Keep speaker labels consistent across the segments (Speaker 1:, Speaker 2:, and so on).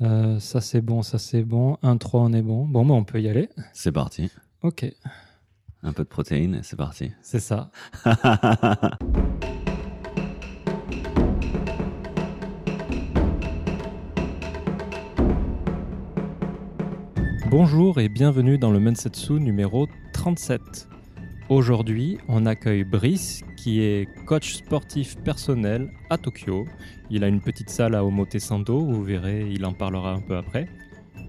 Speaker 1: Euh, ça c'est bon, ça c'est bon. 1, 3, on est bon. Bon, bah, on peut y aller.
Speaker 2: C'est parti.
Speaker 1: Ok,
Speaker 2: Un peu de protéines, et c'est parti.
Speaker 1: c'est ça. Bonjour et bienvenue dans le Mensetsu numéro 37. Aujourd'hui, on accueille Brice, qui est coach sportif personnel à Tokyo. Il a une petite salle à Omotesando, vous verrez, il en parlera un peu après.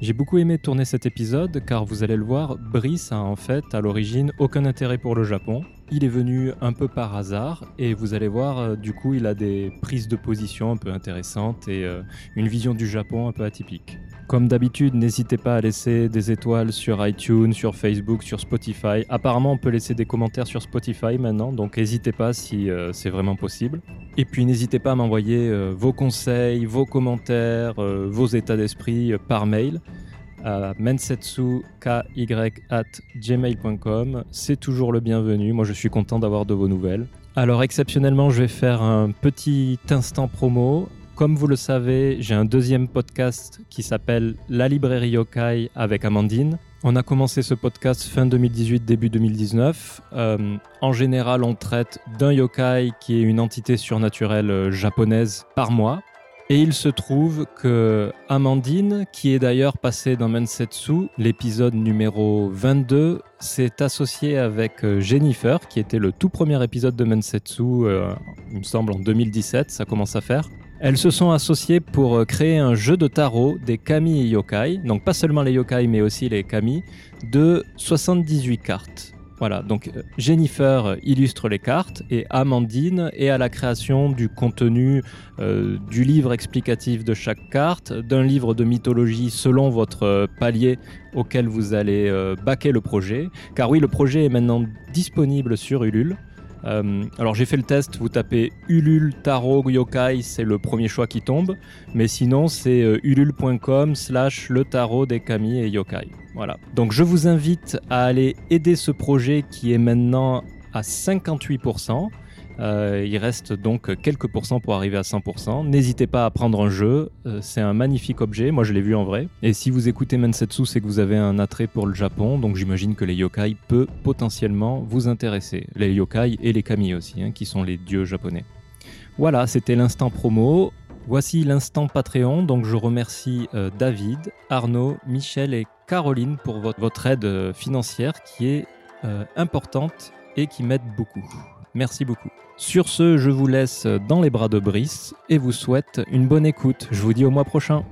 Speaker 1: J'ai beaucoup aimé tourner cet épisode car vous allez le voir, Brice a en fait à l'origine aucun intérêt pour le Japon. Il est venu un peu par hasard et vous allez voir, euh, du coup, il a des prises de position un peu intéressantes et euh, une vision du Japon un peu atypique. Comme d'habitude, n'hésitez pas à laisser des étoiles sur iTunes, sur Facebook, sur Spotify. Apparemment, on peut laisser des commentaires sur Spotify maintenant, donc n'hésitez pas si euh, c'est vraiment possible. Et puis n'hésitez pas à m'envoyer euh, vos conseils, vos commentaires, euh, vos états d'esprit euh, par mail à mensetsuky@gmail.com. C'est toujours le bienvenu. Moi, je suis content d'avoir de vos nouvelles. Alors, exceptionnellement, je vais faire un petit instant promo. Comme vous le savez, j'ai un deuxième podcast qui s'appelle La librairie yokai avec Amandine. On a commencé ce podcast fin 2018, début 2019. Euh, en général, on traite d'un yokai qui est une entité surnaturelle euh, japonaise par mois. Et il se trouve que Amandine, qui est d'ailleurs passée dans Mensetsu, l'épisode numéro 22, s'est associée avec euh, Jennifer, qui était le tout premier épisode de Mensetsu, euh, il me semble en 2017, ça commence à faire. Elles se sont associées pour euh, créer un jeu de tarot des kami et yokai, donc pas seulement les yokai mais aussi les kami, de 78 cartes. Voilà, donc euh, Jennifer illustre les cartes et Amandine est à la création du contenu euh, du livre explicatif de chaque carte, d'un livre de mythologie selon votre euh, palier auquel vous allez euh, baquer le projet. Car oui, le projet est maintenant disponible sur Ulule. Euh, alors j'ai fait le test, vous tapez Ulule Tarot Yokai, c'est le premier choix qui tombe, mais sinon c'est euh, ulule.com slash le tarot des kami et yokai. Voilà. Donc je vous invite à aller aider ce projet qui est maintenant à 58%. Euh, il reste donc quelques pourcents pour arriver à 100%. N'hésitez pas à prendre un jeu, euh, c'est un magnifique objet, moi je l'ai vu en vrai. Et si vous écoutez Mensetsu, c'est que vous avez un attrait pour le Japon, donc j'imagine que les yokai peut potentiellement vous intéresser. Les yokai et les kami aussi, hein, qui sont les dieux japonais. Voilà, c'était l'instant promo. Voici l'instant Patreon, donc je remercie euh, David, Arnaud, Michel et Caroline pour votre, votre aide euh, financière qui est euh, importante et qui m'aide beaucoup. Merci beaucoup. Sur ce, je vous laisse dans les bras de Brice et vous souhaite une bonne écoute. Je vous dis au mois prochain.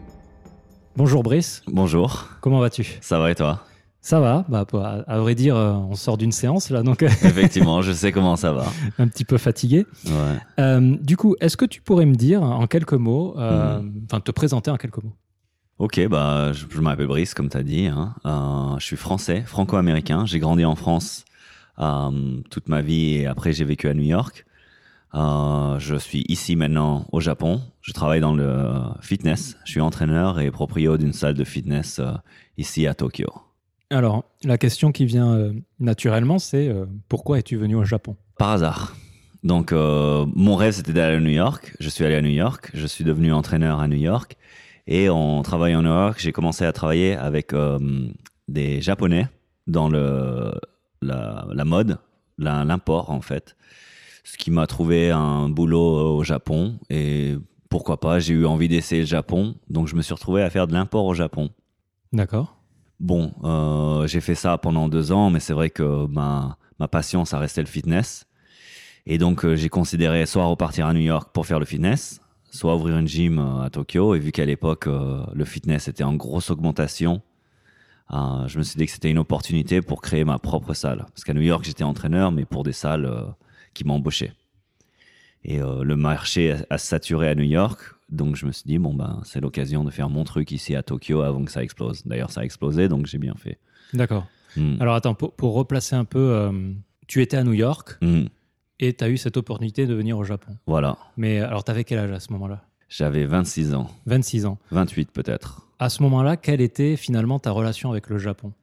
Speaker 1: Bonjour Brice,
Speaker 2: Bonjour,
Speaker 1: comment vas-tu
Speaker 2: ça va et toi
Speaker 1: Ça va, bah, pour- à à vrai dire, euh, on sort d'une séance là, donc
Speaker 2: Effectivement, je sais comment ça va.
Speaker 1: un petit peu fatigué.
Speaker 2: Ouais.
Speaker 1: Euh, du coup, est-ce que tu pourrais me dire en quelques mots, euh, enfin te présenter en quelques mots
Speaker 2: Ok, bah, je, je m'appelle Brice, comme tu as dit. hein. Euh, je suis français, franco-américain. J'ai grandi en France euh, toute ma vie et après j'ai vécu à New York. Euh, je suis ici maintenant au Japon. Je travaille dans le fitness. Je suis entraîneur et proprio d'une salle de fitness euh, ici à Tokyo.
Speaker 1: Alors, la question qui vient euh, naturellement, c'est euh, pourquoi es-tu venu au Japon
Speaker 2: Par hasard. Donc, euh, mon rêve, c'était d'aller à New York. Je suis allé à New York. Je suis devenu entraîneur à New York. Et en travaillant à New York, j'ai commencé à travailler avec euh, des Japonais dans le, la, la mode, la- l'import, en fait. Ce qui m'a trouvé un boulot euh, au Japon. Et pourquoi pas, j'ai eu envie d'essayer le Japon. Donc, je me suis retrouvé à faire de l'import au Japon.
Speaker 1: D'accord.
Speaker 2: Bon, euh, j'ai fait ça pendant deux ans, mais c'est vrai que ma, ma passion, ça restait le fitness. Et donc, euh, j'ai considéré soit repartir à New York pour faire le fitness, soit ouvrir une gym euh, à Tokyo. Et vu qu'à l'époque, euh, le fitness était en grosse augmentation, euh, je me suis dit que c'était une opportunité pour créer ma propre salle. Parce qu'à New York, j'étais entraîneur, mais pour des salles euh, qui m'embauchaient. Et euh, le marché a, a saturé à New York. Donc je me suis dit, bon, ben, c'est l'occasion de faire mon truc ici à Tokyo avant que ça explose. D'ailleurs, ça a explosé, donc j'ai bien fait.
Speaker 1: D'accord.
Speaker 2: Hmm.
Speaker 1: Alors attends, pour, pour replacer un peu, euh, tu étais à New York
Speaker 2: Hmm.
Speaker 1: et tu as eu cette opportunité de venir au Japon.
Speaker 2: Voilà,
Speaker 1: Mais euh, alors, t'avais quel âge à ce moment-là
Speaker 2: j'avais 26 ans,
Speaker 1: 26 ans.
Speaker 2: 28 peut-être.
Speaker 1: À ce moment-là, quelle était finalement ta relation avec le Japon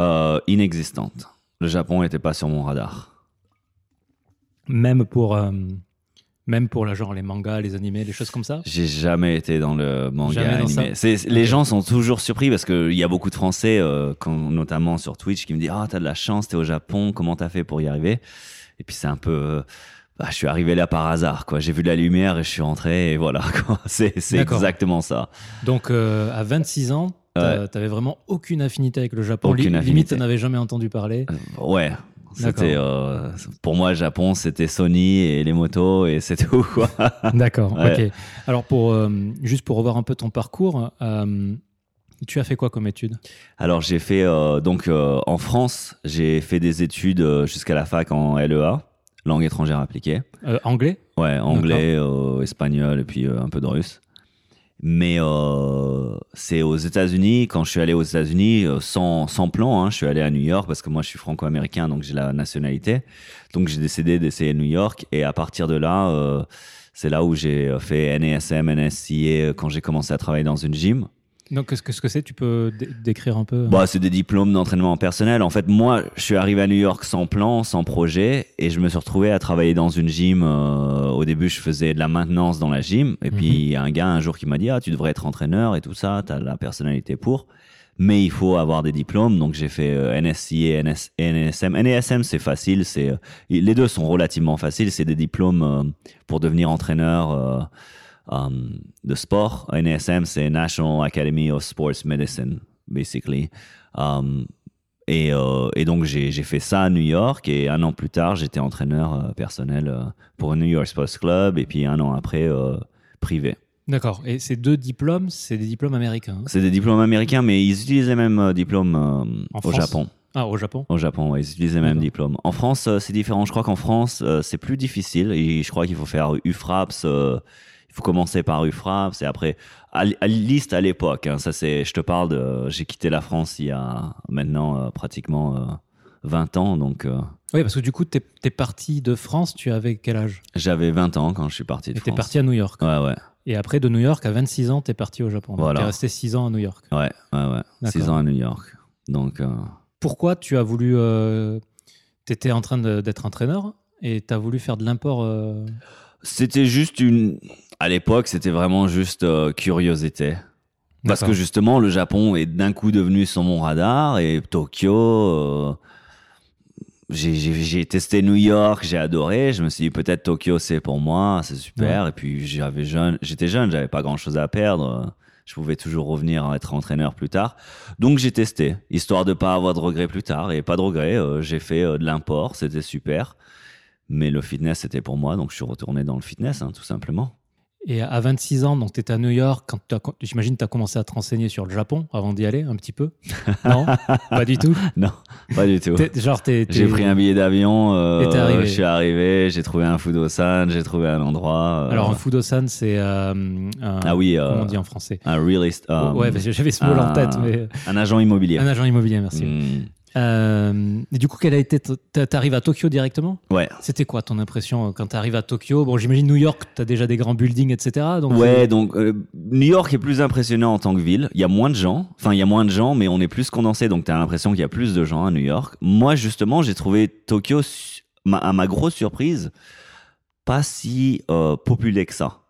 Speaker 2: Euh, inexistante. Le Japon n'était pas sur mon radar.
Speaker 1: Même pour euh, Même pour la, genre les mangas, les animés, les choses comme ça
Speaker 2: J'ai jamais été dans le manga
Speaker 1: Jamais dans ça.
Speaker 2: animé. C'est- c'est- Les
Speaker 1: Ok.
Speaker 2: gens sont toujours surpris parce qu'il y a beaucoup de Français, euh, quand- notamment sur Twitch, qui me disent Ah, t'as de la chance, t'es au Japon, comment t'as fait pour y arriver Et puis c'est un peu. euh, bah, je suis arrivé là par hasard, quoi. J'ai vu de la lumière et je suis rentré et voilà, quoi. C'est c'est
Speaker 1: D'accord.
Speaker 2: exactement ça.
Speaker 1: Donc euh, à 26 ans, t'a- t'avais vraiment aucune affinité avec le Japon.
Speaker 2: Aucune
Speaker 1: Li- Limite,
Speaker 2: affinité.
Speaker 1: t'en avais jamais entendu parler.
Speaker 2: Euh, Ouais. C'était euh, pour moi Japon, c'était Sony et les motos et c'est tout quoi.
Speaker 1: D'accord,
Speaker 2: Ouais.
Speaker 1: ok. Alors pour euh, juste pour revoir un peu ton parcours, euh, tu as fait quoi comme étude
Speaker 2: Alors j'ai fait euh, donc euh, en France, j'ai fait des études euh, jusqu'à la fac en LEA, langue étrangère appliquée.
Speaker 1: Euh, Anglais
Speaker 2: Ouais, anglais, euh, espagnol et puis euh, un peu de russe. Mais euh, c'est aux États-Unis. Quand je suis allé aux États-Unis, euh, sans, sans plan, hein, je suis allé à New York parce que moi je suis franco-américain, donc j'ai la nationalité. Donc j'ai décidé d'essayer New York et à partir de là, euh, c'est là où j'ai fait E NASM, NSCA euh, quand j'ai commencé à travailler dans une gym.
Speaker 1: Donc qu'est-ce que ce que c'est Tu peux dé- décrire un peu
Speaker 2: Bah, c'est des diplômes d'entraînement personnel. En fait, moi, je suis arrivé à New York sans plan, sans projet, et je me suis retrouvé à travailler dans une gym. euh, au début, je faisais de la maintenance dans la gym, et puis il y a un gars un jour qui m'a dit ah, tu devrais être entraîneur et tout ça, t'as la personnalité pour, mais il faut avoir des diplômes. Donc j'ai fait euh, NSI et NS, NSM. NASM, c'est facile, c'est euh, les deux sont relativement faciles. C'est des diplômes euh, pour devenir entraîneur. euh, euh, de sport, NASM, c'est National Academy of Sports Medicine, basically. Um, et, euh, et donc j'ai j'ai fait ça à New York et un an plus tard j'étais entraîneur euh, personnel euh, pour New York Sports Club et puis un an après euh, privé.
Speaker 1: D'accord. Et ces deux diplômes, c'est des diplômes américains. hein
Speaker 2: C'est des diplômes américains mais ils utilisent les mêmes euh, diplômes euh,
Speaker 1: En
Speaker 2: au
Speaker 1: France
Speaker 2: Japon.
Speaker 1: Ah, au Japon
Speaker 2: Au Japon, ouais, ils utilisent les mêmes
Speaker 1: D'accord.
Speaker 2: diplômes. En France euh, c'est différent. Je crois qu'en France euh, c'est plus difficile et je crois qu'il faut faire UFRAPS. euh, il faut commencer par UFRAPS et après à, l- à liste à l'époque. hein, ça c'est, je te parle de, j'ai quitté la France il y a maintenant euh, pratiquement euh, 20 ans donc. euh,
Speaker 1: Oui, parce que du coup, t'es es parti de France, tu avais quel âge
Speaker 2: J'avais 20 ans quand je suis parti de
Speaker 1: Et t'es
Speaker 2: France.
Speaker 1: parti à New York.
Speaker 2: Ouais, ouais,
Speaker 1: Et après, de New York, à 26 ans, t'es parti au Japon.
Speaker 2: Voilà.
Speaker 1: T'es resté 6 ans à New York.
Speaker 2: ouais, ouais, ouais.
Speaker 1: D'accord.
Speaker 2: 6 ans à New York. Donc, euh,
Speaker 1: Pourquoi tu as voulu... euh, T'étais en train de- d'être entraîneur et t'as voulu faire de l'import... euh,
Speaker 2: c'était juste une. À l'époque, c'était vraiment juste euh, curiosité. Parce
Speaker 1: d'accord.
Speaker 2: que justement, le Japon est d'un coup devenu sur mon radar et Tokyo. euh, j'ai- J'ai j'ai testé New York, j'ai adoré. Je me suis dit peut-être Tokyo c'est pour moi, c'est super. Et puis j'avais jeune, j'étais jeune, j'avais pas grand chose à perdre. Je pouvais toujours revenir hein, être entraîneur plus tard. Donc j'ai testé, histoire de pas avoir de regrets plus tard. Et pas de regrets, euh, j'ai fait euh, de l'import, c'était super. Mais le fitness c'était pour moi, donc je suis retourné dans le fitness, hein, tout simplement.
Speaker 1: Et à 26 ans, donc t'étais à New York, quand t'as- quand- j'imagine t'as commencé à te renseigner sur le Japon avant d'y aller un petit peu Non Pas du tout
Speaker 2: Non, pas du tout.
Speaker 1: T'es- Genre, t'es...
Speaker 2: J'ai
Speaker 1: t'es-
Speaker 2: pris un billet d'avion, euh,
Speaker 1: Et t'es arrivé.
Speaker 2: je suis arrivé, j'ai trouvé un Fudosan, j'ai trouvé un endroit. euh,
Speaker 1: Alors, un Fudosan, c'est... euh, un-
Speaker 2: ah oui, euh,
Speaker 1: Comment on dit en français
Speaker 2: un realist, euh,
Speaker 1: Ouais, parce que j'avais ce mot en
Speaker 2: un-
Speaker 1: tête, mais...
Speaker 2: un agent immobilier.
Speaker 1: Un agent immobilier, merci.
Speaker 2: Mm.
Speaker 1: Euh, et du coup, quelle a été t- t- T'arrives à Tokyo directement
Speaker 2: Ouais.
Speaker 1: C'était quoi ton impression euh, quand t'arrives à Tokyo Bon, j'imagine New York, t'as déjà des grands buildings, etc. Donc,
Speaker 2: Ouais, donc euh, New York est plus impressionnant en tant que ville. Il y a moins de gens. Enfin, il y a moins de gens, mais on est plus condensé, donc t'as l'impression qu'il y a plus de gens à New York. Moi, justement, j'ai trouvé Tokyo, su- ma- à ma grosse surprise, pas si euh, populaire que ça.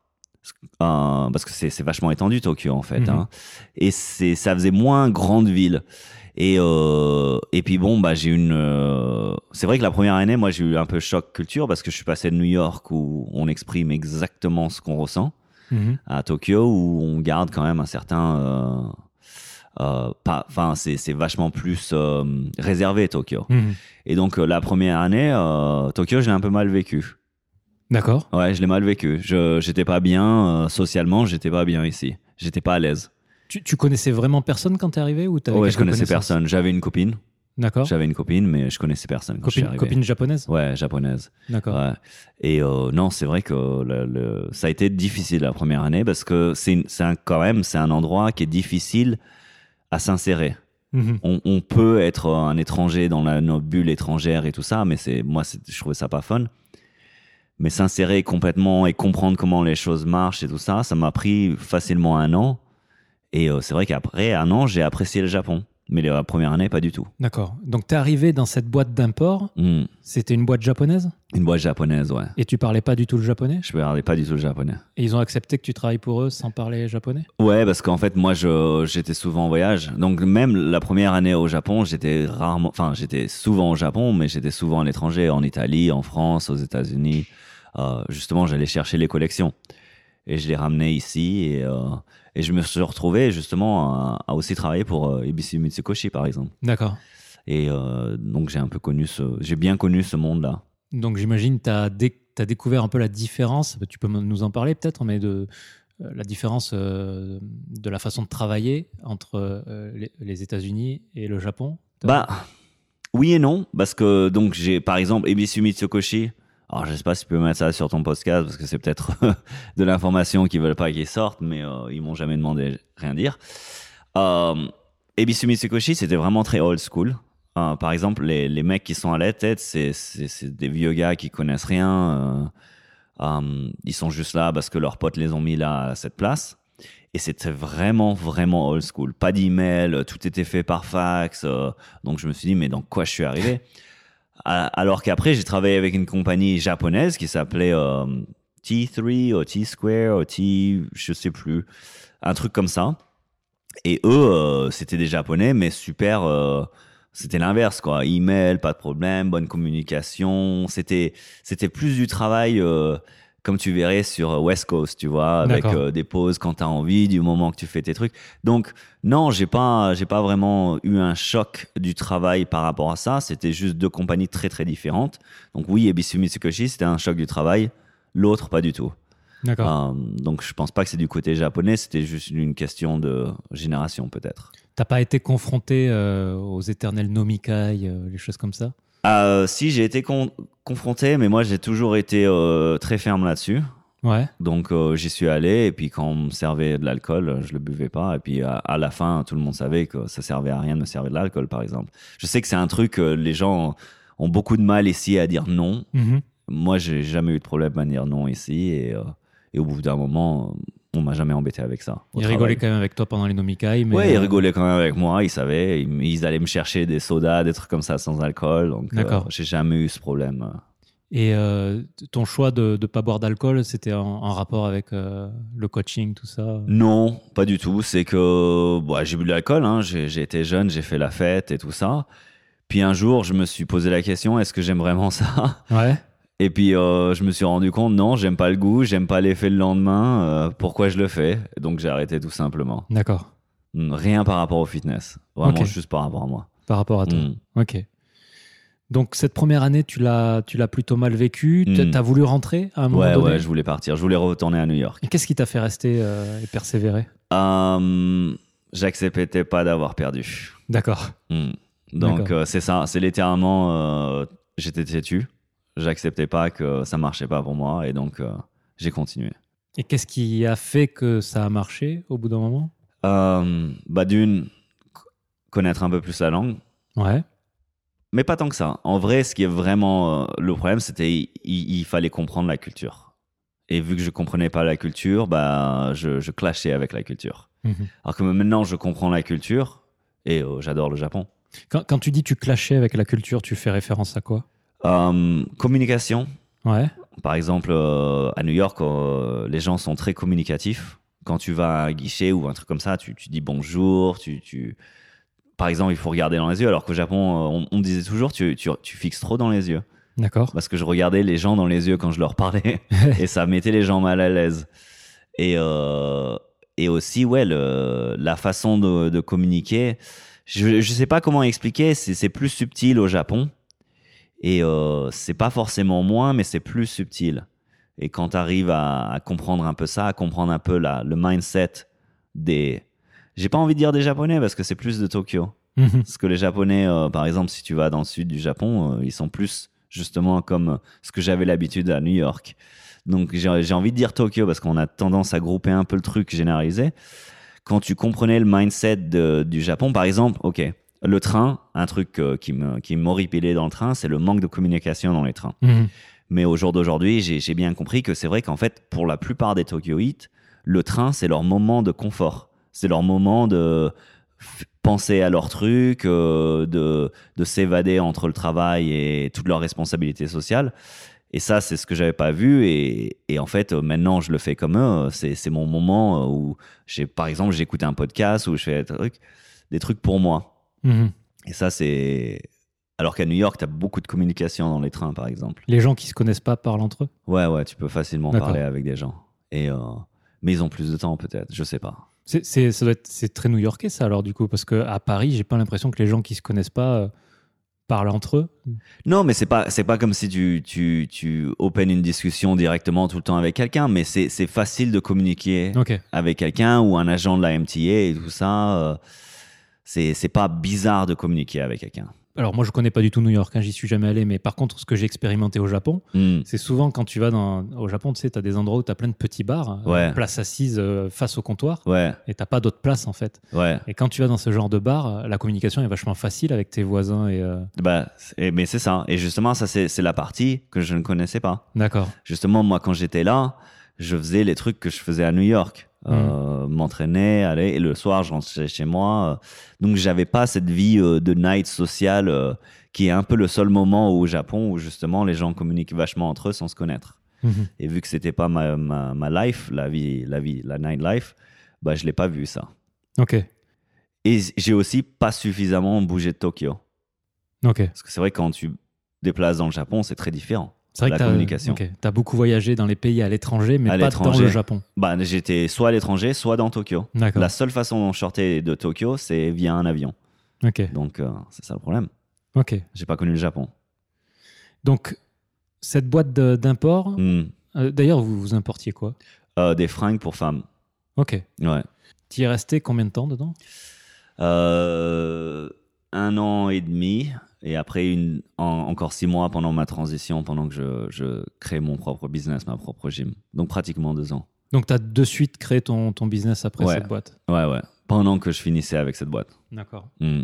Speaker 2: Euh, parce que c'est c'est vachement étendu Tokyo en fait.
Speaker 1: Mhm.
Speaker 2: hein. Et c'est ça faisait moins grande ville. Et, euh, et puis bon, bah, j'ai une. euh, c'est vrai que la première année, moi, j'ai eu un peu choc culture parce que je suis passé de New York où on exprime exactement ce qu'on ressent
Speaker 1: c'est- Mhm.
Speaker 2: à Tokyo où on garde quand même un certain. euh, euh, pas- Enfin, c'est c'est vachement plus euh, réservé Tokyo.
Speaker 1: Mhm.
Speaker 2: Et donc, euh, la première année, euh, Tokyo, je l'ai un peu mal vécu.
Speaker 1: D'accord.
Speaker 2: Ouais, je l'ai mal vécu. Je J'étais pas bien euh, socialement, j'étais pas bien ici. J'étais pas à l'aise.
Speaker 1: Tu, tu connaissais vraiment personne quand t'es arrivé ou t'avais
Speaker 2: Ouais, je
Speaker 1: quelques
Speaker 2: connaissais
Speaker 1: connaissances
Speaker 2: personne. J'avais une copine.
Speaker 1: D'accord.
Speaker 2: J'avais une copine, mais je connaissais personne quand je suis
Speaker 1: Copine,
Speaker 2: arrivé.
Speaker 1: copine japonaise
Speaker 2: Ouais, japonaise.
Speaker 1: D'accord.
Speaker 2: Ouais. Et euh, non, c'est vrai que le- le- ça a été difficile la première année parce que c'est une- c'est un- quand même c'est un endroit qui est difficile à s'insérer.
Speaker 1: Mhm.
Speaker 2: On, on peut être un étranger dans la, nos bulles étrangères et tout ça, mais c'est moi c'est- je trouvais ça pas fun. Mais s'insérer complètement et comprendre comment les choses marchent et tout ça, ça m'a pris facilement un an. Et euh, c'est vrai qu'après un an, j'ai apprécié le Japon. mais la première année, pas du tout.
Speaker 1: D'accord. Donc, t'es arrivé dans cette boîte d'import.
Speaker 2: Hmm.
Speaker 1: C'était une boîte japonaise
Speaker 2: Une boîte japonaise, ouais.
Speaker 1: et tu parlais pas du tout le japonais.
Speaker 2: Je parlais pas du tout le japonais.
Speaker 1: Et ils ont accepté que tu travailles pour eux sans parler japonais.
Speaker 2: Ouais, parce qu'en fait, moi, je, j'étais souvent en voyage. Donc, même la première année au Japon, j'étais rarement, enfin, j'étais souvent au Japon, mais j'étais souvent à l'étranger, en Italie, en France, aux États-Unis. Euh, justement, j'allais chercher les collections. Et je les ramenais ici. Et, euh, et je me suis retrouvé, justement, à, à aussi travailler pour euh, Ibisu Mitsukoshi, par exemple.
Speaker 1: D'accord.
Speaker 2: Et euh, donc, j'ai un peu connu ce, j'ai bien connu ce monde-là.
Speaker 1: Donc j'imagine tu as, découvert un peu la différence, tu peux m- nous en parler peut-être, mais de euh, la différence euh, de la façon de travailler entre euh, les, les États-Unis et le Japon. T'as-
Speaker 2: Bah, oui et non, parce que donc j'ai par exemple Ebisu Mitsukoshi. Alors je sais pas si tu peux mettre ça sur ton podcast parce que c'est peut-être de l'information qu'ils veulent pas qu'ils sorte, mais euh, ils m'ont jamais demandé rien dire. Euh, Ebisu Mitsukoshi, c'était vraiment très old school. Euh, par exemple, les, les mecs qui sont à la tête, c'est, c'est, c'est des vieux gars qui connaissent rien. euh, euh, ils sont juste là parce que leurs potes les ont mis là à cette place. Et c'était vraiment, vraiment old school. Pas d'email, tout était fait par fax. euh, donc je me suis dit, mais dans quoi je suis arrivé À- Alors qu'après, j'ai travaillé avec une compagnie japonaise qui s'appelait euh, T3 ou T-Square ou T, je sais plus, un truc comme ça. Et eux, euh, c'était des japonais, mais super. euh, c'était l'inverse, quoi. Email, pas de problème, bonne communication. C'était, c'était plus du travail, euh, comme tu verrais sur euh, West Coast, tu vois, avec
Speaker 1: D'accord.
Speaker 2: euh, des pauses quand t'as envie, du moment que tu fais tes trucs. Donc, non, j'ai pas, j'ai pas vraiment eu un choc du travail par rapport à ça. C'était juste deux compagnies très très différentes. Donc oui, Ebisu Mitsukoshi, c'était un choc du travail. L'autre, pas du tout.
Speaker 1: D'accord.
Speaker 2: Euh, donc je pense pas que c'est du côté japonais. C'était juste une question de génération peut-être.
Speaker 1: T'as pas été confronté euh, aux éternels nomikai, euh, les choses comme ça
Speaker 2: Euh, si j'ai été con- confronté, mais moi j'ai toujours été euh, très ferme là-dessus.
Speaker 1: Ouais.
Speaker 2: Donc euh, j'y suis allé et puis quand on me servait de l'alcool, euh, je le buvais pas. Et puis à, à la fin, tout le monde savait que ça servait à rien de me servir de l'alcool, par exemple. Je sais que c'est un truc euh, les gens ont beaucoup de mal ici à dire non.
Speaker 1: Mhm.
Speaker 2: Moi, j'ai jamais eu de problème à dire non ici et, euh, et au bout d'un moment, euh, on m'a jamais embêté avec ça. au
Speaker 1: Ils
Speaker 2: travail.
Speaker 1: rigolaient quand même avec toi pendant les nomikai. Mais,
Speaker 2: Ouais, ils
Speaker 1: euh,
Speaker 2: rigolaient quand même avec moi. Ils savaient, ils, ils allaient me chercher des sodas, des trucs comme ça sans alcool. Donc euh,
Speaker 1: D'accord.
Speaker 2: j'ai jamais eu ce problème. euh,
Speaker 1: Et euh, t- ton choix de ne pas boire d'alcool, c'était en, en rapport avec euh, le coaching, tout ça
Speaker 2: Non, pas du tout. C'est que bah, j'ai bu de l'alcool, hein. j'ai j'ai été jeune, j'ai fait la fête et tout ça. Puis un jour, je me suis posé la question, est-ce que j'aime vraiment ça
Speaker 1: Ouais.
Speaker 2: Et puis euh, je me suis rendu compte, non, j'aime pas le goût, j'aime pas l'effet le lendemain, euh, pourquoi je le fais Donc j'ai arrêté tout simplement.
Speaker 1: D'accord.
Speaker 2: Mm, Rien par rapport au fitness, vraiment
Speaker 1: Ok.
Speaker 2: juste par rapport à moi.
Speaker 1: Par rapport à toi.
Speaker 2: Mm.
Speaker 1: Ok. Donc cette première année, tu l'as, tu l'as plutôt mal vécu. Tu
Speaker 2: Mm.
Speaker 1: as voulu rentrer à un moment
Speaker 2: Ouais,
Speaker 1: donné.
Speaker 2: ouais, je voulais partir, je voulais retourner à New York.
Speaker 1: Et qu'est-ce qui t'a fait rester euh, et persévérer
Speaker 2: Euh, J'acceptais pas d'avoir perdu.
Speaker 1: D'accord.
Speaker 2: Hmm.
Speaker 1: D'accord.
Speaker 2: Donc euh, c'est ça, c'est littéralement euh, j'étais têtu, j'acceptais pas que ça marchait pas pour moi et donc euh, j'ai continué.
Speaker 1: Et qu'est-ce qui a fait que ça a marché au bout d'un moment
Speaker 2: Euh, bah d'une c- connaître un peu plus la langue,
Speaker 1: Ouais.
Speaker 2: mais pas tant que ça. En vrai, ce qui est vraiment euh, le problème, c'était il, il- il fallait comprendre la culture. Et vu que je comprenais pas la culture, bah je, je clashais avec la culture.
Speaker 1: Mhm.
Speaker 2: Alors que maintenant je comprends la culture et euh, j'adore le Japon.
Speaker 1: Quand, quand tu dis tu clashais avec la culture, tu fais référence à quoi
Speaker 2: Euh, communication,
Speaker 1: Ouais.
Speaker 2: Par exemple, euh, à New York, euh, les gens sont très communicatifs. Quand tu vas à un guichet ou un truc comme ça, tu, tu dis bonjour, tu, tu... Par exemple, il faut regarder dans les yeux, alors qu'au Japon, euh, on, on disait toujours tu, tu, tu fixes trop dans les yeux.
Speaker 1: D'accord.
Speaker 2: Parce que je regardais les gens dans les yeux quand je leur parlais, et ça mettait les gens mal à l'aise. Et, euh, et aussi, ouais, le- la façon de, de communiquer, je ne sais pas comment expliquer, c'est c'est plus subtil au Japon. Et euh, c'est pas forcément moins, mais c'est plus subtil. Et quand tu arrives à, à comprendre un peu ça, à comprendre un peu la, le mindset des. J'ai pas envie de dire des Japonais parce que c'est plus de Tokyo.
Speaker 1: Mhm.
Speaker 2: Parce que les Japonais, euh, par exemple, si tu vas dans le sud du Japon, euh, ils sont plus justement comme euh, ce que j'avais l'habitude à New York. Donc j'ai j'ai envie de dire Tokyo parce qu'on a tendance à grouper un peu le truc généralisé. Quand tu comprenais le mindset de- du Japon, par exemple, ok, le train, un truc euh, qui me- qui m'horripilait dans le train, c'est le manque de communication dans les trains.
Speaker 1: Mhm.
Speaker 2: Mais au jour d'aujourd'hui, j'ai j'ai bien compris que c'est vrai qu'en fait, pour la plupart des Tokyoïtes, le train, c'est leur moment de confort. C'est leur moment de f- penser à leur truc, euh, de, de s'évader entre le travail et toutes leurs responsabilités sociales. Et ça, c'est ce que j'avais pas vu. Et, et en fait, euh, maintenant, je le fais comme eux. C'est, c'est mon moment euh, où, j'ai, par exemple, j'écoute un podcast ou je fais des trucs, des trucs pour moi.
Speaker 1: Mhm.
Speaker 2: Et ça, c'est. Alors qu'à New York, tu as beaucoup de communication dans les trains, par exemple.
Speaker 1: Les gens qui se connaissent pas parlent entre eux.
Speaker 2: Ouais, ouais, tu peux facilement
Speaker 1: D'accord.
Speaker 2: parler avec des gens. Et, euh, mais ils ont plus de temps, peut-être. Je sais pas.
Speaker 1: C'est, c'est- ça doit être- c'est très new-yorkais ça alors du coup parce que à Paris j'ai pas l'impression que les gens qui se connaissent pas euh, parlent entre eux.
Speaker 2: Non, mais c'est pas c'est pas comme si tu tu tu open une discussion directement tout le temps avec quelqu'un, mais c'est c'est facile de communiquer
Speaker 1: Ok.
Speaker 2: avec quelqu'un ou un agent de la MTA et tout ça. euh, c'est c'est pas bizarre de communiquer avec quelqu'un.
Speaker 1: Alors moi je connais pas du tout New York, hein, j'y suis jamais allé, mais par contre ce que j'ai expérimenté au Japon,
Speaker 2: Hmm.
Speaker 1: c'est souvent quand tu vas dans, au Japon, tu sais, t'as des endroits où t'as plein de petits bars,
Speaker 2: Ouais.
Speaker 1: euh, place assise euh, face au comptoir,
Speaker 2: Ouais,
Speaker 1: et t'as pas d'autre place en fait.
Speaker 2: ouais.
Speaker 1: Et quand tu vas dans ce genre de bar, euh, la communication est vachement facile avec tes voisins et euh,
Speaker 2: Bah, c'est- mais c'est ça. Et justement, ça c'est c'est la partie que je ne connaissais pas.
Speaker 1: d'accord.
Speaker 2: justement, moi, quand j'étais là, je faisais les trucs que je faisais à New York. Euh, M'entraîner, aller, et le soir, je rentrais chez moi. euh. Donc, j'avais pas cette vie euh, de night sociale euh, qui est un peu le seul moment au Japon où justement les gens communiquent vachement entre eux sans se connaître.
Speaker 1: Mhm.
Speaker 2: Et vu que c'était pas ma, ma, ma life, la vie, la vie, la night life, bah, je l'ai pas vu ça.
Speaker 1: Ok.
Speaker 2: Et j'ai aussi pas suffisamment bougé de Tokyo.
Speaker 1: Ok.
Speaker 2: Parce que c'est vrai, quand tu déplaces dans le Japon, c'est très différent.
Speaker 1: C'est vrai
Speaker 2: La
Speaker 1: que t'as-
Speaker 2: communication.
Speaker 1: ok. T'as beaucoup voyagé dans les pays à l'étranger, mais
Speaker 2: À
Speaker 1: pas dans
Speaker 2: l'étranger.
Speaker 1: le Japon.
Speaker 2: Bah, j'étais soit à l'étranger, soit dans Tokyo.
Speaker 1: D'accord.
Speaker 2: La seule façon d'en sortir de Tokyo, c'est via un avion.
Speaker 1: Ok.
Speaker 2: Donc, euh, c'est ça le problème.
Speaker 1: Ok.
Speaker 2: J'ai pas connu le Japon.
Speaker 1: Donc, cette boîte de- d'import,
Speaker 2: Hmm.
Speaker 1: euh, d'ailleurs, vous vous importiez quoi
Speaker 2: Euh, des fringues pour femmes.
Speaker 1: Ok.
Speaker 2: Ouais.
Speaker 1: Tu es resté combien de temps dedans
Speaker 2: Euh, un an et demi. Et après, une, en- encore six mois pendant ma transition, pendant que je, je crée mon propre business, ma propre gym. Donc, pratiquement deux ans.
Speaker 1: Donc, tu as de suite créé ton, ton business après
Speaker 2: Ouais.
Speaker 1: cette boîte.
Speaker 2: Ouais, ouais. Pendant que je finissais avec cette boîte.
Speaker 1: D'accord.
Speaker 2: Hmm.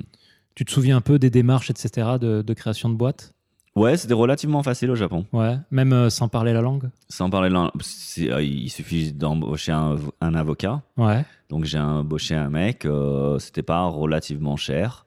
Speaker 1: Tu te souviens un peu des démarches, etc., de, de création de boîte
Speaker 2: Ouais, c'était relativement facile au Japon.
Speaker 1: Ouais. Même euh, sans parler la langue
Speaker 2: Sans parler de l'en- si- euh, Il suffit d'embaucher un- un avocat.
Speaker 1: Ouais.
Speaker 2: Donc j'ai embauché un mec, euh, c'était pas relativement cher.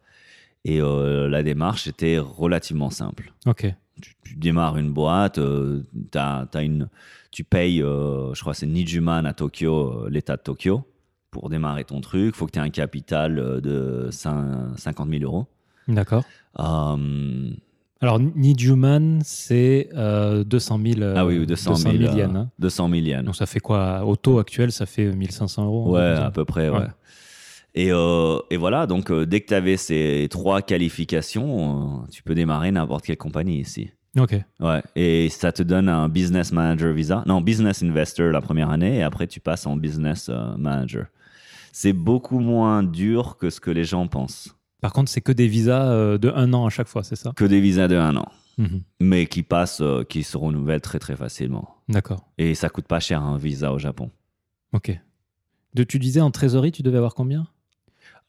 Speaker 2: Et euh, la démarche était relativement simple.
Speaker 1: Ok.
Speaker 2: Tu, tu démarres une boîte, euh, t'as- t'as une, tu payes, euh, je crois que c'est Nijuman à Tokyo, euh, l'État de Tokyo, pour démarrer ton truc. faut que tu aies un capital euh, de cin- 50 000 euros.
Speaker 1: D'accord.
Speaker 2: Euh,
Speaker 1: Alors, Nijuman, c'est euh, 200 000, euh,
Speaker 2: ah oui, 200 000, euh,
Speaker 1: yens, hein.
Speaker 2: 200 000 yens.
Speaker 1: Donc, ça fait quoi Au taux actuel, ça fait euh, 1500 euros. on
Speaker 2: Ouais,
Speaker 1: va
Speaker 2: à
Speaker 1: dire.
Speaker 2: peu près, ouais.
Speaker 1: Ouais.
Speaker 2: Et, euh, et voilà, donc euh, dès que tu avais ces trois qualifications, euh, tu peux démarrer n'importe quelle compagnie ici.
Speaker 1: Ok.
Speaker 2: Ouais, et ça te donne un business manager visa. Non, business investor la première année, et après tu passes en business euh, manager. C'est beaucoup moins dur que ce que les gens pensent,
Speaker 1: Par contre, c'est que des visas euh, de un an à chaque fois, c'est ça
Speaker 2: que des visas de un an,
Speaker 1: Mhm.
Speaker 2: mais qui passent, euh, qui se renouvellent très très facilement.
Speaker 1: D'accord.
Speaker 2: Et ça coûte pas cher un visa au Japon.
Speaker 1: Ok. De, tu disais en trésorerie, tu devais avoir combien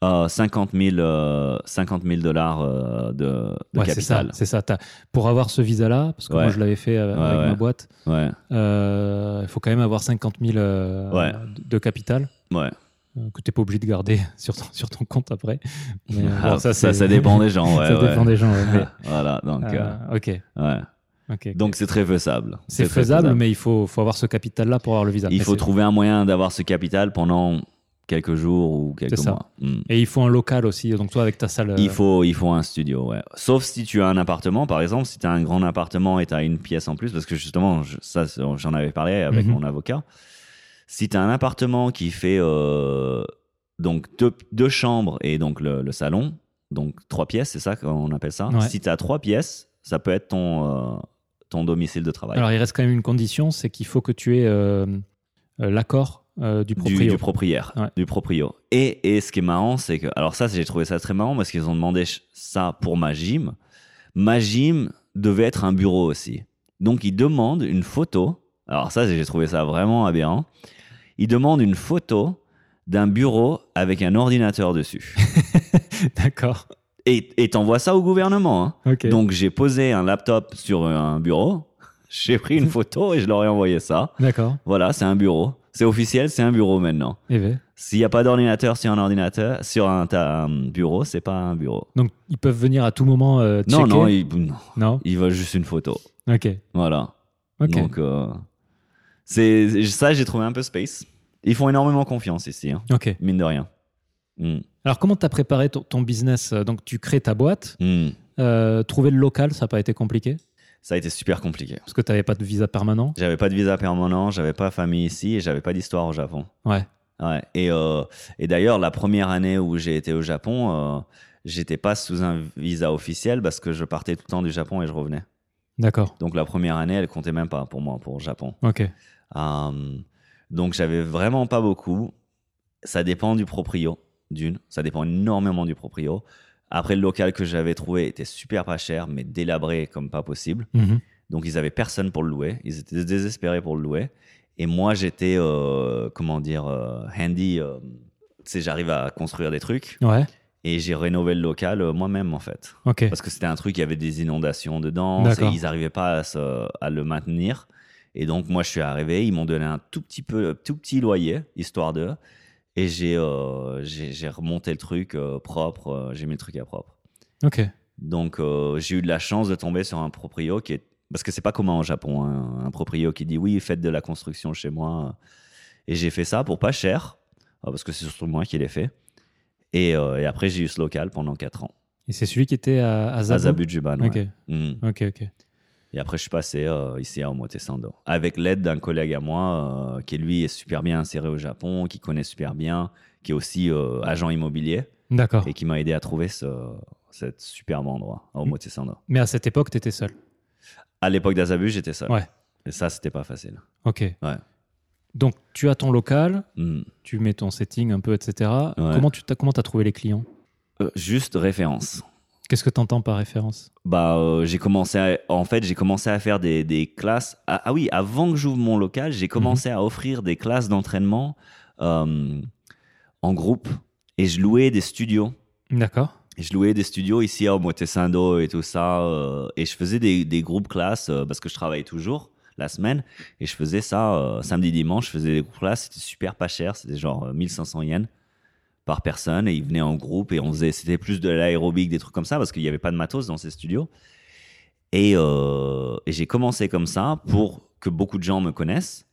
Speaker 2: Euh, 50 000 euh, 50 000 dollars euh, de, de
Speaker 1: Ouais, c'est ça.
Speaker 2: capital.
Speaker 1: C'est ça. T'as- Pour avoir ce visa-là, parce que
Speaker 2: Ouais.
Speaker 1: moi je l'avais fait euh,
Speaker 2: Ouais,
Speaker 1: avec
Speaker 2: ouais.
Speaker 1: ma boîte,
Speaker 2: Ouais,
Speaker 1: euh, il faut quand même avoir 50 000 euh,
Speaker 2: Ouais.
Speaker 1: de- de capital
Speaker 2: ouais.
Speaker 1: euh, que tu n'es pas obligé de garder sur ton, sur ton compte après. Mais, euh,
Speaker 2: Ah,
Speaker 1: bon,
Speaker 2: ça,
Speaker 1: c'est-
Speaker 2: ça dépend des gens. Ouais,
Speaker 1: ça
Speaker 2: ouais.
Speaker 1: dépend des gens. ouais, mais,
Speaker 2: voilà, donc, euh,
Speaker 1: euh, ok.
Speaker 2: ouais.
Speaker 1: ok.
Speaker 2: donc c'est très faisable.
Speaker 1: c'est
Speaker 2: très
Speaker 1: faisable, mais il faut, faut avoir ce capital-là pour avoir le visa.
Speaker 2: il
Speaker 1: Mais
Speaker 2: faut
Speaker 1: c'est-
Speaker 2: trouver un moyen d'avoir ce capital pendant quelques jours ou quelques
Speaker 1: C'est ça. Euh.
Speaker 2: mois. Mm.
Speaker 1: Et il faut un local aussi. Donc toi, avec ta salle. euh,
Speaker 2: Il, faut, il faut un studio, ouais. Sauf si tu as un appartement, par exemple, si tu as un grand appartement et tu as une pièce en plus, parce que justement, je- ça, c'est- j'en avais parlé avec
Speaker 1: Mhm.
Speaker 2: mon avocat. Si tu as un appartement qui fait euh, donc deux, deux chambres et donc le, le salon, donc trois pièces, c'est ça qu'on appelle ça.
Speaker 1: Ouais.
Speaker 2: Si tu as trois pièces, ça peut être ton, euh, ton domicile de travail.
Speaker 1: Alors il reste quand même une condition, c'est qu'il faut que tu aies euh, euh, l'accord euh, du
Speaker 2: du,
Speaker 1: proprio.
Speaker 2: du propriétaire,
Speaker 1: Ouais.
Speaker 2: du proprio. Et, et ce qui est marrant, c'est que, alors ça, c'est- j'ai trouvé ça très marrant parce qu'ils ont demandé ch- ça pour ma gym. Ma gym devait être un bureau aussi. Donc ils demandent une photo. Alors ça, j'ai trouvé ça vraiment aberrant. Ils demandent une photo d'un bureau avec un ordinateur dessus.
Speaker 1: D'accord.
Speaker 2: et et t'envoies ça au gouvernement. hein.
Speaker 1: Ok.
Speaker 2: Donc j'ai posé un laptop sur un bureau, j'ai pris une photo et je leur ai envoyé ça.
Speaker 1: D'accord.
Speaker 2: Voilà, c'est un bureau. C'est officiel, c'est un bureau maintenant.
Speaker 1: Eh ben.
Speaker 2: S'il n'y a pas d'ordinateur sur un ordinateur, sur un, ta- un bureau, c'est pas un bureau.
Speaker 1: Donc ils peuvent venir à tout moment euh, checker.
Speaker 2: Non, non, ils, non,
Speaker 1: Non
Speaker 2: ils veulent juste une photo.
Speaker 1: Ok.
Speaker 2: Voilà.
Speaker 1: Ok.
Speaker 2: Donc, euh, c'est ça, j'ai trouvé un peu space. Ils font énormément confiance ici, hein,
Speaker 1: Ok.
Speaker 2: mine de rien. Mm.
Speaker 1: Alors comment t'as préparé ton, ton business euh, Donc tu crées ta boîte.
Speaker 2: Mm.
Speaker 1: Euh, trouver le local, ça n'a pas été compliqué
Speaker 2: Ça a été super compliqué.
Speaker 1: parce que tu n'avais pas de visa permanent.
Speaker 2: J'avais pas de visa permanent, j'avais pas famille ici et j'avais pas d'histoire au Japon.
Speaker 1: Ouais.
Speaker 2: Ouais. Et, euh, et d'ailleurs, la première année où j'ai été au Japon, euh, j'étais pas sous un visa officiel parce que je partais tout le temps du Japon et je revenais.
Speaker 1: D'accord.
Speaker 2: Donc la première année, elle comptait même pas pour moi, pour le Japon.
Speaker 1: Ok.
Speaker 2: Euh, donc j'avais vraiment pas beaucoup. Ça dépend du proprio, d'une. Ça dépend énormément du proprio. Après, le local que j'avais trouvé était super pas cher, mais délabré comme pas possible.
Speaker 1: Mhm.
Speaker 2: Donc ils avaient personne pour le louer. Ils étaient désespérés pour le louer. Et moi, j'étais, euh, comment dire, euh, handy. euh, tu sais, j'arrive à construire des trucs.
Speaker 1: Ouais.
Speaker 2: Et j'ai rénové le local euh, moi-même, en fait.
Speaker 1: Ok.
Speaker 2: Parce que c'était un truc, il y avait des inondations dedans, et
Speaker 1: D'accord.
Speaker 2: ils n'arrivaient pas à, se- à le maintenir. Et donc, moi, je suis arrivé, ils m'ont donné un tout petit, peu, tout petit loyer, histoire de. Et j'ai euh, j'ai j'ai remonté le truc euh, propre, euh, j'ai mis le truc à propre.
Speaker 1: Ok.
Speaker 2: Donc, euh, j'ai eu de la chance de tomber sur un proprio qui est. Parce que c'est pas commun au Japon, hein, un proprio qui dit oui, faites de la construction chez moi. euh. Et j'ai fait ça pour pas cher, euh, parce que c'est surtout moi qui l'ai fait. Et, euh, et après, j'ai eu ce local pendant 4 ans,
Speaker 1: Et c'est celui qui était à, à
Speaker 2: à
Speaker 1: Zabu.
Speaker 2: Zabujuban. ouais.
Speaker 1: Ok.
Speaker 2: Mm.
Speaker 1: Ok. Ok.
Speaker 2: Et après, je suis passé euh, ici à Omotesando, avec l'aide d'un collègue à moi euh, qui, lui, est super bien inséré au Japon, qui connaît super bien, qui est aussi euh, agent immobilier
Speaker 1: D'accord.
Speaker 2: et qui m'a aidé à trouver ce, cet superbe endroit à Omotesando.
Speaker 1: Mais à cette époque, tu étais seul.
Speaker 2: À l'époque d'Azabu, j'étais seul.
Speaker 1: Ouais.
Speaker 2: Et ça, c'était pas facile.
Speaker 1: Ok. Donc tu as ton local,
Speaker 2: Hmm.
Speaker 1: tu mets ton setting un peu, etc.
Speaker 2: Ouais.
Speaker 1: Comment tu as, comment as trouvé les clients
Speaker 2: Euh, juste référence.
Speaker 1: Qu'est-ce que tu entends par référence
Speaker 2: Bah, euh, j'ai commencé à- en fait, j'ai commencé à faire des, des classes. Ah, ah oui, avant que j'ouvre mon local, j'ai commencé à offrir des classes d'entraînement euh, en groupe et je louais des studios.
Speaker 1: D'accord.
Speaker 2: Et je louais des studios ici à Omotesando et tout ça. euh, et je faisais des, des groupes classes euh, parce que je travaille toujours la semaine. Et je faisais ça euh, samedi, dimanche. Je faisais des groupes classes. C'était super pas cher. C'était genre euh, 1500 yens par personne. Et ils venaient en groupe et on faisait. C'était plus de l'aérobic, des trucs comme ça parce qu'il n'y avait pas de matos dans ces studios. Et, euh, et j'ai commencé comme ça pour que beaucoup de gens me connaissent.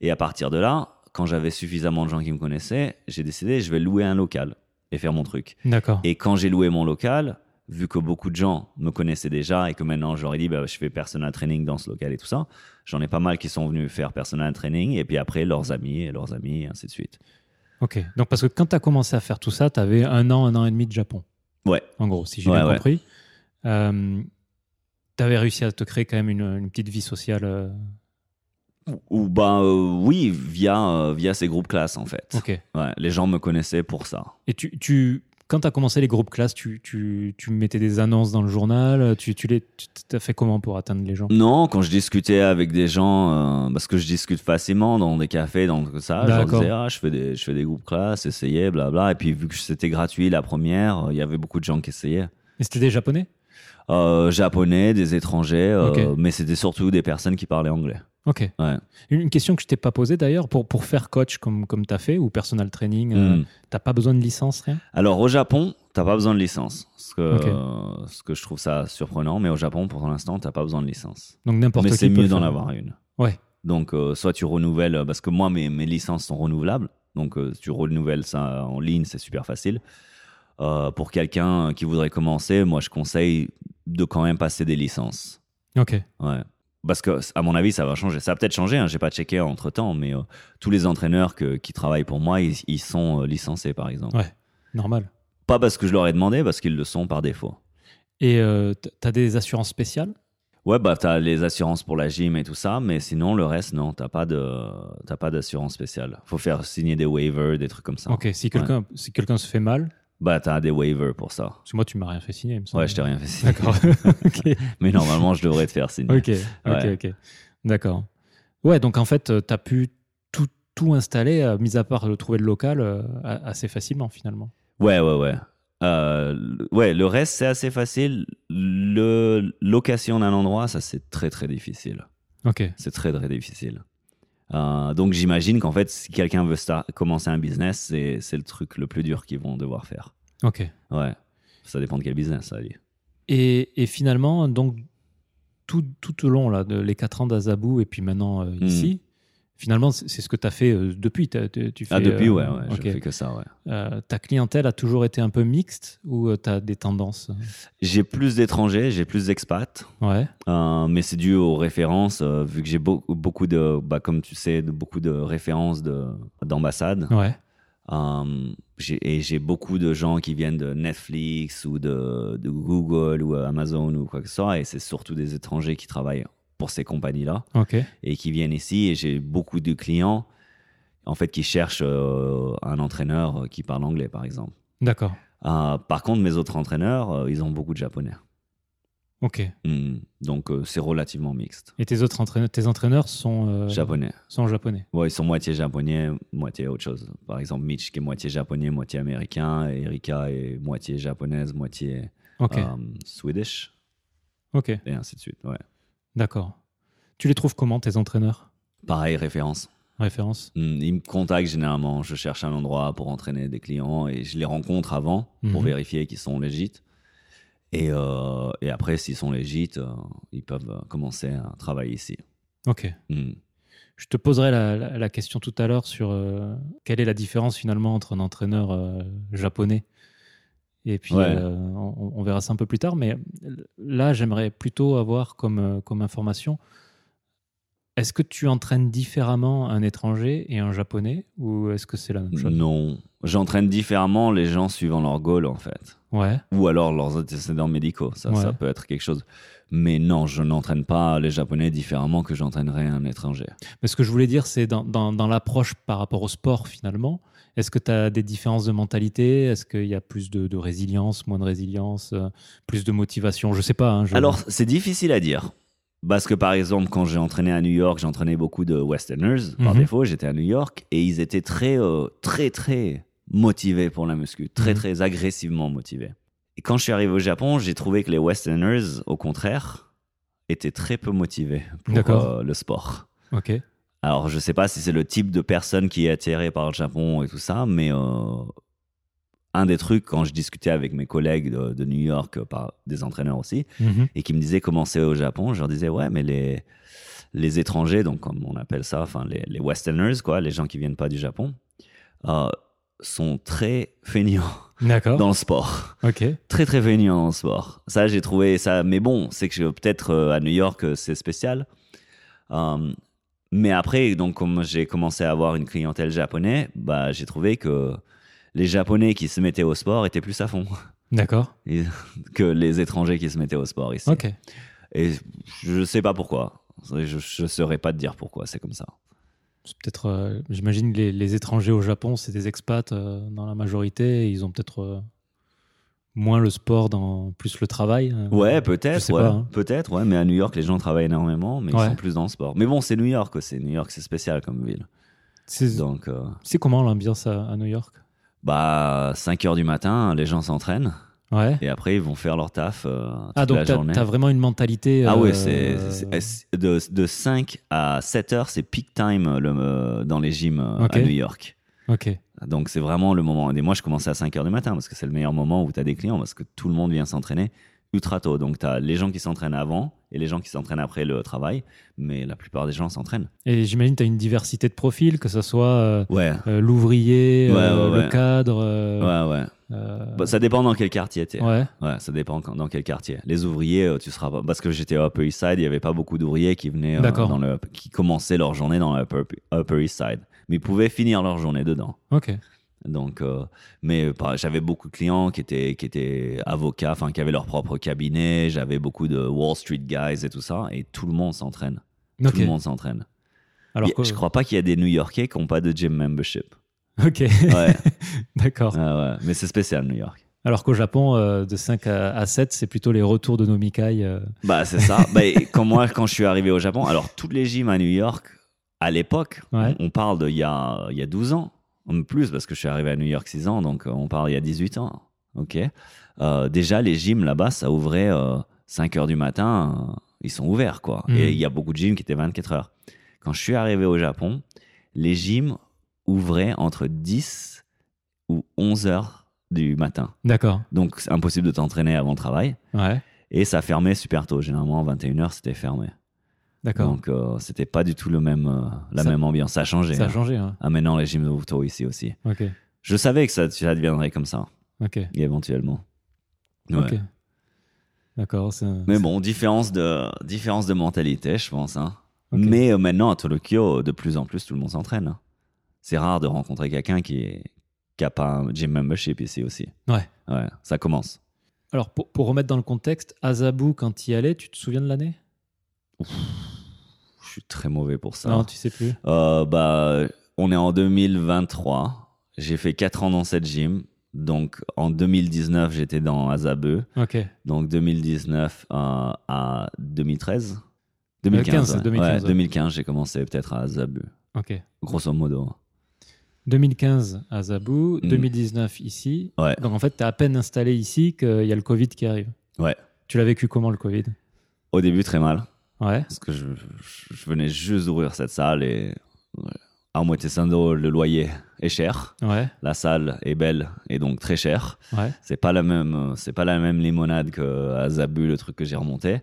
Speaker 2: Et à partir de là, quand j'avais suffisamment de gens qui me connaissaient, j'ai décidé je vais louer un local et faire mon truc.
Speaker 1: D'accord.
Speaker 2: Et quand j'ai loué mon local, vu que beaucoup de gens me connaissaient déjà et que maintenant je leur ai dit, bah, je fais personal training dans ce local et tout ça, j'en ai pas mal qui sont venus faire personal training et puis après leurs amis et leurs amis et ainsi de suite.
Speaker 1: Ok. Donc parce que quand tu as commencé à faire tout ça, tu avais un an, un an et demi de Japon.
Speaker 2: Ouais.
Speaker 1: En gros, si j'ai
Speaker 2: Ouais,
Speaker 1: bien
Speaker 2: ouais.
Speaker 1: compris. tu avais réussi à te créer quand même une, une petite vie sociale. euh,
Speaker 2: Ou- Ou ben euh, oui, via, euh, via ces groupes classes en fait.
Speaker 1: Ok.
Speaker 2: Ouais, les gens me connaissaient pour ça.
Speaker 1: Et tu, tu quand tu as commencé les groupes classes, tu, tu, tu mettais des annonces dans le journal euh, Tu, tu les tu t'as fait comment pour atteindre les gens
Speaker 2: Non, quand je discutais avec des gens, euh, parce que je discute facilement dans des cafés, dans tout ça, je leur
Speaker 1: D'accord.
Speaker 2: disais, ah, je fais des, je fais des groupes classes, essayez, blabla. Et puis vu que c'était gratuit la première, euh, il y avait beaucoup de gens qui essayaient.
Speaker 1: Et c'était des japonais
Speaker 2: Euh, japonais, des étrangers, euh,
Speaker 1: Ok.
Speaker 2: mais c'était surtout des personnes qui parlaient anglais.
Speaker 1: Ok.
Speaker 2: Ouais.
Speaker 1: Une une question que je t'ai pas posée d'ailleurs, pour, pour faire coach comme, comme tu as fait ou personal training, euh,
Speaker 2: Mm.
Speaker 1: t'as pas besoin de licence, rien
Speaker 2: Alors au Japon, t'as pas besoin de licence, ce que,
Speaker 1: Ok.
Speaker 2: euh, ce que je trouve ça surprenant, mais au Japon, pour l'instant, t'as pas besoin de licence.
Speaker 1: Donc n'importe
Speaker 2: Mais
Speaker 1: qui.
Speaker 2: c'est
Speaker 1: peut
Speaker 2: mieux
Speaker 1: le
Speaker 2: d'en
Speaker 1: faire.
Speaker 2: avoir une.
Speaker 1: Ouais.
Speaker 2: Donc euh, soit tu renouvelles, euh, parce que moi, mes, mes licences sont renouvelables, donc euh, tu renouvelles ça en ligne, c'est super facile. Euh, pour quelqu'un qui voudrait commencer, moi, je conseille de quand même passer des licences.
Speaker 1: Ok.
Speaker 2: Ouais. Parce que, à mon avis, ça va changer. Ça a peut-être changé, hein, j'ai pas checké entre temps, mais euh, tous les entraîneurs que- qui travaillent pour moi, ils, ils sont euh, licenciés, par exemple.
Speaker 1: Ouais. Normal.
Speaker 2: Pas parce que je leur ai demandé, parce qu'ils le sont par défaut.
Speaker 1: Et euh, t- t'as des assurances spéciales
Speaker 2: Ouais, bah, t'as les assurances pour la gym et tout ça, mais sinon, le reste, non, t'as pas de- t'as pas d'assurance spéciale. Faut faire signer des waivers, des trucs comme ça.
Speaker 1: Ok. Si quelqu'un si quelqu'un se fait mal,
Speaker 2: Bah, t'as des waivers pour ça.
Speaker 1: parce que moi tu m'as rien fait signer, il me semble.
Speaker 2: Ouais, je t'ai rien fait signer.
Speaker 1: D'accord. ok.
Speaker 2: Mais normalement, je devrais te faire signer.
Speaker 1: Ok, ok,
Speaker 2: Ouais.
Speaker 1: ok. D'accord. Ouais, donc en fait, tu as pu tout, tout installer, euh, mis à part le trouver le local, euh, a- assez facilement finalement.
Speaker 2: Ouais, ouais, ouais. Euh, le- ouais, le reste, c'est assez facile. Le location d'un endroit, ça, c'est très, très difficile.
Speaker 1: Ok.
Speaker 2: C'est très, très difficile. Euh, donc j'imagine qu'en fait, si quelqu'un veut sta- commencer un business, c'est c'est le truc le plus dur qu'ils vont devoir faire.
Speaker 1: Ok.
Speaker 2: Ouais, ça dépend de quel business, ça dit.
Speaker 1: Et, et finalement, donc, tout, tout au long, là, de, les 4 ans d'Azabou et puis maintenant
Speaker 2: Hmm.
Speaker 1: euh, ici, finalement, c'est c'est ce que tu as fait euh, depuis. t'as- t'as- tu fais,
Speaker 2: Ah, depuis,
Speaker 1: euh,
Speaker 2: ouais, ouais,
Speaker 1: ok.
Speaker 2: je fais que ça, ouais.
Speaker 1: Euh, ta clientèle a toujours été un peu mixte ou tu as des tendances
Speaker 2: J'ai plus d'étrangers, j'ai plus d'expats.
Speaker 1: Ouais.
Speaker 2: Euh, mais c'est dû aux références, euh, vu que j'ai beau- beaucoup de, bah, comme tu sais, de- beaucoup de références de- d'ambassades.
Speaker 1: Ouais.
Speaker 2: Euh, j'ai- et j'ai beaucoup de gens qui viennent de Netflix ou de, de Google ou euh, Amazon ou quoi que ce soit. Et c'est surtout des étrangers qui travaillent pour ces compagnies-là
Speaker 1: Ok.
Speaker 2: et qui viennent ici. Et j'ai beaucoup de clients, en fait, qui cherchent euh, un entraîneur euh, qui parle anglais, par exemple.
Speaker 1: D'accord.
Speaker 2: Euh, par contre, mes autres entraîneurs, euh, ils ont beaucoup de japonais.
Speaker 1: Ok.
Speaker 2: Hmm. donc, euh, c'est relativement mixte.
Speaker 1: Et tes autres entraîneurs, tes entraîneurs sont, euh,
Speaker 2: Japonais.
Speaker 1: sont japonais.
Speaker 2: Ouais, ils sont moitié japonais, moitié autre chose. Par exemple, Mitch qui est moitié japonais, moitié américain, et Erika est moitié japonaise, moitié
Speaker 1: Ok.
Speaker 2: euh, swedish,
Speaker 1: Ok.
Speaker 2: et ainsi de suite. Ouais.
Speaker 1: D'accord. Tu les trouves comment, tes entraîneurs
Speaker 2: Pareil, référence.
Speaker 1: Référence
Speaker 2: Hmm, Ils me contactent généralement. Je cherche un endroit pour entraîner des clients et je les rencontre avant pour
Speaker 1: Mhm.
Speaker 2: vérifier qu'ils sont légites. Et, euh, et après, s'ils sont légites, euh, ils peuvent euh, commencer à travailler ici.
Speaker 1: Ok.
Speaker 2: Hmm.
Speaker 1: Je te poserai la, la- la question tout à l'heure sur euh, quelle est la différence finalement entre un entraîneur euh, japonais et puis
Speaker 2: Ouais.
Speaker 1: euh, on, on verra ça un peu plus tard. Mais là, j'aimerais plutôt avoir comme, euh, comme information est-ce que tu entraînes différemment un étranger et un japonais ou est-ce que c'est la même chose
Speaker 2: Non, j'entraîne différemment les gens suivant leur goal en fait.
Speaker 1: Ouais,
Speaker 2: ou alors leurs antécédents médicaux. Ça,
Speaker 1: Ouais.
Speaker 2: ça peut être quelque chose. Mais non, je n'entraîne pas les Japonais différemment que j'entraînerais un étranger.
Speaker 1: mais ce que je voulais dire, c'est dans, dans- dans l'approche par rapport au sport finalement. Est-ce que tu as des différences de mentalité Est-ce qu'il y a plus de, de résilience, moins de résilience, euh, plus de motivation Je sais pas. hein, je-
Speaker 2: Alors, c'est difficile à dire. Parce que par exemple, quand j'ai entraîné à New York, j'entraînais beaucoup de Westerners. Par
Speaker 1: Mhm.
Speaker 2: défaut, j'étais à New York et ils étaient très, euh, très, très motivés pour la muscu, très,
Speaker 1: Mhm.
Speaker 2: très agressivement motivés. Et quand je suis arrivé au Japon, j'ai trouvé que les Westerners, au contraire, étaient très peu motivés pour
Speaker 1: D'accord.
Speaker 2: euh, le sport.
Speaker 1: Ok.
Speaker 2: Alors, je sais pas si c'est le type de personne qui est attirée par le Japon et tout ça, mais euh, un des trucs, quand je discutais avec mes collègues de, de New York, euh, par des entraîneurs aussi,
Speaker 1: Mhm.
Speaker 2: et qui me disaient comment c'est au Japon, je leur disais, ouais, mais les, les étrangers, donc comme on appelle ça, enfin, les, les Westerners, quoi, les gens qui viennent pas du Japon, euh, sont très feignants
Speaker 1: D'accord.
Speaker 2: dans le sport
Speaker 1: Ok.
Speaker 2: très très feignant en sport. Ça, j'ai trouvé ça. Mais bon, c'est que je- peut-être euh, à New York, euh, c'est spécial. Euh, mais après, donc, comme j'ai commencé à avoir une clientèle japonaise, bah, j'ai trouvé que les Japonais qui se mettaient au sport étaient plus à fond
Speaker 1: D'accord.
Speaker 2: que les étrangers qui se mettaient au sport ici.
Speaker 1: Ok.
Speaker 2: Et je sais pas pourquoi. Je ne saurais pas te dire pourquoi c'est comme ça.
Speaker 1: C'est peut-être, euh, j'imagine, les, les étrangers au Japon, c'est des expats euh, dans la majorité. et ils ont peut-être euh, moins le sport, dans, plus le travail. euh,
Speaker 2: Ouais,
Speaker 1: je
Speaker 2: peut-être,
Speaker 1: sais
Speaker 2: ouais.
Speaker 1: pas, hein.
Speaker 2: peut-être, ouais. Mais à New York, les gens travaillent énormément, mais
Speaker 1: Ouais.
Speaker 2: ils sont plus dans le sport. Mais bon, c'est New York, c'est New York, c'est spécial comme ville.
Speaker 1: C'est,
Speaker 2: Donc, euh,
Speaker 1: c'est comment l'ambiance à, à New York
Speaker 2: Bah, 5 heures du matin, les gens s'entraînent
Speaker 1: Ouais.
Speaker 2: et après ils vont faire leur taf euh, toute
Speaker 1: Ah, donc
Speaker 2: la
Speaker 1: t'as,
Speaker 2: journée.
Speaker 1: t'as vraiment une mentalité.
Speaker 2: Ah
Speaker 1: euh,
Speaker 2: ouais, c'est, c'est- c'est- de, de 5 à 7 heures, c'est peak time le, euh, dans les gyms euh,
Speaker 1: Ok.
Speaker 2: à New York.
Speaker 1: Ok.
Speaker 2: Donc c'est vraiment le moment. Et moi, je commençais à 5 heures du matin parce que c'est le meilleur moment où tu as des clients parce que tout le monde vient s'entraîner ultra tôt. Donc tu as les gens qui s'entraînent avant et les gens qui s'entraînent après le travail, mais la plupart des gens s'entraînent.
Speaker 1: Et j'imagine t'as une diversité de profils, que ce soit euh,
Speaker 2: Ouais,
Speaker 1: euh, l'ouvrier,
Speaker 2: Ouais,
Speaker 1: euh,
Speaker 2: ouais,
Speaker 1: le
Speaker 2: ouais.
Speaker 1: cadre. euh,
Speaker 2: ouais, ouais.
Speaker 1: euh,
Speaker 2: Bah, euh, ça dépend dans quel quartier tu
Speaker 1: ouais.
Speaker 2: Ouais, ça dépend quand- dans quel quartier. Les ouvriers, euh, tu seras pas. Parce que j'étais à Upper East Side, il n'y avait pas beaucoup d'ouvriers qui venaient euh,
Speaker 1: D'accord.
Speaker 2: dans le, qui commençaient leur journée dans le Upper, Upper East Side. Mais ils pouvaient finir leur journée dedans.
Speaker 1: Ok.
Speaker 2: Donc, euh, mais par- j'avais beaucoup de clients qui étaient, qui étaient avocats, enfin qui avaient leur propre cabinet. J'avais beaucoup de Wall Street guys et tout ça. Et tout le monde s'entraîne.
Speaker 1: Ok.
Speaker 2: Tout le monde s'entraîne.
Speaker 1: Alors
Speaker 2: Il-
Speaker 1: quoi-
Speaker 2: Je crois pas qu'il y a des New Yorkais qui n'ont pas de gym membership.
Speaker 1: Ok.
Speaker 2: Ouais,
Speaker 1: D'accord.
Speaker 2: ouais, ouais. Mais c'est spécial, New York.
Speaker 1: Alors qu'au Japon, euh, de 5 à à 7, c'est plutôt les retours de Nomikai. euh.
Speaker 2: Bah, c'est ça. bah, et quand moi, quand je suis arrivé au Japon, alors toutes les gyms à New York, à l'époque,
Speaker 1: Ouais.
Speaker 2: on, on parle d'il y a, il y a 12 ans, en plus, parce que je suis arrivé à New York 6 ans, donc euh, on parle il y a 18 ans. Ok. Euh, déjà, les gyms là-bas, ça ouvrait euh, 5 heures du matin, euh, ils sont ouverts, quoi.
Speaker 1: Mhm.
Speaker 2: Et il y a beaucoup de gyms qui étaient 24 heures. Quand je suis arrivé au Japon, les gyms ouvraient entre 10 ou 11 heures du matin.
Speaker 1: D'accord.
Speaker 2: Donc, c'est impossible de t'entraîner avant le travail.
Speaker 1: Ouais.
Speaker 2: Et ça fermait super tôt. Généralement, 21h, c'était fermé.
Speaker 1: D'accord.
Speaker 2: Donc, euh, c'était pas du tout le même, euh, la
Speaker 1: Ça-
Speaker 2: même ambiance. Ça a changé.
Speaker 1: Ça a
Speaker 2: hein.
Speaker 1: changé. hein.
Speaker 2: Ah, maintenant, les gyms ouvrent tôt ici aussi.
Speaker 1: Ok.
Speaker 2: Je savais que ça, ça deviendrait comme ça,
Speaker 1: Ok.
Speaker 2: éventuellement. Ouais.
Speaker 1: Ok. D'accord. c'est-
Speaker 2: Mais bon, différence de, différence de mentalité, je pense. hein.
Speaker 1: Ok.
Speaker 2: Mais euh, maintenant, à Tokyo, de plus en plus, tout le monde s'entraîne. hein. C'est rare de rencontrer quelqu'un qui est- qui a pas un gym membership ici aussi.
Speaker 1: Ouais.
Speaker 2: Ouais, ça commence.
Speaker 1: Alors, pour, pour remettre dans le contexte, Azabu, quand tu y allais, tu te souviens de l'année
Speaker 2: Je suis très mauvais pour ça.
Speaker 1: Non, tu sais plus.
Speaker 2: Euh, bah, on est en 2023. J'ai fait 4 ans dans cette gym. Donc, en 2019, j'étais dans Azabu.
Speaker 1: Ok.
Speaker 2: Donc 2019 à, euh, à 2013 2015,
Speaker 1: 15,
Speaker 2: ouais.
Speaker 1: 2015,
Speaker 2: Ouais,
Speaker 1: ouais.
Speaker 2: 2015 j'ai commencé peut-être à Zabu,
Speaker 1: Ok.
Speaker 2: grosso modo.
Speaker 1: 2015 à Zabou,
Speaker 2: Mm.
Speaker 1: 2019 ici.
Speaker 2: Ouais.
Speaker 1: Donc en fait, tu as à peine installé ici qu'il y a le Covid qui arrive.
Speaker 2: Ouais.
Speaker 1: Tu l'as vécu comment le Covid
Speaker 2: Au début, très mal,
Speaker 1: Ouais.
Speaker 2: parce que je, je venais juste d'ouvrir cette salle et ouais, à moitié sando, le loyer est cher,
Speaker 1: Ouais.
Speaker 2: la salle est belle et donc très chère.
Speaker 1: Ouais.
Speaker 2: C'est pas la même, euh, c'est pas la même limonade que à Zabu, le truc que j'ai remonté.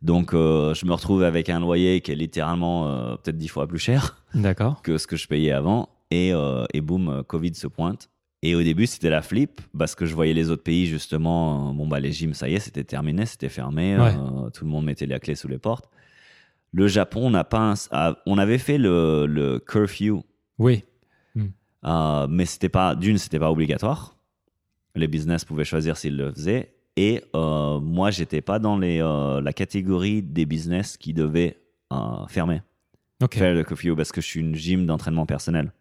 Speaker 2: Donc euh, je me retrouve avec un loyer qui est littéralement euh, peut-être dix fois plus cher.
Speaker 1: D'accord.
Speaker 2: que ce que je payais avant. Et, euh, et boum, euh, Covid se pointe. Et au début, c'était la flip parce que je voyais les autres pays, justement. euh, Bon, bah, les gyms, ça y est, c'était terminé, c'était fermé. euh, tout le monde mettait la clé sous les portes. Le Japon n'a pas. un- a- on avait fait le, le curfew,
Speaker 1: Oui.
Speaker 2: euh, mais c'était pas. D'une, c'était pas obligatoire. Les business pouvaient choisir s'ils le faisaient. Et euh, moi, j'étais pas dans les, euh, la catégorie des business qui devaient euh, fermer,
Speaker 1: Ok.
Speaker 2: faire le curfew parce que je suis une gym d'entraînement personnel.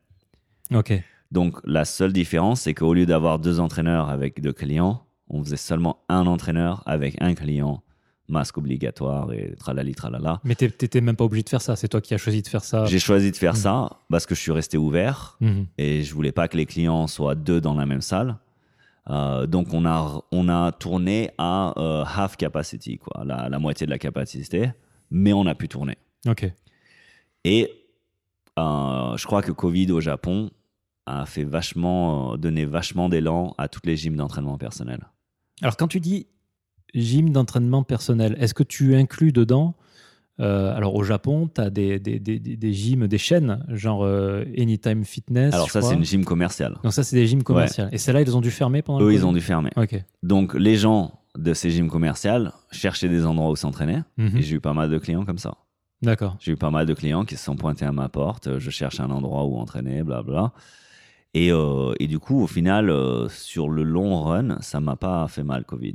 Speaker 1: Ok.
Speaker 2: Donc la seule différence, c'est qu'au lieu d'avoir deux entraîneurs avec deux clients, on faisait seulement un entraîneur avec un client, masque obligatoire et tralali tralala.
Speaker 1: Mais t'es- t'étais même pas obligé de faire ça. C'est toi qui as choisi de faire ça.
Speaker 2: J'ai choisi de faire
Speaker 1: Mm.
Speaker 2: ça parce que je suis resté ouvert
Speaker 1: Mhm.
Speaker 2: et je voulais pas que les clients soient deux dans la même salle. Euh, donc on a, on a tourné à euh, half capacity, quoi, la, la moitié de la capacité, mais on a pu tourner.
Speaker 1: Ok.
Speaker 2: Et euh, je crois que Covid au Japon a fait vachement, euh, donné vachement d'élan à toutes les gyms d'entraînement personnel.
Speaker 1: Alors quand tu dis gym d'entraînement personnel, est-ce que tu inclus dedans euh, alors au Japon, tu as des, des, des, des- des gyms, des chaînes, genre euh, Anytime Fitness.
Speaker 2: Alors
Speaker 1: je
Speaker 2: ça,
Speaker 1: crois.
Speaker 2: c'est une gym commerciale.
Speaker 1: Donc ça, c'est des gyms commerciales. Et celles-là, ils ont dû fermer pendant
Speaker 2: Eux,
Speaker 1: le
Speaker 2: ils
Speaker 1: Covid
Speaker 2: ont dû fermer.
Speaker 1: Ok.
Speaker 2: Donc les gens de ces gyms commerciales cherchaient des endroits où s'entraîner.
Speaker 1: Mhm.
Speaker 2: Et j'ai eu pas mal de clients comme ça.
Speaker 1: D'accord.
Speaker 2: J'ai eu pas mal de clients qui se sont pointés à ma porte. euh, Je cherche un endroit où entraîner, blabla. Et, euh, et du coup, au final, euh, sur le long run, ça m'a pas fait mal, Covid.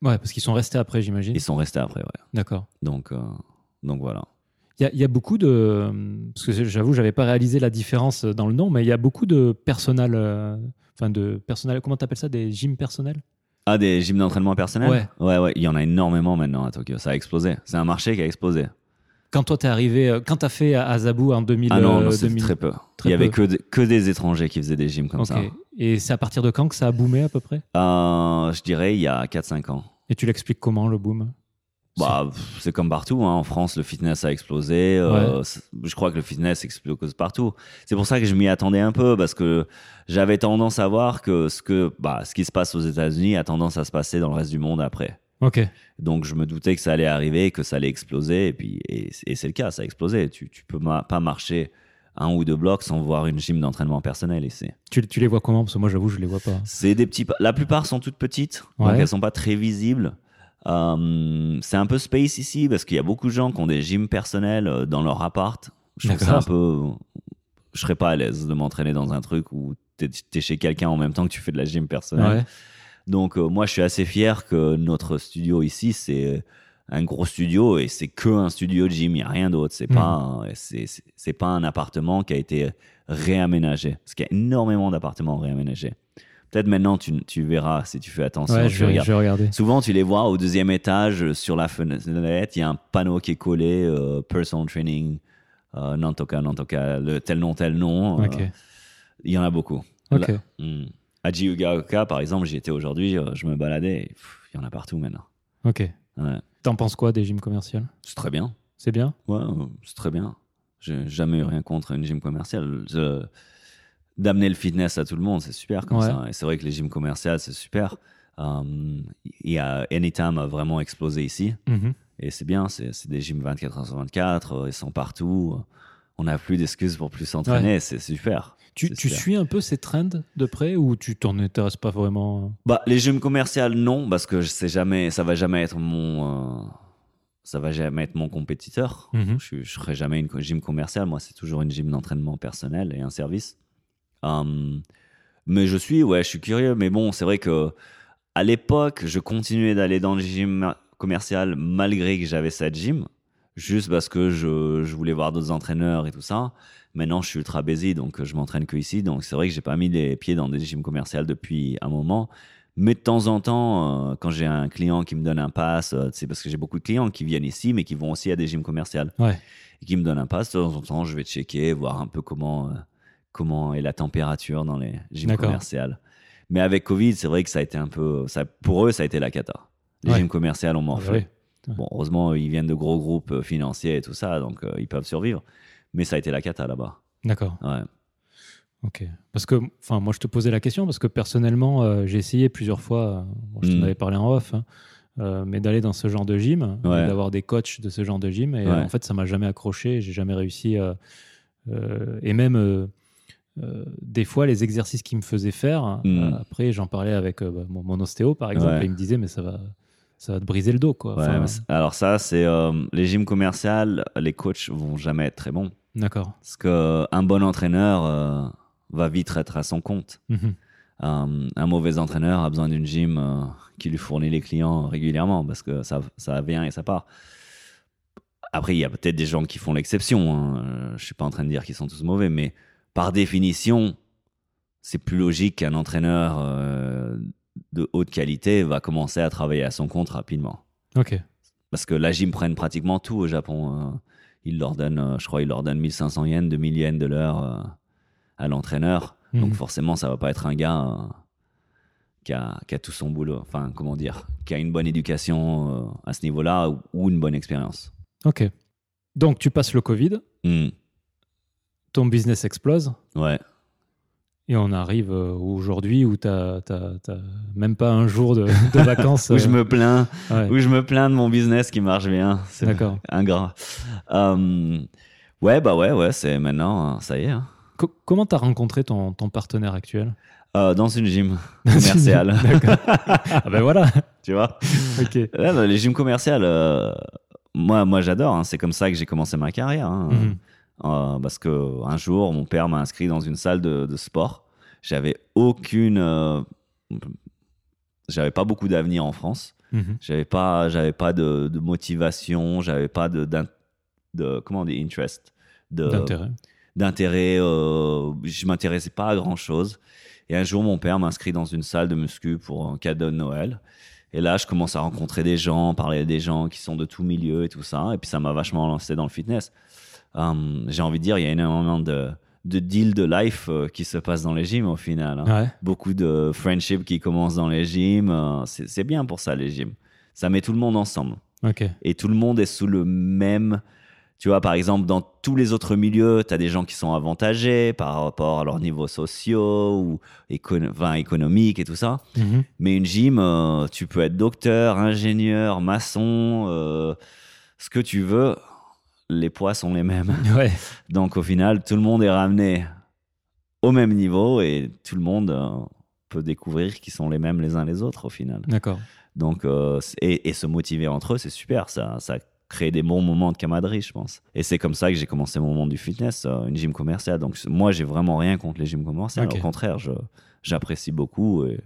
Speaker 1: Mm. Ouais, parce qu'ils sont restés après, j'imagine.
Speaker 2: Ils sont restés après, ouais.
Speaker 1: D'accord.
Speaker 2: Donc, euh, donc voilà.
Speaker 1: Il y, a- il y a beaucoup de. Parce que j'avoue, j'avais pas réalisé la différence dans le nom, mais il y a beaucoup de personnel. euh, Enfin, de personnel. Comment t'appelles ça Des gyms personnels
Speaker 2: Ah, des gyms d'entraînement personnel
Speaker 1: Ouais.
Speaker 2: ouais, ouais, il y en a énormément maintenant à Tokyo. Ça a explosé. C'est un marché qui a explosé.
Speaker 1: Quand toi, t'es arrivé. euh, Quand t'as fait à Azabu en 2000.
Speaker 2: ah non,
Speaker 1: euh,
Speaker 2: non, c'est
Speaker 1: 2000.
Speaker 2: très peu.
Speaker 1: très
Speaker 2: il y avait
Speaker 1: peu.
Speaker 2: que, de- que des étrangers qui faisaient des gyms comme
Speaker 1: Ok. Et c'est à partir de quand que ça a boomé à peu près
Speaker 2: ça. Euh, je dirais il y a 4-5 ans.
Speaker 1: Et tu l'expliques comment le boom
Speaker 2: Bah, pff, c'est comme partout. hein. En France, le fitness a explosé. euh, c'est- Je crois que le fitness explose partout. C'est pour ça que je m'y attendais un peu parce que j'avais tendance à voir que ce, que, bah, ce qui se passe aux États-Unis a tendance à se passer dans le reste du monde après.
Speaker 1: Ok.
Speaker 2: Donc je me doutais que ça allait arriver, que ça allait exploser, et puis et, et c'est le cas, ça a explosé. Tu, tu peux ma- pas marcher un ou deux blocs sans voir une gym d'entraînement personnel ici.
Speaker 1: Tu, tu les vois comment Parce que moi, j'avoue, je les vois pas.
Speaker 2: C'est des petits, pa- la plupart sont toutes petites, donc
Speaker 1: Ouais.
Speaker 2: elles sont pas très visibles. Euh, c'est un peu space ici parce qu'il y a beaucoup de gens qui ont des gyms personnels euh, dans leur appart. Je trouve ça un
Speaker 1: D'accord.
Speaker 2: peu, je serais pas à l'aise de m'entraîner dans un truc où t'es es chez quelqu'un en même temps que tu fais de la gym personnelle.
Speaker 1: Ouais.
Speaker 2: Donc euh, moi je suis assez fier que notre studio ici c'est un gros studio et c'est que un studio de gym, il n'y a rien d'autre. C'est
Speaker 1: Mhm.
Speaker 2: pas un- c'est c'est- c'est pas un appartement qui a été réaménagé. Parce qu'il y a énormément d'appartements réaménagés. Peut-être maintenant tu, tu verras si tu fais attention.
Speaker 1: Ouais,
Speaker 2: tu
Speaker 1: je vais,
Speaker 2: regardes.
Speaker 1: je vais regarder.
Speaker 2: Souvent tu les vois au deuxième étage euh, sur la fenêtre, il y a un panneau qui est collé, euh, personal training, euh, Nantoka, Nantoka, le tel nom, tel nom. euh,
Speaker 1: Ok.
Speaker 2: il y en a beaucoup.
Speaker 1: Ok.
Speaker 2: Hmm. À Jiugaoka, par exemple, j'y étais aujourd'hui, euh, je me baladais, et, pff, il y en a partout maintenant.
Speaker 1: Ok.
Speaker 2: Ouais.
Speaker 1: T'en penses quoi des gyms commerciales
Speaker 2: C'est très bien.
Speaker 1: C'est bien
Speaker 2: Ouais, euh, c'est très bien. J'ai jamais eu rien contre une gym commerciale. Je- D'amener le fitness à tout le monde, c'est super comme
Speaker 1: Ouais.
Speaker 2: ça. Et c'est vrai que les gyms commerciales, c'est super. Euh, Il y a Anytime a vraiment explosé ici.
Speaker 1: Mhm.
Speaker 2: Et c'est bien, c'est c'est des gyms 24 heures sur 24, euh, ils sont partout. On n'a plus d'excuses pour plus s'entraîner, c'est super.
Speaker 1: Tu,
Speaker 2: C'est
Speaker 1: tu
Speaker 2: super.
Speaker 1: suis un peu ces trends de près ou tu t'en intéresses pas vraiment
Speaker 2: Bah, les gyms commerciales, non, parce que je sais jamais, ça va jamais être mon, euh, ça va jamais être mon compétiteur.
Speaker 1: Mhm.
Speaker 2: Je, ne serai jamais une co- gym commerciale. Moi, c'est toujours une gym d'entraînement personnel et un service. Hum, mais je suis, ouais, je suis curieux. Mais bon, c'est vrai que à l'époque, je continuais d'aller dans le gym commercial malgré que j'avais cette gym, juste parce que je, je voulais voir d'autres entraîneurs et tout ça. Maintenant, je suis ultra busy, donc euh, je m'entraîne que ici. Donc, c'est vrai que j'ai pas mis les pieds dans des gyms commerciales depuis un moment. Mais de temps en temps, euh, quand j'ai un client qui me donne un pass, euh, c'est parce que j'ai beaucoup de clients qui viennent ici, mais qui vont aussi à des gyms commerciales.
Speaker 1: Ouais.
Speaker 2: Et qui me donnent un pass, de temps en temps, je vais checker, voir un peu comment, euh, comment est la température dans les gyms
Speaker 1: D'accord.
Speaker 2: commerciales. Mais avec Covid, c'est vrai que ça a été un peu. Ça, pour eux, ça a été la cata. Les
Speaker 1: Ouais.
Speaker 2: gyms commerciales ont
Speaker 1: Ah,
Speaker 2: morflé.
Speaker 1: oui.
Speaker 2: Bon, heureusement, ils viennent de gros groupes euh, financiers et tout ça, donc euh, ils peuvent survivre. Mais ça a été la cata là-bas.
Speaker 1: D'accord.
Speaker 2: Ouais.
Speaker 1: Ok. Parce que, enfin, moi, je te posais la question parce que personnellement, euh, j'ai essayé plusieurs fois. euh, bon, je
Speaker 2: Mm.
Speaker 1: t'en avais parlé en off, hein, euh, mais d'aller dans ce genre de gym, et
Speaker 2: Ouais.
Speaker 1: d'avoir des coachs de ce genre de gym, et
Speaker 2: Ouais.
Speaker 1: euh, en fait, ça m'a jamais accroché. J'ai jamais réussi. euh, euh, et même. euh, euh, des fois, les exercices qu'ils me faisaient faire,
Speaker 2: Mm.
Speaker 1: euh, après, j'en parlais avec euh, bah, mon, mon ostéo, par exemple,
Speaker 2: Ouais.
Speaker 1: et il me disait, mais ça va, ça va te briser le dos, quoi.
Speaker 2: Ouais,
Speaker 1: Enfin,
Speaker 2: mais c'est- alors ça, c'est euh, les gyms commerciales, les coachs vont jamais être très bons.
Speaker 1: D'accord.
Speaker 2: Parce qu'un bon entraîneur euh, va vite être à son compte.
Speaker 1: Mhm.
Speaker 2: Euh, un mauvais entraîneur a besoin d'une gym euh, qui lui fournit les clients régulièrement parce que ça, ça vient et ça part. Après, il y a peut-être des gens qui font l'exception. hein. Euh, Je suis pas en train de dire qu'ils sont tous mauvais, mais par définition, c'est plus logique qu'un entraîneur euh, de haute qualité va commencer à travailler à son compte rapidement
Speaker 1: Ok.
Speaker 2: parce que la gym prennent pratiquement tout au Japon. euh, ils leur donnent, euh, je crois, ils leur donnent 1500 yens, 2000 yens de l'heure euh, à l'entraîneur.
Speaker 1: Mhm.
Speaker 2: Donc forcément, ça va pas être un gars euh, qui, a, qui a tout son boulot, enfin, comment dire, qui a une bonne éducation euh, à ce niveau-là ou, ou une bonne expérience.
Speaker 1: Ok. Donc, tu passes le Covid,
Speaker 2: Hmm,
Speaker 1: ton business explose.
Speaker 2: ouais,
Speaker 1: Et on arrive euh, aujourd'hui où tu même pas un jour de, de vacances.
Speaker 2: où je
Speaker 1: euh,
Speaker 2: me plains,
Speaker 1: ouais.
Speaker 2: où je me plains de mon business qui marche bien. C'est
Speaker 1: D'accord.
Speaker 2: ingrat. Euh, ouais, bah ouais, ouais, c'est maintenant, euh, ça y est. hein.
Speaker 1: Co- comment t'as rencontré ton, ton partenaire actuel
Speaker 2: Euh, dans une gym commerciale,
Speaker 1: Ah ben voilà.
Speaker 2: tu vois.
Speaker 1: Ok.
Speaker 2: Là, dans les gyms commerciales, euh, moi, moi j'adore. hein. C'est comme ça que j'ai commencé ma carrière. hein.
Speaker 1: Mhm.
Speaker 2: Euh, parce que un jour, mon père m'a inscrit dans une salle de, de sport. J'avais aucune. euh, j'avais pas beaucoup d'avenir en France.
Speaker 1: Mhm.
Speaker 2: J'avais pas, j'avais pas de, de motivation. J'avais pas de, d'in- de. Comment on dit Interest. De-
Speaker 1: D'intérêt.
Speaker 2: d'intérêt. euh, je m'intéressais pas à grand chose. Et un jour, mon père m'inscrit dans une salle de muscu pour un cadeau de Noël. Et là, je commence à rencontrer des gens, parler à des gens qui sont de tout milieu et tout ça. Et puis, ça m'a vachement lancé dans le fitness. Hum, J'ai envie de dire, il y a énormément de, de deals de life euh, qui se passent dans les gyms au final. hein.
Speaker 1: Ouais.
Speaker 2: Beaucoup de friendships qui commencent dans les gyms. euh, C'est c'est bien pour ça, les gyms. Ça met tout le monde ensemble
Speaker 1: Ok.
Speaker 2: et tout le monde est sous le même. Tu vois, par exemple, dans tous les autres milieux, tu as des gens qui sont avantagés par rapport à leur niveau sociaux ou écon- enfin, économique et tout ça.
Speaker 1: Mhm.
Speaker 2: Mais une gym, euh, tu peux être docteur, ingénieur, maçon, euh, ce que tu veux, les poids sont les mêmes.
Speaker 1: Ouais.
Speaker 2: Donc au final, tout le monde est ramené au même niveau et tout le monde euh, peut découvrir qu'ils sont les mêmes les uns les autres au final.
Speaker 1: D'accord.
Speaker 2: Donc, euh, c- et, et se motiver entre eux, c'est super. Ça, ça crée des bons moments de camaraderie, je pense. Et c'est comme ça que j'ai commencé mon monde du fitness, euh, une gym commerciale. Donc, c- moi, j'ai vraiment rien contre les gyms commerciales.
Speaker 1: Ok.
Speaker 2: Au contraire, je- j'apprécie beaucoup et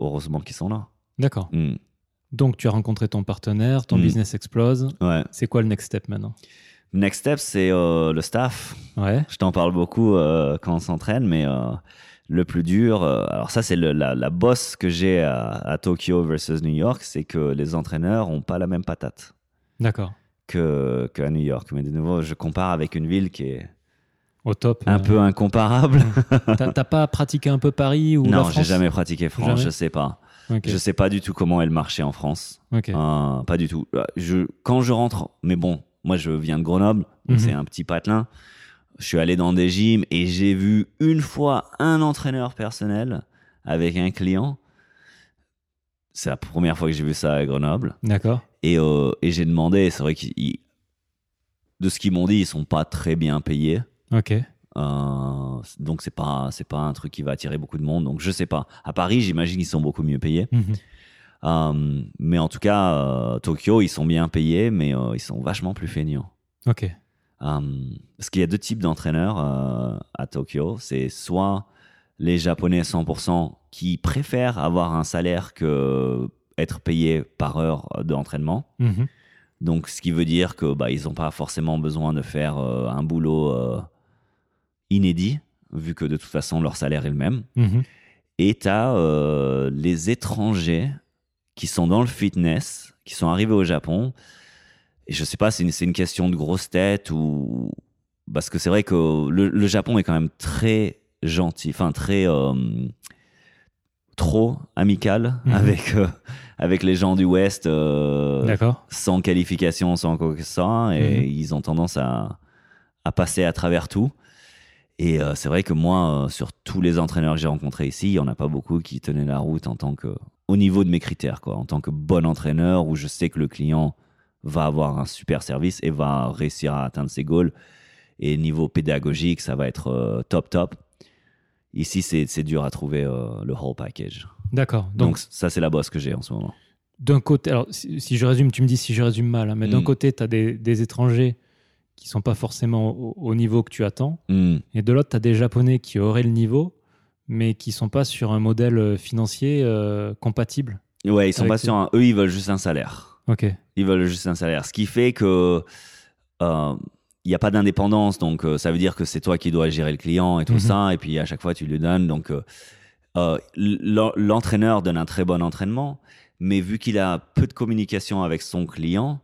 Speaker 2: heureusement qu'ils sont là.
Speaker 1: D'accord.
Speaker 2: Hmm.
Speaker 1: Donc, tu as rencontré ton partenaire, ton
Speaker 2: Mhm.
Speaker 1: business explose.
Speaker 2: Ouais.
Speaker 1: C'est quoi le next step maintenant
Speaker 2: Next step, c'est euh, le staff.
Speaker 1: Ouais.
Speaker 2: Je t'en parle beaucoup euh, quand on s'entraîne, mais euh, le plus dur, euh, alors ça c'est le- la, la bosse que j'ai à, à Tokyo versus New York, c'est que les entraîneurs n'ont pas la même patate.
Speaker 1: D'accord.
Speaker 2: que, que à New York. Mais de nouveau, je compare avec une ville qui est
Speaker 1: Au top.
Speaker 2: un
Speaker 1: euh,
Speaker 2: peu incomparable.
Speaker 1: T'as t'as pas pratiqué un peu Paris ou la
Speaker 2: non,
Speaker 1: France
Speaker 2: j'ai jamais pratiqué France,
Speaker 1: Jamais
Speaker 2: je sais pas.
Speaker 1: Ok.
Speaker 2: Je sais pas du tout comment est le marché en France.
Speaker 1: Ok.
Speaker 2: Euh, pas du tout. Euh, Je, quand je rentre, mais bon, moi je viens de Grenoble,
Speaker 1: Mhm.
Speaker 2: donc c'est un petit patelin. Je suis allé dans des gyms et j'ai vu une fois un entraîneur personnel avec un client. C'est la première fois que j'ai vu ça à Grenoble.
Speaker 1: D'accord.
Speaker 2: Et, euh, et j'ai demandé, c'est vrai que de ce qu'ils m'ont dit, ils sont pas très bien payés.
Speaker 1: Ok.
Speaker 2: Euh, donc c'est pas c'est pas un truc qui va attirer beaucoup de monde. Donc je sais pas. À Paris, j'imagine qu'ils sont beaucoup mieux payés.
Speaker 1: Mhm.
Speaker 2: Euh, mais en tout cas, euh, Tokyo, ils sont bien payés, mais euh, ils sont vachement plus feignants.
Speaker 1: Ok.
Speaker 2: Euh, parce qu'il y a deux types d'entraîneurs euh, à Tokyo. C'est soit les Japonais 100% qui préfèrent avoir un salaire que être payé par heure d'entraînement.
Speaker 1: Mhm.
Speaker 2: Donc, ce qui veut dire que bah, ils n'ont pas forcément besoin de faire euh, un boulot euh, inédit, vu que de toute façon leur salaire est le même.
Speaker 1: Mhm.
Speaker 2: Et t'as euh, les étrangers qui sont dans le fitness, qui sont arrivés au Japon. Et je sais pas, c'est une, c'est une question de grosse tête ou parce que c'est vrai que le, le Japon est quand même très gentil, enfin très euh, trop amical
Speaker 1: Mhm.
Speaker 2: avec euh, avec les gens du Ouest. euh,
Speaker 1: D'accord.
Speaker 2: sans qualification, sans quoi que ça, et
Speaker 1: Mhm.
Speaker 2: ils ont tendance à, à passer à travers tout. Et euh, c'est vrai que moi, euh, sur tous les entraîneurs que j'ai rencontrés ici, il n'y en a pas beaucoup qui tenaient la route en tant que, au niveau de mes critères, quoi, en tant que bon entraîneur où je sais que le client va avoir un super service et va réussir à atteindre ses goals. Et niveau pédagogique, ça va être euh, top, top. Ici, c'est c'est dur à trouver euh, le whole package.
Speaker 1: D'accord.
Speaker 2: Donc,
Speaker 1: Donc,
Speaker 2: ça, c'est la bosse que j'ai en ce moment.
Speaker 1: d'un côté, alors si, si je résume, tu me dis si je résume mal, hein, mais d'un
Speaker 2: Mm.
Speaker 1: côté, tu as des, des étrangers qui sont pas forcément au, au niveau que tu attends,
Speaker 2: Hmm.
Speaker 1: et de l'autre, tu as des Japonais qui auraient le niveau, mais qui sont pas sur un modèle euh, financier euh, compatible.
Speaker 2: Ouais, ils sont
Speaker 1: Avec
Speaker 2: pas
Speaker 1: qui
Speaker 2: sur un- Eux, ils veulent juste un salaire.
Speaker 1: Ok.
Speaker 2: Ils veulent juste un salaire. Ce qui fait que euh, il n'y a pas d'indépendance, donc euh, ça veut dire que c'est toi qui dois gérer le client et tout
Speaker 1: Mhm.
Speaker 2: ça, et puis à chaque fois tu lui donnes. Donc euh, euh, l'en- l'entraîneur donne un très bon entraînement, mais vu qu'il a peu de communication avec son client,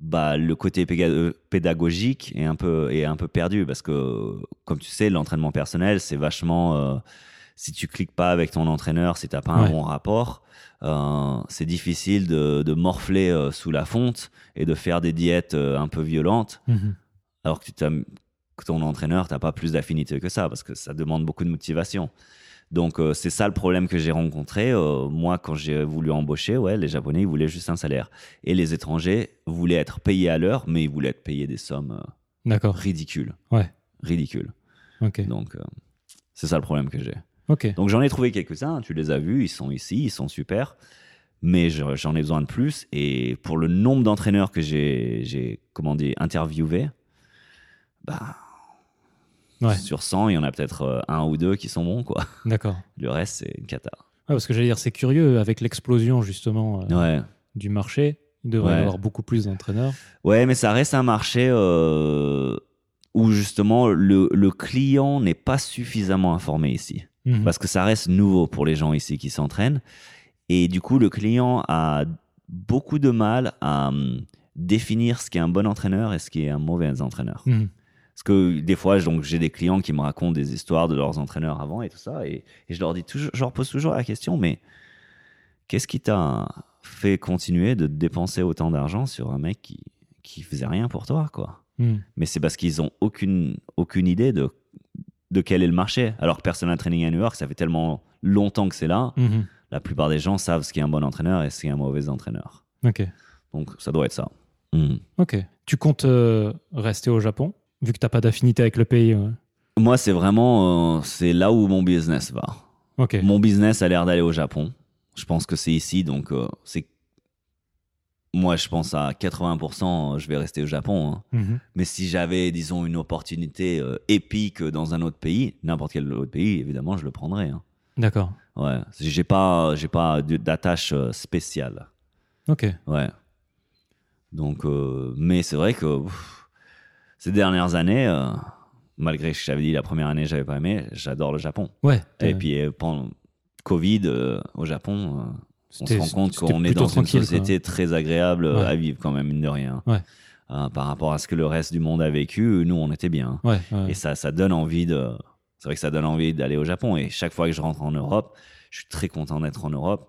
Speaker 2: bah le côté péga- euh, pédagogique est un peu est un peu perdu parce que comme tu sais, l'entraînement personnel c'est vachement euh, si tu cliques pas avec ton entraîneur, si t'as pas un
Speaker 1: Ouais.
Speaker 2: bon rapport, euh, c'est difficile de, de morfler euh, sous la fonte et de faire des diètes euh, un peu violentes,
Speaker 1: Mhm.
Speaker 2: alors que, tu t'as- que ton entraîneur, t'as pas plus d'affinité que ça, parce que ça demande beaucoup de motivation. Donc euh, c'est ça le problème que j'ai rencontré. Euh, moi, quand j'ai voulu embaucher, ouais, les Japonais, ils voulaient juste un salaire. Et les étrangers voulaient être payés à l'heure, mais ils voulaient être payés des sommes euh,
Speaker 1: D'accord.
Speaker 2: ridicules.
Speaker 1: Ouais.
Speaker 2: Ridicules.
Speaker 1: Ok.
Speaker 2: Donc euh, c'est ça le problème que j'ai.
Speaker 1: Ok.
Speaker 2: Donc j'en ai trouvé quelques-uns, tu les as vus, ils sont ici, ils sont super, mais je- j'en ai besoin de plus. Et pour le nombre d'entraîneurs que j'ai, j'ai comment dire, interviewé, bah,
Speaker 1: Ouais.
Speaker 2: sur 100, il y en a peut-être euh, un ou deux qui sont bons, quoi.
Speaker 1: D'accord. Ouais,
Speaker 2: Le reste, c'est une cata.
Speaker 1: parce que j'allais dire, c'est curieux avec l'explosion justement euh,
Speaker 2: Ouais.
Speaker 1: du marché. Il devrait y
Speaker 2: Ouais.
Speaker 1: avoir beaucoup plus d'entraîneurs.
Speaker 2: ouais, mais ça reste un marché euh, où justement le, le client n'est pas suffisamment informé ici.
Speaker 1: Mhm.
Speaker 2: parce que ça reste nouveau pour les gens ici qui s'entraînent. Et du coup, le client a beaucoup de mal à hum, définir ce qu'est un bon entraîneur et ce qui est un mauvais entraîneur.
Speaker 1: Mhm.
Speaker 2: Parce que des fois, donc, j'ai des clients qui me racontent des histoires de leurs entraîneurs avant et tout ça, et, et je leur dis toujours, je leur pose toujours la question, mais qu'est-ce qui t'a fait continuer de dépenser autant d'argent sur un mec qui qui faisait rien pour toi, quoi
Speaker 1: Mhm.
Speaker 2: mais c'est parce qu'ils ont aucune, aucune idée de, de quel est le marché. Alors que personal training à New York, ça fait tellement longtemps que c'est là,
Speaker 1: Mhm.
Speaker 2: la plupart des gens savent ce qu'est un bon entraîneur et ce qu'est un mauvais entraîneur.
Speaker 1: Ok.
Speaker 2: Donc ça doit être ça. Hmm.
Speaker 1: Ok. Tu comptes euh, rester au Japon, vu que tu n'as pas d'affinité avec le pays. ouais.
Speaker 2: Moi, c'est vraiment, euh, c'est là où mon business va.
Speaker 1: Ok.
Speaker 2: Mon business a l'air d'aller au Japon. Je pense que c'est ici, donc euh, c'est. Moi, je pense à 80%, euh, je vais rester au Japon. hein.
Speaker 1: Mhm.
Speaker 2: Mais si j'avais, disons, une opportunité euh, épique dans un autre pays, n'importe quel autre pays, évidemment, je le prendrais. hein.
Speaker 1: D'accord.
Speaker 2: Ouais, j'ai pas, j'ai pas de- d'attache euh, spéciale.
Speaker 1: Ok.
Speaker 2: Ouais. Donc, euh, mais c'est vrai que pff, ces dernières années, euh, malgré ce que j'avais dit la première année, j'avais pas aimé, j'adore le Japon.
Speaker 1: Ouais.
Speaker 2: Et puis euh, pendant Covid euh, au Japon, euh, on se
Speaker 1: C'était-
Speaker 2: rend compte
Speaker 1: c'était
Speaker 2: qu'on est
Speaker 1: plutôt
Speaker 2: dans une
Speaker 1: tranquille, quoi.
Speaker 2: société très agréable euh,
Speaker 1: Ouais.
Speaker 2: à vivre quand même, mine de rien.
Speaker 1: Ouais.
Speaker 2: Euh, par rapport à ce que le reste du monde a vécu, nous on était bien.
Speaker 1: Ouais. ouais.
Speaker 2: Et ça, ça donne envie de. C'est vrai que ça donne envie d'aller au Japon. Et chaque fois que je rentre en Europe, je suis très content d'être en Europe.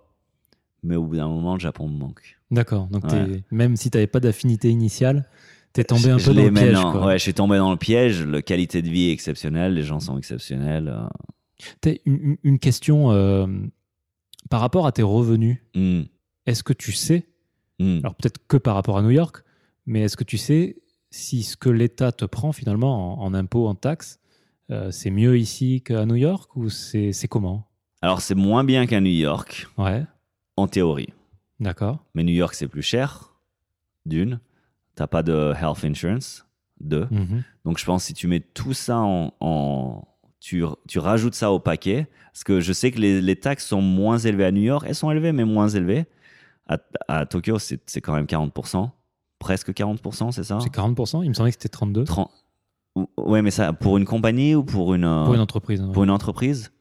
Speaker 2: Mais au bout d'un moment, le Japon me manque.
Speaker 1: D'accord. Donc,
Speaker 2: Ouais.
Speaker 1: t'es- même si tu n'avais pas d'affinité initiale, T'es tombé un
Speaker 2: Je
Speaker 1: peu dans
Speaker 2: l'ai
Speaker 1: le piège.
Speaker 2: maintenant.
Speaker 1: quoi.
Speaker 2: Ouais, je suis tombé dans le piège. La qualité de vie est exceptionnelle, les gens sont exceptionnels. euh,
Speaker 1: T'as une, une- une question euh, par rapport à tes revenus.
Speaker 2: hum,
Speaker 1: Est-ce que tu sais,
Speaker 2: hum.
Speaker 1: alors peut-être que par rapport à New York, mais est-ce que tu sais si ce que l'État te prend finalement en, en impôts, en taxes, euh, c'est mieux ici qu'à New York ou c'est c'est comment
Speaker 2: Alors, c'est moins bien qu'à New York,
Speaker 1: Ouais,
Speaker 2: en théorie.
Speaker 1: d'accord.
Speaker 2: Mais New York, c'est plus cher, d'une. T'as pas de health insurance, deux.
Speaker 1: Mhm.
Speaker 2: Donc, je pense que si tu mets tout ça en. en- tu, tu rajoutes ça au paquet, parce que je sais que les, les taxes sont moins élevées à New York. Elles sont élevées, mais moins élevées. À, à Tokyo, c'est c'est quand même 40%. Presque 40%, c'est ça
Speaker 1: C'est 40%, il me semblait que c'était 32
Speaker 2: Tren- Ou- Ouais, mais ça, pour une compagnie ou pour une, euh,
Speaker 1: pour une entreprise. ouais.
Speaker 2: pour une entreprise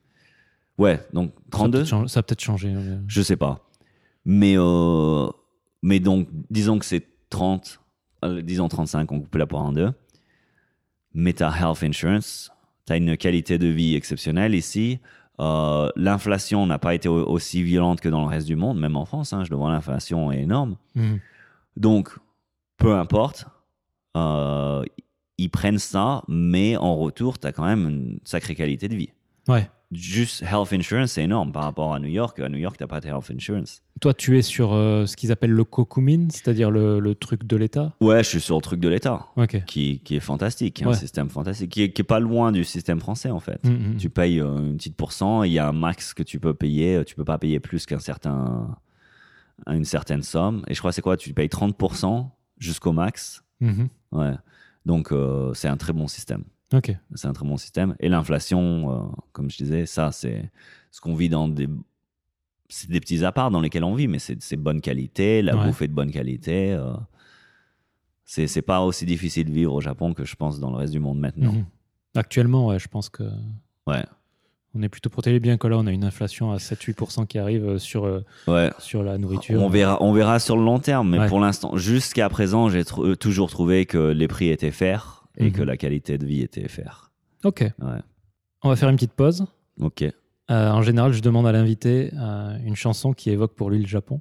Speaker 2: Ouais,
Speaker 1: Ça
Speaker 2: donc
Speaker 1: a peut-être
Speaker 2: 32
Speaker 1: chang- Ça a peut-être changé. ouais.
Speaker 2: Je sais pas. Mais, euh, mais donc, disons que c'est 30, euh, disons 35, on coupe la poire en deux. Mais t'as health insurance, t'as une qualité de vie exceptionnelle ici. Euh, l'inflation n'a pas été au- aussi violente que dans le reste du monde, même en France, hein, je le vois, l'inflation est énorme.
Speaker 1: Mhm.
Speaker 2: Donc, peu importe, euh, ils prennent ça, mais en retour, tu as quand même une sacrée qualité de vie.
Speaker 1: Ouais.
Speaker 2: Juste health insurance, c'est énorme par rapport à New York. À New York, tu pas de health insurance.
Speaker 1: Toi, tu es sur euh, ce qu'ils appellent le kokumin, c'est-à-dire le, le truc de l'État
Speaker 2: Ouais, je suis sur le truc de l'État,
Speaker 1: Ok.
Speaker 2: qui, qui est fantastique, qui est
Speaker 1: Ouais.
Speaker 2: un système fantastique, qui est, qui est pas loin du système français, en fait.
Speaker 1: Mhm.
Speaker 2: Tu payes euh, une petite pourcent, il y a un max que tu peux payer, euh, tu peux pas payer plus qu'un certain une certaine somme. Et je crois que c'est quoi Tu payes 30% jusqu'au max.
Speaker 1: Mhm.
Speaker 2: Ouais. Donc euh, c'est un très bon système.
Speaker 1: Ok.
Speaker 2: C'est un très bon système. Et l'inflation, euh, comme je disais, ça, c'est ce qu'on vit dans des. C'est des petits apparts dans lesquels on vit, mais c'est c'est de bonne qualité, la
Speaker 1: Ouais.
Speaker 2: bouffe est de bonne qualité. euh, c'est c'est pas aussi difficile de vivre au Japon que je pense dans le reste du monde maintenant.
Speaker 1: Mhm. Actuellement, ouais, je pense que
Speaker 2: Ouais.
Speaker 1: on est plutôt protégé, bien que là, on a une inflation à 7-8% qui arrive euh, sur, euh,
Speaker 2: Ouais.
Speaker 1: sur la nourriture.
Speaker 2: On verra, on verra sur le long terme, mais
Speaker 1: Ouais.
Speaker 2: pour l'instant, jusqu'à présent, j'ai tr- euh, toujours trouvé que les prix étaient fairs et
Speaker 1: Mhm.
Speaker 2: que la qualité de vie était faire.
Speaker 1: Ok.
Speaker 2: Ouais.
Speaker 1: On va faire une petite pause.
Speaker 2: Ok.
Speaker 1: Euh, en général, je demande à l'invité euh, une chanson qui évoque pour lui le Japon.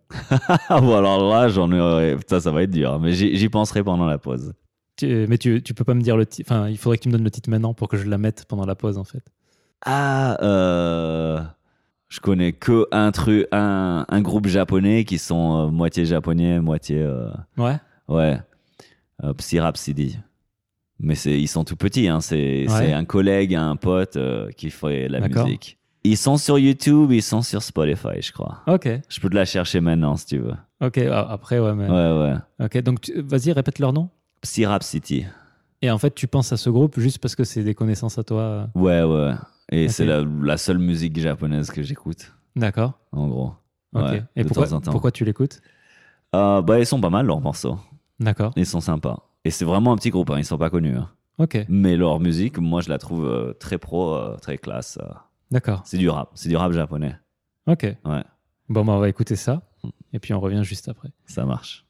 Speaker 2: Ah bon, alors là, j'en ai. Putain, ça va être dur, hein, mais j'y j'y penserai pendant la pause.
Speaker 1: Tu- mais tu, tu peux pas me dire le titre. Enfin, il faudrait que tu me donnes le titre maintenant pour que je la mette pendant la pause, en fait.
Speaker 2: Ah, euh, je connais que un truc, un, un groupe japonais qui sont euh, moitié japonais, moitié euh,
Speaker 1: Ouais.
Speaker 2: ouais, euh, Psy Rhapsody. Mais c'est, ils sont tout petits, hein, c'est,
Speaker 1: Ouais.
Speaker 2: c'est un collègue, un pote euh, qui fait la
Speaker 1: D'accord.
Speaker 2: musique. Ils sont sur YouTube, ils sont sur Spotify, je crois.
Speaker 1: Ok.
Speaker 2: Je peux te la chercher maintenant si tu veux.
Speaker 1: Ok. ah, Après, ouais. Mais...
Speaker 2: Ouais, ouais.
Speaker 1: Ok. Donc, tu- vas-y, répète leur nom.
Speaker 2: Psy Rhapsody.
Speaker 1: Et en fait, tu penses à ce groupe juste parce que c'est des connaissances à toi. euh.
Speaker 2: Ouais, ouais. Et
Speaker 1: Ok.
Speaker 2: c'est la, la seule musique japonaise que j'écoute,
Speaker 1: D'accord.
Speaker 2: en gros.
Speaker 1: Ok.
Speaker 2: Ouais,
Speaker 1: Et
Speaker 2: de
Speaker 1: pourquoi,
Speaker 2: temps en temps.
Speaker 1: pourquoi tu l'écoutes
Speaker 2: Euh, bah, ils sont pas mal leurs morceaux.
Speaker 1: D'accord.
Speaker 2: Ils sont sympas. Et c'est vraiment un petit groupe, hein, ils sont pas connus. hein.
Speaker 1: Ok.
Speaker 2: Mais leur musique, moi, je la trouve euh, très pro, euh, très classe. euh.
Speaker 1: D'accord.
Speaker 2: C'est du rap, c'est du rap japonais.
Speaker 1: Ok.
Speaker 2: Ouais, Hmm.
Speaker 1: Bon, bah, on va écouter ça. Et puis, on revient juste après.
Speaker 2: ça marche.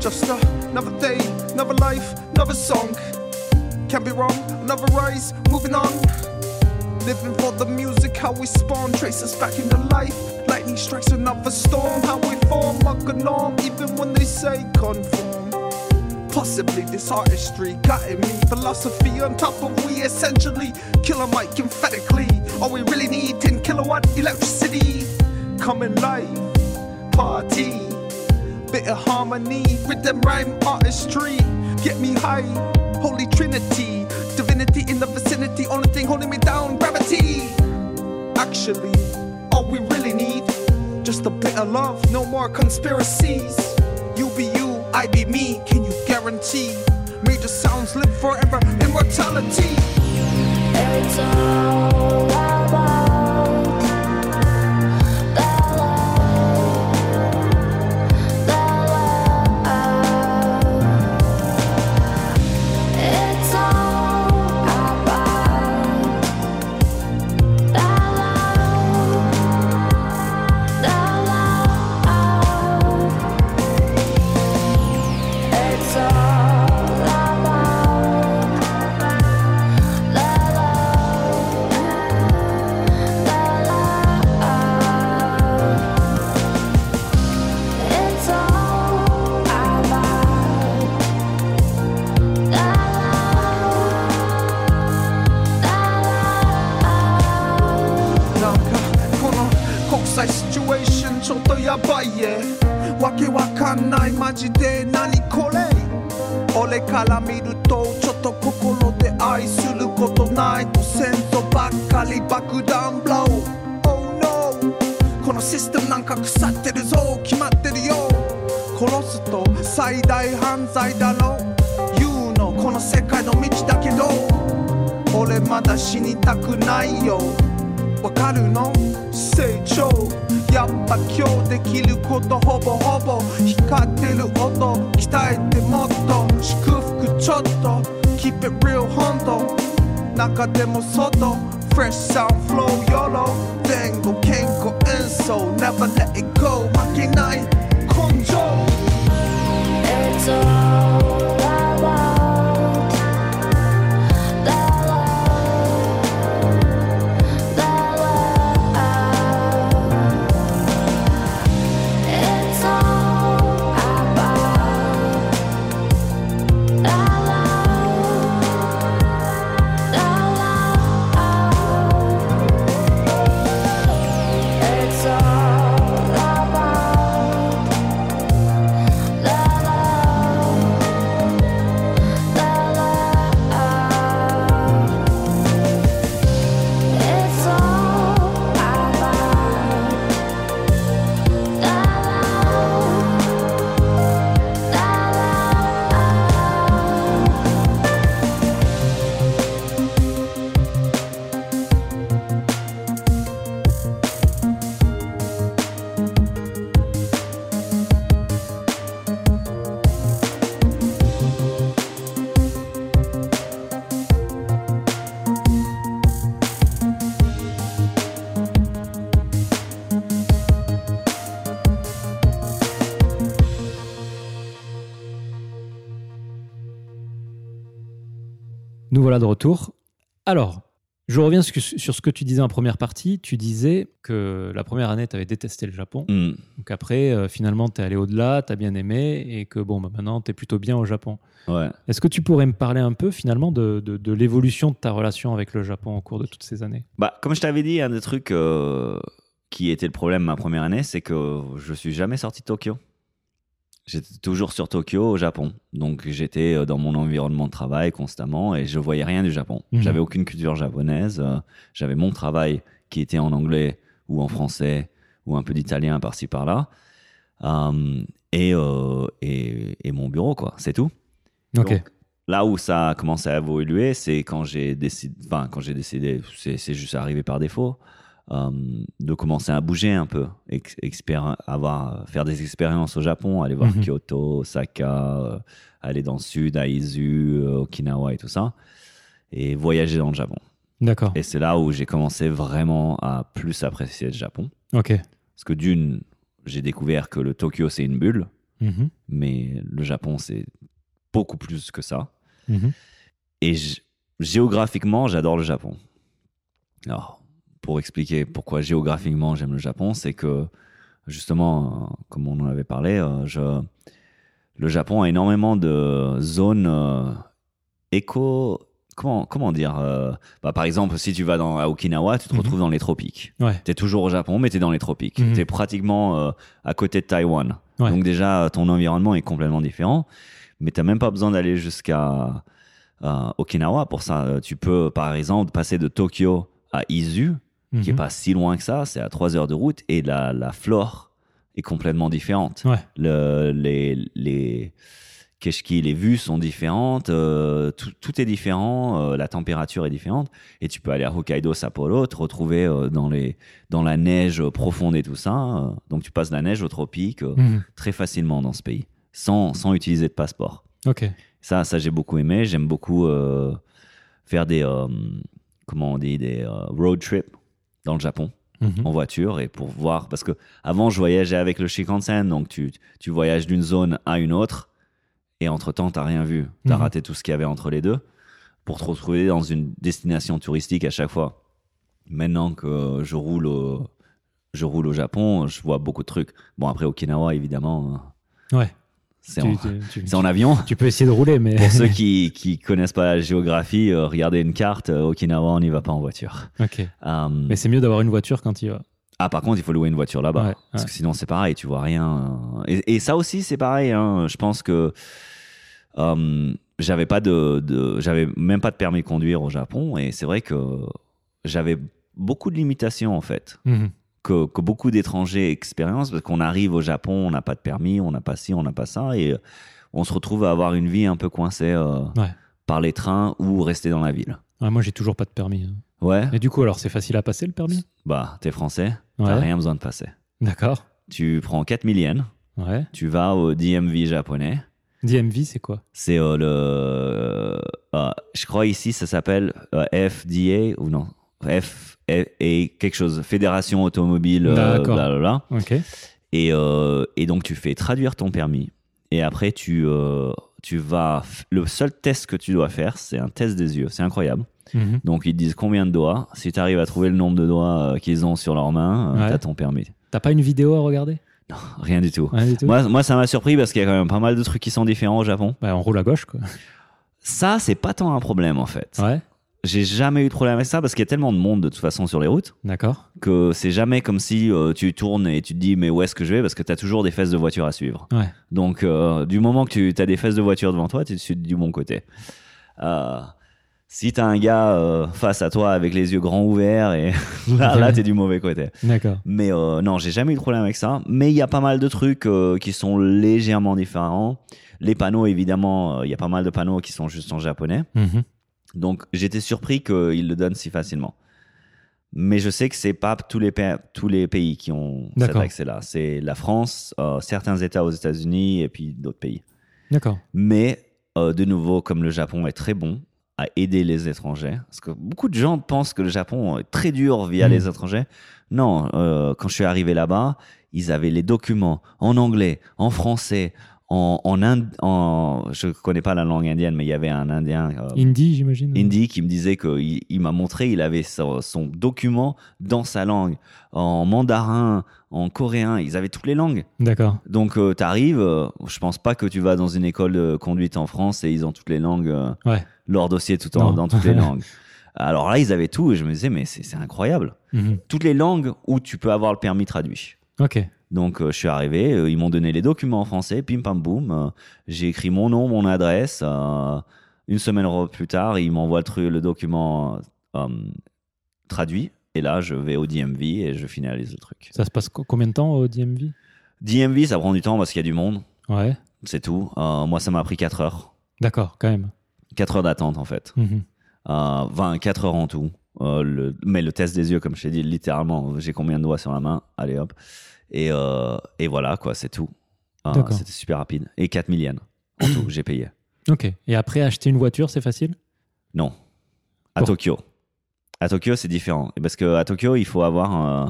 Speaker 3: Just another day, another life, another song. Can be wrong, another rise, moving on. Living for the music, how we spawn, trace us back into life. Lightning strikes another storm, how we form, like a norm, even when they say conform. Possibly this artistry gutting me. Philosophy on top of we essentially kill a mic emphatically. All we really need 10 kilowatt electricity. Coming live, party, bit of harmony, rhythm, rhyme, artistry. Get me high, holy trinity, divinity in the vicinity. Only thing holding me down, gravity actually all we really need just a bit of love no more conspiracies you be you i be me can you guarantee major sounds live forever immortality
Speaker 4: It's all about the love, the love. It's all about the love.
Speaker 3: らないマジで何これ俺から見るとちょっと心で愛することないと戦争ばっかり爆弾ブロー Oh no このシステムなんか腐ってるぞ決まってるよ殺すと最大犯罪だろ言うのこの世界の道だけど俺まだ死にたくないよわかるの成長やっぱ今日できることほぼほぼ光ってる音鍛えてもっと祝福ちょっと Keep it real 本当中でも外 Fresh sound flow YOLO 前後健康演奏 Never let it go 負けない根性
Speaker 4: It's all about the love, the love. It's all about the love, the love. It's all about. La la la la. It's all about la la la.
Speaker 1: Nous voilà de retour. Alors, je reviens sur sur ce que tu disais en première partie. Tu disais que la première année, tu avais détesté le Japon.
Speaker 2: Hmm.
Speaker 1: Donc après, euh, finalement, tu es allé au-delà, tu as bien aimé et que bon, bah, maintenant, tu es plutôt bien au Japon.
Speaker 2: Ouais.
Speaker 1: Est-ce que tu pourrais me parler un peu finalement de, de- de l'évolution de ta relation avec le Japon au cours de toutes ces années
Speaker 2: Bah, comme je t'avais dit, un des trucs euh, qui était le problème ma première année, c'est que je suis jamais sorti de Tokyo. J'étais toujours sur Tokyo au Japon. Donc j'étais euh, dans mon environnement de travail constamment et je voyais rien du Japon.
Speaker 1: Mhm.
Speaker 2: J'avais aucune culture japonaise. euh, J'avais mon travail qui était en anglais ou en français ou un peu d'italien par-ci par-là. Euh, et, euh, et, et mon bureau, quoi. C'est tout. Donc, là où ça a commencé à évoluer, c'est quand j'ai décidé, enfin, quand j'ai décidé, c'est c'est juste arrivé par défaut, euh, de commencer à bouger un peu, ex- expéri- avoir, faire des expériences au Japon, aller voir
Speaker 1: Mhm.
Speaker 2: Kyoto, Osaka, euh, aller dans le sud, à Izu, euh, Okinawa et tout ça, et voyager dans le Japon.
Speaker 1: D'accord.
Speaker 2: Et c'est là où j'ai commencé vraiment à plus apprécier le Japon.
Speaker 1: Ok.
Speaker 2: Parce que d'une, j'ai découvert que le Tokyo, c'est une bulle,
Speaker 1: Mhm.
Speaker 2: mais le Japon, c'est beaucoup plus que ça.
Speaker 1: Mhm.
Speaker 2: Et j- géographiquement, j'adore le Japon. Oh. Alors, pour expliquer pourquoi géographiquement j'aime le Japon, c'est que justement, euh, comme on en avait parlé, euh, je- le Japon a énormément de zones euh, éco. Comment, comment dire euh, bah, Par exemple, si tu vas dans, à Okinawa, tu te
Speaker 1: Mhm.
Speaker 2: retrouves dans les tropiques.
Speaker 1: Ouais.
Speaker 2: T'es toujours au Japon, mais t'es dans les tropiques.
Speaker 1: Mhm.
Speaker 2: T'es pratiquement euh, à côté de Taïwan.
Speaker 1: Ouais.
Speaker 2: Donc déjà, ton environnement est complètement différent. Mais t'as même pas besoin d'aller jusqu'à euh, Okinawa pour ça. Euh, Tu peux, par exemple, passer de Tokyo à Izu, qui est
Speaker 1: Mhm.
Speaker 2: pas si loin que ça. C'est à 3 heures de route et la, la flore est complètement différente.
Speaker 1: Ouais.
Speaker 2: Le- les, les keshki, les vues sont différentes, euh, tout, tout est différent, euh, la température est différente, et tu peux aller à Hokkaido, Sapporo, te retrouver euh, dans, les, dans la neige profonde et tout ça. euh, donc tu passes de la neige aux tropiques euh,
Speaker 1: Mhm.
Speaker 2: très facilement dans ce pays, sans, sans utiliser de passeport.
Speaker 1: Ok.
Speaker 2: Ça, ça j'ai beaucoup aimé. J'aime beaucoup euh, faire des, euh, comment on dit, des euh, road trips dans le Japon
Speaker 1: Mhm.
Speaker 2: en voiture et pour voir parce que avant je voyageais avec le Shinkansen donc tu, tu voyages d'une zone à une autre et entre temps t'as rien vu t'as
Speaker 1: Mhm.
Speaker 2: raté tout ce qu'il y avait entre les deux pour te retrouver dans une destination touristique à chaque fois maintenant que je roule au, je roule au Japon je vois beaucoup de trucs bon après Okinawa évidemment hein,
Speaker 1: Ouais.
Speaker 2: c'est
Speaker 1: Tu-
Speaker 2: en,
Speaker 1: tu- tu-
Speaker 2: c'est en avion
Speaker 1: tu peux essayer de rouler, mais.
Speaker 2: pour ceux qui, qui connaissent pas la géographie euh, regardez une carte euh, Okinawa on n'y va pas en voiture
Speaker 1: ok.
Speaker 2: Euh,
Speaker 1: Mais c'est mieux d'avoir une voiture quand il va.
Speaker 2: Ah, par contre, il faut louer une voiture là-bas.
Speaker 1: Ouais,
Speaker 2: parce
Speaker 1: ouais.
Speaker 2: que sinon, c'est pareil, tu vois rien. euh, Et, et ça aussi, c'est pareil. hein, Je pense que euh, j'avais pas de, de- j'avais même pas de permis de conduire au Japon. Et c'est vrai que j'avais beaucoup de limitations, en fait,
Speaker 1: Mhm.
Speaker 2: que, que beaucoup d'étrangers expérimentent. Parce qu'on arrive au Japon, on n'a pas de permis, on n'a pas ci, on n'a pas ça. Et euh, on se retrouve à avoir une vie un peu coincée euh,
Speaker 1: Ouais.
Speaker 2: par les trains ou rester dans la ville.
Speaker 1: Ah, moi, j'ai toujours pas de permis. hein.
Speaker 2: Ouais.
Speaker 1: Et du coup, alors, c'est facile à passer le permis
Speaker 2: Bah, t'es français, t'as
Speaker 1: Ouais.
Speaker 2: rien besoin de passer.
Speaker 1: D'accord.
Speaker 2: Tu prends 4000 yens,
Speaker 1: Ouais.
Speaker 2: tu vas au DMV japonais.
Speaker 1: DMV, c'est quoi
Speaker 2: C'est euh, le. euh, je crois ici, ça s'appelle euh, FDA ou non F, F- et quelque chose, Fédération Automobile, euh,
Speaker 1: D'accord.
Speaker 2: blablabla.
Speaker 1: Ok.
Speaker 2: Et, euh, et donc, tu fais traduire ton permis. Et après, tu, euh, tu vas. f- Le seul test que tu dois faire, c'est un test des yeux. C'est incroyable.
Speaker 1: Mhm.
Speaker 2: Donc ils te disent combien de doigts. Si tu arrives à trouver le nombre de doigts euh, qu'ils ont sur leurs mains, euh,
Speaker 1: Ouais.
Speaker 2: t'as ton permis.
Speaker 1: T'as pas une vidéo à regarder
Speaker 2: Rien du tout.
Speaker 1: Rien du tout
Speaker 2: Moi, moi, ça m'a surpris parce qu'il y a quand même pas mal de trucs qui sont différents au Japon.
Speaker 1: Bah, on roule à gauche, quoi.
Speaker 2: Ça, c'est pas tant un problème en fait.
Speaker 1: Ouais.
Speaker 2: J'ai jamais eu de problème avec ça parce qu'il y a tellement de monde de toute façon sur les routes
Speaker 1: D'accord.
Speaker 2: que c'est jamais comme si euh, tu tournes et tu te dis mais où est-ce que je vais parce que t'as toujours des fesses de voiture à suivre.
Speaker 1: Ouais.
Speaker 2: Donc euh, du moment que tu as des fesses de voiture devant toi, tu es du bon côté. Euh, si t'as un gars euh, face à toi avec les yeux grands ouverts et là, là t'es du mauvais côté.
Speaker 1: D'accord.
Speaker 2: Mais euh, non, j'ai jamais eu de problème avec ça. Mais il y a pas mal de trucs euh, qui sont légèrement différents. Les panneaux, évidemment, euh, il y a pas mal de panneaux qui sont juste en japonais.
Speaker 1: Mhm.
Speaker 2: Donc j'étais surpris qu'ils le donnent si facilement. Mais je sais que c'est pas tous les, pa- tous les pays qui ont cet
Speaker 1: D'accord.
Speaker 2: accès-là. C'est la France, euh, certains États aux États-Unis et puis d'autres pays.
Speaker 1: D'accord.
Speaker 2: Mais euh, de nouveau, comme le Japon est très bon à aider les étrangers, parce que beaucoup de gens pensent que le Japon est très dur via
Speaker 1: Mhm.
Speaker 2: les étrangers. Non, euh, quand je suis arrivé là-bas, ils avaient les documents en anglais, en français, en, en, ind- en je connais pas la langue indienne, mais il y avait un Indien. euh,
Speaker 1: Indie, j'imagine.
Speaker 2: Indy qui me disait qu'il il, m'a montré, il avait son, son document dans sa langue, en mandarin, en coréen, ils avaient toutes les langues.
Speaker 1: D'accord.
Speaker 2: Donc euh, t'arrives, euh, je pense pas que tu vas dans une école de conduite en France et ils ont toutes les langues, euh,
Speaker 1: Ouais.
Speaker 2: leur dossier tout en,
Speaker 1: Non.
Speaker 2: dans toutes les langues. Alors là, ils avaient tout et je me disais, mais c'est c'est incroyable.
Speaker 1: Mhm.
Speaker 2: Toutes les langues où tu peux avoir le permis traduit.
Speaker 1: Ok.
Speaker 2: Donc euh, je suis arrivé, euh, ils m'ont donné les documents en français, pim pam boum. euh, j'ai écrit mon nom, mon adresse. euh, une semaine re- plus tard, ils m'envoient le, tru- le document euh, traduit. Et là, je vais au DMV et je finalise le truc.
Speaker 1: Ça se passe co- combien de temps au DMV
Speaker 2: DMV, ça prend du temps parce qu'il y a du monde,
Speaker 1: Ouais.
Speaker 2: c'est tout. Euh, moi, ça m'a pris 4 heures.
Speaker 1: D'accord, quand même.
Speaker 2: 4 heures d'attente en fait.
Speaker 1: Mhm.
Speaker 2: Euh, 24 heures en tout. Euh, le- mais le test des yeux, comme je t'ai dit, littéralement, j'ai combien de doigts sur la main Allez hop. Et, euh, et voilà, quoi, c'est tout. Euh,
Speaker 1: D'accord.
Speaker 2: C'était super rapide. Et 4 000 yens en tout, j'ai payé.
Speaker 1: Ok. Et après, acheter une voiture, c'est facile
Speaker 2: Non. À
Speaker 1: Pour-
Speaker 2: Tokyo. À Tokyo, c'est différent. Parce que à Tokyo, il faut avoir. euh,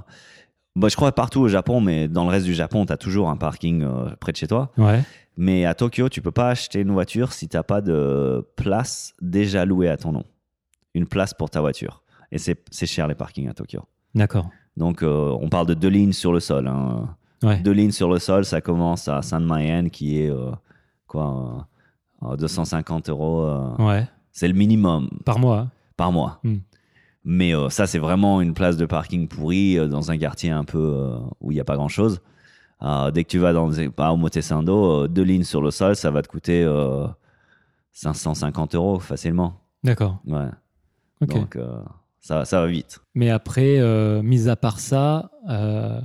Speaker 2: bah, je crois partout au Japon, mais dans le reste du Japon, tu as toujours un parking euh, près de chez toi.
Speaker 1: Ouais.
Speaker 2: Mais à Tokyo, tu peux pas acheter une voiture si t'as pas de place déjà louée à ton nom. Une place pour ta voiture. Et c'est c'est cher les parkings à Tokyo.
Speaker 1: D'accord.
Speaker 2: Donc euh, on parle de deux lignes sur le sol. hein.
Speaker 1: Ouais.
Speaker 2: Deux lignes sur le sol, ça commence à San Mayen qui est euh, quoi euh, euh, 250 euros. euh,
Speaker 1: Ouais.
Speaker 2: C'est le minimum
Speaker 1: Par mois. hein.
Speaker 2: par mois.
Speaker 1: Hmm.
Speaker 2: Mais euh, ça, c'est vraiment une place de parking pourrie euh, dans un quartier un peu euh, où il n'y a pas grand-chose. Euh, dès que tu vas dans pas au Motesando, euh, deux lignes sur le sol, ça va te coûter euh, 550 euros facilement.
Speaker 1: D'accord.
Speaker 2: Ouais.
Speaker 1: Ok.
Speaker 2: Donc euh, ça, ça va vite.
Speaker 1: Mais après, euh, mis à part ça, euh,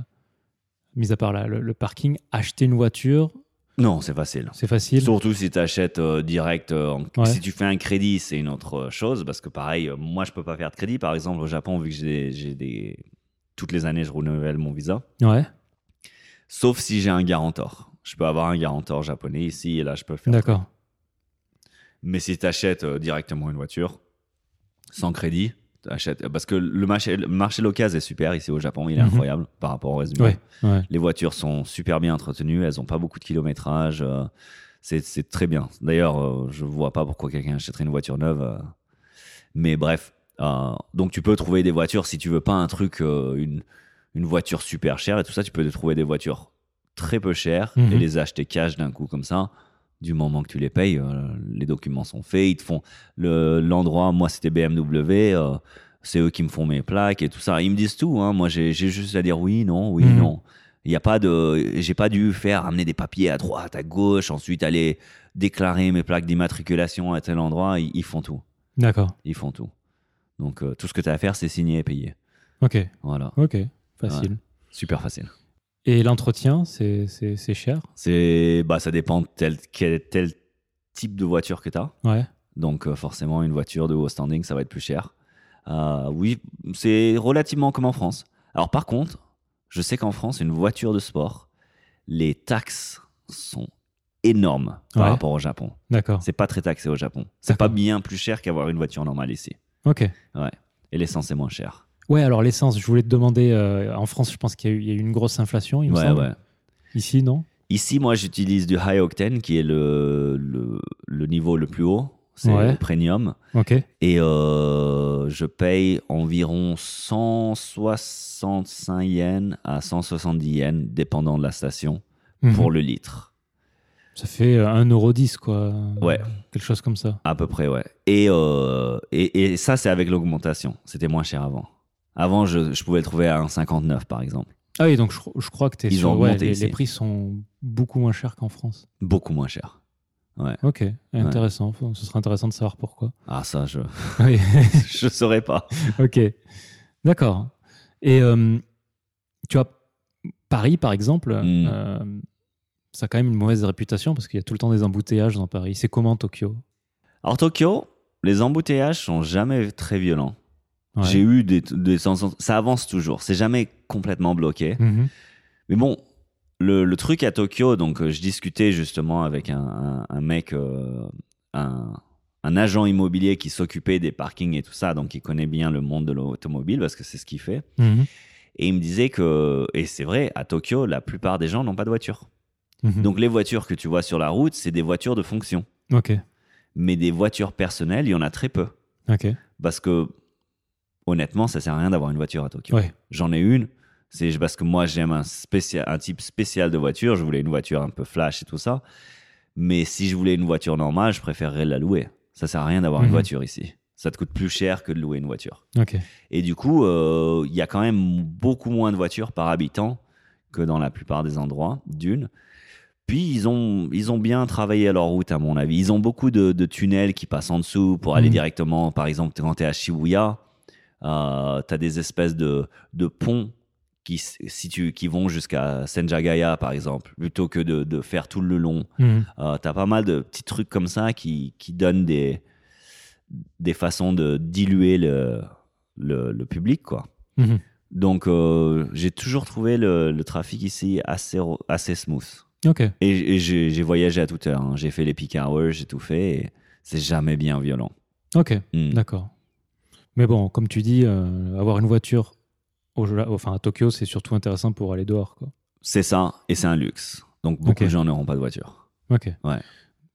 Speaker 1: mis à part là, le, le parking, acheter une voiture,
Speaker 2: Non, c'est facile.
Speaker 1: c'est facile.
Speaker 2: Surtout si tu achètes direct, euh, en-
Speaker 1: Ouais.
Speaker 2: si tu fais un crédit, c'est une autre chose parce que pareil, euh, moi je peux pas faire de crédit. Par exemple, au Japon, vu que j'ai j'ai des toutes les années je renouvelle mon visa,
Speaker 1: Ouais.
Speaker 2: sauf si j'ai un garantor. Je peux avoir un garantor japonais ici et là, je peux le faire.
Speaker 1: D'accord.
Speaker 2: Mais si tu achètes directement une voiture, sans crédit, t'achètes- euh, parce que le marché, le marché local est super ici au Japon, il est
Speaker 1: Mhm.
Speaker 2: incroyable par rapport au reste du
Speaker 1: Ouais.
Speaker 2: monde.
Speaker 1: Ouais.
Speaker 2: Les voitures sont super bien entretenues, elles n'ont pas beaucoup de kilométrage, euh, c'est- c'est très bien. D'ailleurs, euh, je vois pas pourquoi quelqu'un achèterait une voiture neuve. euh, mais bref, euh, donc tu peux trouver des voitures si tu veux pas un truc, euh, une, une voiture super chère et tout ça, tu peux trouver des voitures très peu chères et
Speaker 1: Mhm.
Speaker 2: les acheter cash d'un coup comme ça. Du moment que tu les payes, euh, les documents sont faits, ils te font le- l'endroit. moi, c'était BMW. euh, c'est eux qui me font mes plaques et tout ça. Ils me disent tout. Hein. Moi, j'ai j'ai juste à dire oui, non, oui,
Speaker 1: Mhm.
Speaker 2: non. Il y a pas de, j'ai pas dû faire amener des papiers à droite, à gauche, ensuite aller déclarer mes plaques d'immatriculation à tel endroit. Ils, ils font tout.
Speaker 1: D'accord.
Speaker 2: Ils font tout. Donc euh, tout ce que tu as à faire, c'est signer et payer.
Speaker 1: Ok.
Speaker 2: Voilà,
Speaker 1: Ok. Facile.
Speaker 2: super facile.
Speaker 1: Et l'entretien, c'est- c'est c'est cher
Speaker 2: C'est, bah, ça dépend de tel, quel, tel type de voiture que tu as.
Speaker 1: Ouais.
Speaker 2: Donc euh, forcément, une voiture de haut standing, ça va être plus cher. Euh, oui, c'est relativement comme en France. Alors par contre, je sais qu'en France, une voiture de sport, les taxes sont énormes par
Speaker 1: Ouais.
Speaker 2: rapport au Japon.
Speaker 1: D'accord.
Speaker 2: C'est pas très taxé au Japon. C'est pas
Speaker 1: D'accord.
Speaker 2: bien plus cher qu'avoir une voiture normale ici.
Speaker 1: Ok.
Speaker 2: Et l'essence est moins chère.
Speaker 1: Ouais, alors l'essence, je voulais te demander, euh, en France, je pense qu'il y, a eu- il y a eu une grosse inflation, il me
Speaker 2: ouais,
Speaker 1: semble.
Speaker 2: ouais.
Speaker 1: Ici, non
Speaker 2: Ici, moi, j'utilise du high octane, qui est le, le, le niveau le plus haut. C'est
Speaker 1: Ouais.
Speaker 2: le premium.
Speaker 1: Ok.
Speaker 2: Et euh, je paye environ 165 yens à 170 yens, dépendant de la station,
Speaker 1: Mhm.
Speaker 2: pour le litre.
Speaker 1: Ça fait euh, 1,10€, quoi.
Speaker 2: Ouais.
Speaker 1: Quelque chose comme ça.
Speaker 2: À peu près, ouais. Et, euh, et, et ça, c'est avec l'augmentation. C'était moins cher avant. Avant, je, je pouvais le trouver à 1,59 par exemple.
Speaker 1: Ah oui, donc je, je crois que t'es
Speaker 2: Ils
Speaker 1: sur-
Speaker 2: ont
Speaker 1: ouais,
Speaker 2: augmenté
Speaker 1: les,
Speaker 2: ici.
Speaker 1: les prix sont beaucoup moins chers qu'en France.
Speaker 2: Beaucoup moins cher.
Speaker 1: Ok, intéressant. Faut- Ce serait intéressant de savoir pourquoi.
Speaker 2: Ah, ça, je
Speaker 1: Oui,
Speaker 2: je saurais pas.
Speaker 1: ok. D'accord. Et euh, tu vois, Paris, par exemple,
Speaker 2: Mm.
Speaker 1: euh, ça a quand même une mauvaise réputation parce qu'il y a tout le temps des embouteillages dans Paris. C'est comment Tokyo
Speaker 2: Alors, Tokyo, les embouteillages sont jamais très violents.
Speaker 1: Ouais.
Speaker 2: J'ai eu des, des sensations. Ça avance toujours. C'est jamais complètement bloqué.
Speaker 1: Mhm.
Speaker 2: Mais bon, le, le truc à Tokyo, donc euh, je discutais justement avec un, un- un mec, euh, un, un agent immobilier qui s'occupait des parkings et tout ça, donc il connaît bien le monde de l'automobile parce que c'est ce qu'il fait.
Speaker 1: Mhm.
Speaker 2: Et il me disait que, et c'est vrai, à Tokyo, la plupart des gens n'ont pas de voiture.
Speaker 1: Mhm.
Speaker 2: Donc les voitures que tu vois sur la route, c'est des voitures de fonction.
Speaker 1: ok,
Speaker 2: Mais des voitures personnelles, il y en a très peu.
Speaker 1: ok.
Speaker 2: Parce que, honnêtement, ça sert à rien d'avoir une voiture à Tokyo.
Speaker 1: Ouais.
Speaker 2: J'en ai une. C'est parce que moi, j'aime un, spécial, un type spécial de voiture. Je voulais une voiture un peu flash et tout ça. Mais si je voulais une voiture normale, je préférerais la louer. Ça sert à rien d'avoir
Speaker 1: Mhm.
Speaker 2: une voiture ici. Ça te coûte plus cher que de louer une voiture.
Speaker 1: Ok.
Speaker 2: Et du coup, euh, il y a quand même beaucoup moins de voitures par habitant que dans la plupart des endroits, d'une. Puis ils ont, ils ont bien travaillé à leur route, à mon avis. Ils ont beaucoup de, de tunnels qui passent en dessous pour aller
Speaker 1: Mhm.
Speaker 2: directement. Par exemple, quand tu es à Shibuya, euh, tu as des espèces de, de ponts qui, s- situent- qui vont jusqu'à Senjagaya, par exemple, plutôt que de, de faire tout le long.
Speaker 1: Mhm.
Speaker 2: Euh, t'as pas mal de petits trucs comme ça qui, qui donnent des, des façons de diluer le, le, le public, quoi.
Speaker 1: Mhm.
Speaker 2: Donc, euh, j'ai toujours trouvé le, le trafic ici assez, ro- assez smooth.
Speaker 1: Ok,
Speaker 2: Et, j- et j'ai j'ai voyagé à toute heure. hein. J'ai fait les peak hours, j'ai tout fait. et c'est jamais bien violent.
Speaker 1: ok.
Speaker 2: Mm.
Speaker 1: D'accord. Mais bon, comme tu dis, euh, avoir une voiture au, Ja- enfin, à Tokyo, c'est surtout intéressant pour aller dehors. Quoi.
Speaker 2: C'est ça, et c'est un luxe. Donc, beaucoup
Speaker 1: Ok.
Speaker 2: de gens n'auront pas de voiture.
Speaker 1: Ok.
Speaker 2: Ouais.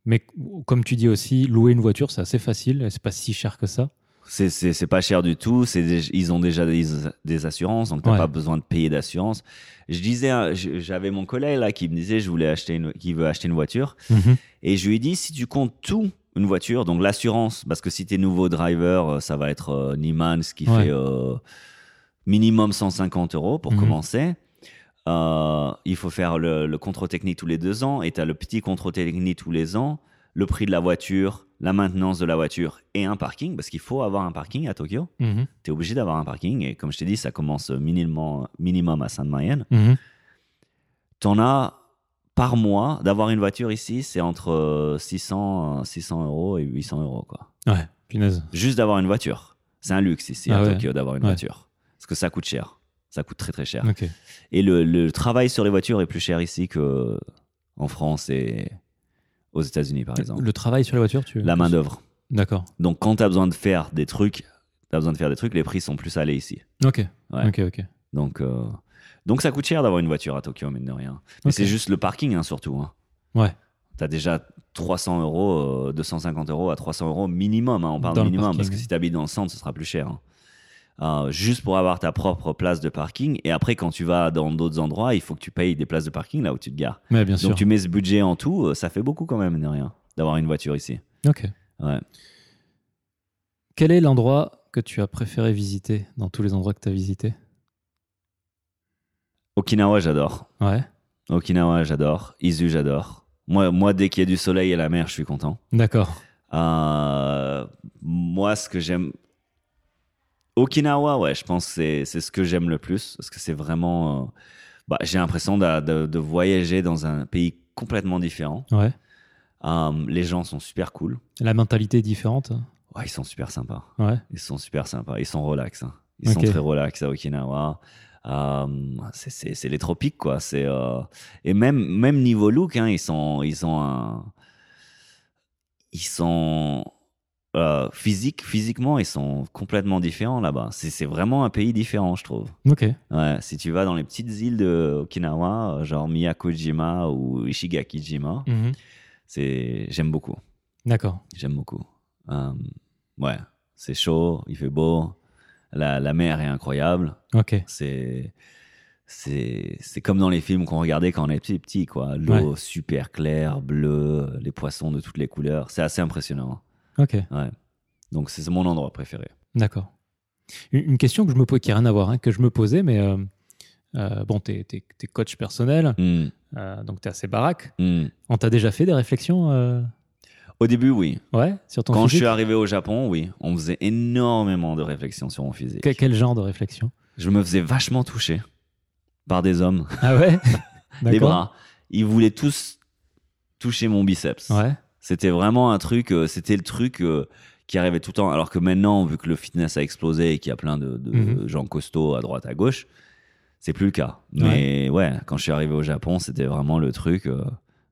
Speaker 1: Mais c- comme tu dis aussi, louer une voiture, c'est assez facile. et C'est pas si cher que ça.
Speaker 2: C'est- C'est c'est pas cher du tout. c'est des- ils ont déjà des, des assurances, donc t'as
Speaker 1: Ouais.
Speaker 2: pas besoin de payer d'assurance. Je disais, hein, je- j'avais mon collègue là qui me disait, je voulais acheter une, qui veut acheter une voiture, et je lui ai dit, si tu comptes tout une voiture, donc l'assurance, parce que si t'es nouveau driver, euh, ça va être euh, Niemann, ce qui
Speaker 1: Ouais.
Speaker 2: fait euh, minimum 150 euros pour
Speaker 1: Mhm.
Speaker 2: commencer. Euh, il faut faire le, le contrôle technique tous les deux ans et tu as le petit contrôle technique tous les ans, le prix de la voiture, la maintenance de la voiture et un parking, parce qu'il faut avoir un parking à Tokyo.
Speaker 1: Mhm.
Speaker 2: Tu es obligé d'avoir un parking et comme je t'ai dit, ça commence minimum, minimum à Sainte-Marienne.
Speaker 1: Mhm.
Speaker 2: Tu en as par mois, d'avoir une voiture ici, c'est entre euh, 600, euh, 600 euros et 800 euros. Quoi.
Speaker 1: Ouais, punaise.
Speaker 2: Juste d'avoir une voiture. C'est un luxe ici
Speaker 1: Ah
Speaker 2: à
Speaker 1: ouais.
Speaker 2: Tokyo d'avoir une
Speaker 1: Ouais.
Speaker 2: voiture. Parce que ça coûte cher. Ça coûte très très cher.
Speaker 1: Ok.
Speaker 2: Et le, le travail sur les voitures est plus cher ici que en France et aux États-Unis, par exemple.
Speaker 1: Le travail sur les voitures, tu
Speaker 2: La main d'œuvre.
Speaker 1: D'accord.
Speaker 2: Donc, quand tu as besoin de faire des trucs, tu as besoin de faire des trucs, les prix sont plus allés ici.
Speaker 1: Ok.
Speaker 2: Ouais.
Speaker 1: Ok, ok.
Speaker 2: Donc, euh, donc, ça coûte cher d'avoir une voiture à Tokyo, mine de rien. Mais
Speaker 1: Ok.
Speaker 2: c'est juste le parking, hein, surtout. Hein.
Speaker 1: Ouais.
Speaker 2: Tu as déjà 300 euros, euh, 250 euros à 300 euros minimum. hein, on parle
Speaker 1: Dans le
Speaker 2: minimum,
Speaker 1: parking,
Speaker 2: parce que
Speaker 1: oui.
Speaker 2: si tu habites dans le centre, ce sera plus cher. hein. Euh, juste pour avoir ta propre place de parking. Et après, quand tu vas dans d'autres endroits, il faut que tu payes des places de parking là où tu te gares.
Speaker 1: Mais bien
Speaker 2: Donc
Speaker 1: sûr.
Speaker 2: tu mets ce budget en tout, euh, ça fait beaucoup quand même, de rien, d'avoir une voiture ici.
Speaker 1: Ok.
Speaker 2: Ouais.
Speaker 1: Quel est l'endroit que tu as préféré visiter dans tous les endroits que tu as visités
Speaker 2: Okinawa, j'adore.
Speaker 1: Ouais.
Speaker 2: Okinawa, j'adore. Izu, j'adore. Moi, moi dès qu'il y a du soleil et la mer, je suis content.
Speaker 1: D'accord.
Speaker 2: Euh, moi, ce que j'aime. Okinawa, ouais, je pense que c'est- c'est ce que j'aime le plus. Parce que c'est vraiment. euh, bah, J'ai l'impression d'a- de, de voyager dans un pays complètement différent.
Speaker 1: Ouais.
Speaker 2: Euh, les gens sont super cool.
Speaker 1: La mentalité est différente.
Speaker 2: Ouais, ils sont super sympas.
Speaker 1: Ouais.
Speaker 2: Ils sont super sympas. Ils sont relax. hein. Ils
Speaker 1: Ok.
Speaker 2: sont très relax à Okinawa. Euh, c'est- c'est c'est les tropiques, quoi. C'est euh, et même même niveau look, hein, ils sont ils sont un- ils sont euh, physique physiquement, ils sont complètement différents là-bas. C'est c'est vraiment un pays différent, je trouve.
Speaker 1: Ok.
Speaker 2: Ouais, si tu vas dans les petites îles de Okinawa, euh, genre Miyakojima ou Ishigakijima,
Speaker 1: Mhm.
Speaker 2: c'est j'aime beaucoup.
Speaker 1: D'accord.
Speaker 2: J'aime beaucoup. Euh, ouais, c'est chaud, il fait beau, la, la mer est incroyable.
Speaker 1: Ok.
Speaker 2: C'est c'est c'est comme dans les films qu'on regardait quand on était petit, quoi. L'eau super claire, bleue, les poissons de toutes les couleurs. C'est assez impressionnant.
Speaker 1: Ok.
Speaker 2: Donc c'est mon endroit préféré.
Speaker 1: D'accord. Une une question que je me posais, qui n'a rien à voir, hein, que je me posais, mais euh, euh, bon, t'es es, coach personnel,
Speaker 2: Hmm,
Speaker 1: euh, donc t'es assez baraque.
Speaker 2: hmm.
Speaker 1: On t'a déjà fait des réflexions, euh,
Speaker 2: Au début, oui.
Speaker 1: ouais, sur ton
Speaker 2: Quand je
Speaker 1: physique
Speaker 2: suis arrivé au Japon, oui, on faisait énormément de réflexions sur mon physique.
Speaker 1: Que- Quel genre de réflexion
Speaker 2: Je me faisais vachement toucher par des hommes,
Speaker 1: Ah ouais
Speaker 2: des
Speaker 1: D'accord.
Speaker 2: bras. Ils voulaient tous toucher mon biceps.
Speaker 1: Ouais,
Speaker 2: C'était vraiment un truc, euh, c'était le truc euh, qui arrivait tout le temps. Alors que maintenant, vu que le fitness a explosé et qu'il y a plein de, de
Speaker 1: Mhm.
Speaker 2: gens costauds à droite, à gauche, c'est plus le cas. Mais ouais, quand je suis arrivé au Japon, c'était vraiment le truc. euh,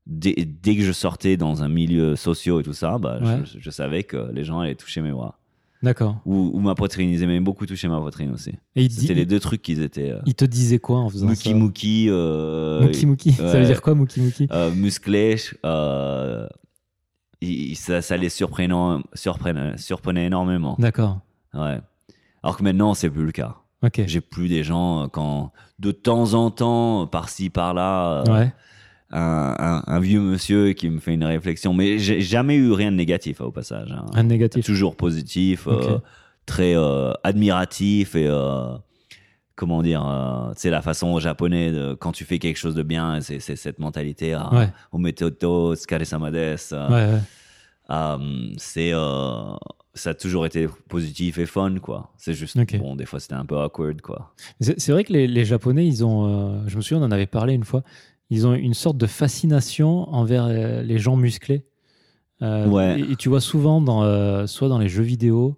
Speaker 2: dès, dès que je sortais dans un milieu social et tout ça, bah, je-
Speaker 1: Ouais.
Speaker 2: je, savais que les gens allaient toucher mes bras.
Speaker 1: d'accord.
Speaker 2: Ou, ou ma poitrine, ils aimaient beaucoup toucher ma poitrine aussi.
Speaker 1: Et il, te
Speaker 2: C'était
Speaker 1: dit-
Speaker 2: les deux trucs qu'ils étaient. euh,
Speaker 1: il te disait quoi en faisant
Speaker 2: Muki
Speaker 1: ça
Speaker 2: Muki, euh,
Speaker 1: Muki Muki. Ça veut
Speaker 2: ouais.
Speaker 1: dire quoi, Muki Muki
Speaker 2: euh, musclé. euh, il- il- ça, ça les surprenant, surprenait, surprenait énormément.
Speaker 1: D'accord.
Speaker 2: Ouais. Alors que maintenant, c'est plus le cas.
Speaker 1: Ok.
Speaker 2: J'ai plus des gens euh, quand, de temps en temps, par-ci, par-là, euh,
Speaker 1: Ouais.
Speaker 2: un, un- un vieux monsieur qui me fait une réflexion. Mais j'ai jamais eu rien de négatif hein, au passage. hein.
Speaker 1: Rien de négatif.
Speaker 2: Toujours positif, euh,
Speaker 1: Ok.
Speaker 2: très euh, admiratif et. euh, Comment dire, euh, tu sais, la façon japonais, de- quand tu fais quelque chose de bien, c'est c'est cette mentalité. ah,
Speaker 1: Ouais.
Speaker 2: Ometoto, Skaresama des. euh,
Speaker 1: Ouais, ouais.
Speaker 2: euh, c'est, euh, ça a toujours été positif et fun, quoi. C'est juste,
Speaker 1: Ok.
Speaker 2: bon, des fois c'était un peu awkward, quoi.
Speaker 1: C'est c'est vrai que les, les Japonais, ils ont, euh, je me souviens, on en avait parlé une fois, ils ont une sorte de fascination envers euh, les gens musclés. Euh,
Speaker 2: Ouais.
Speaker 1: et, et tu vois souvent, dans, euh, soit dans les jeux vidéo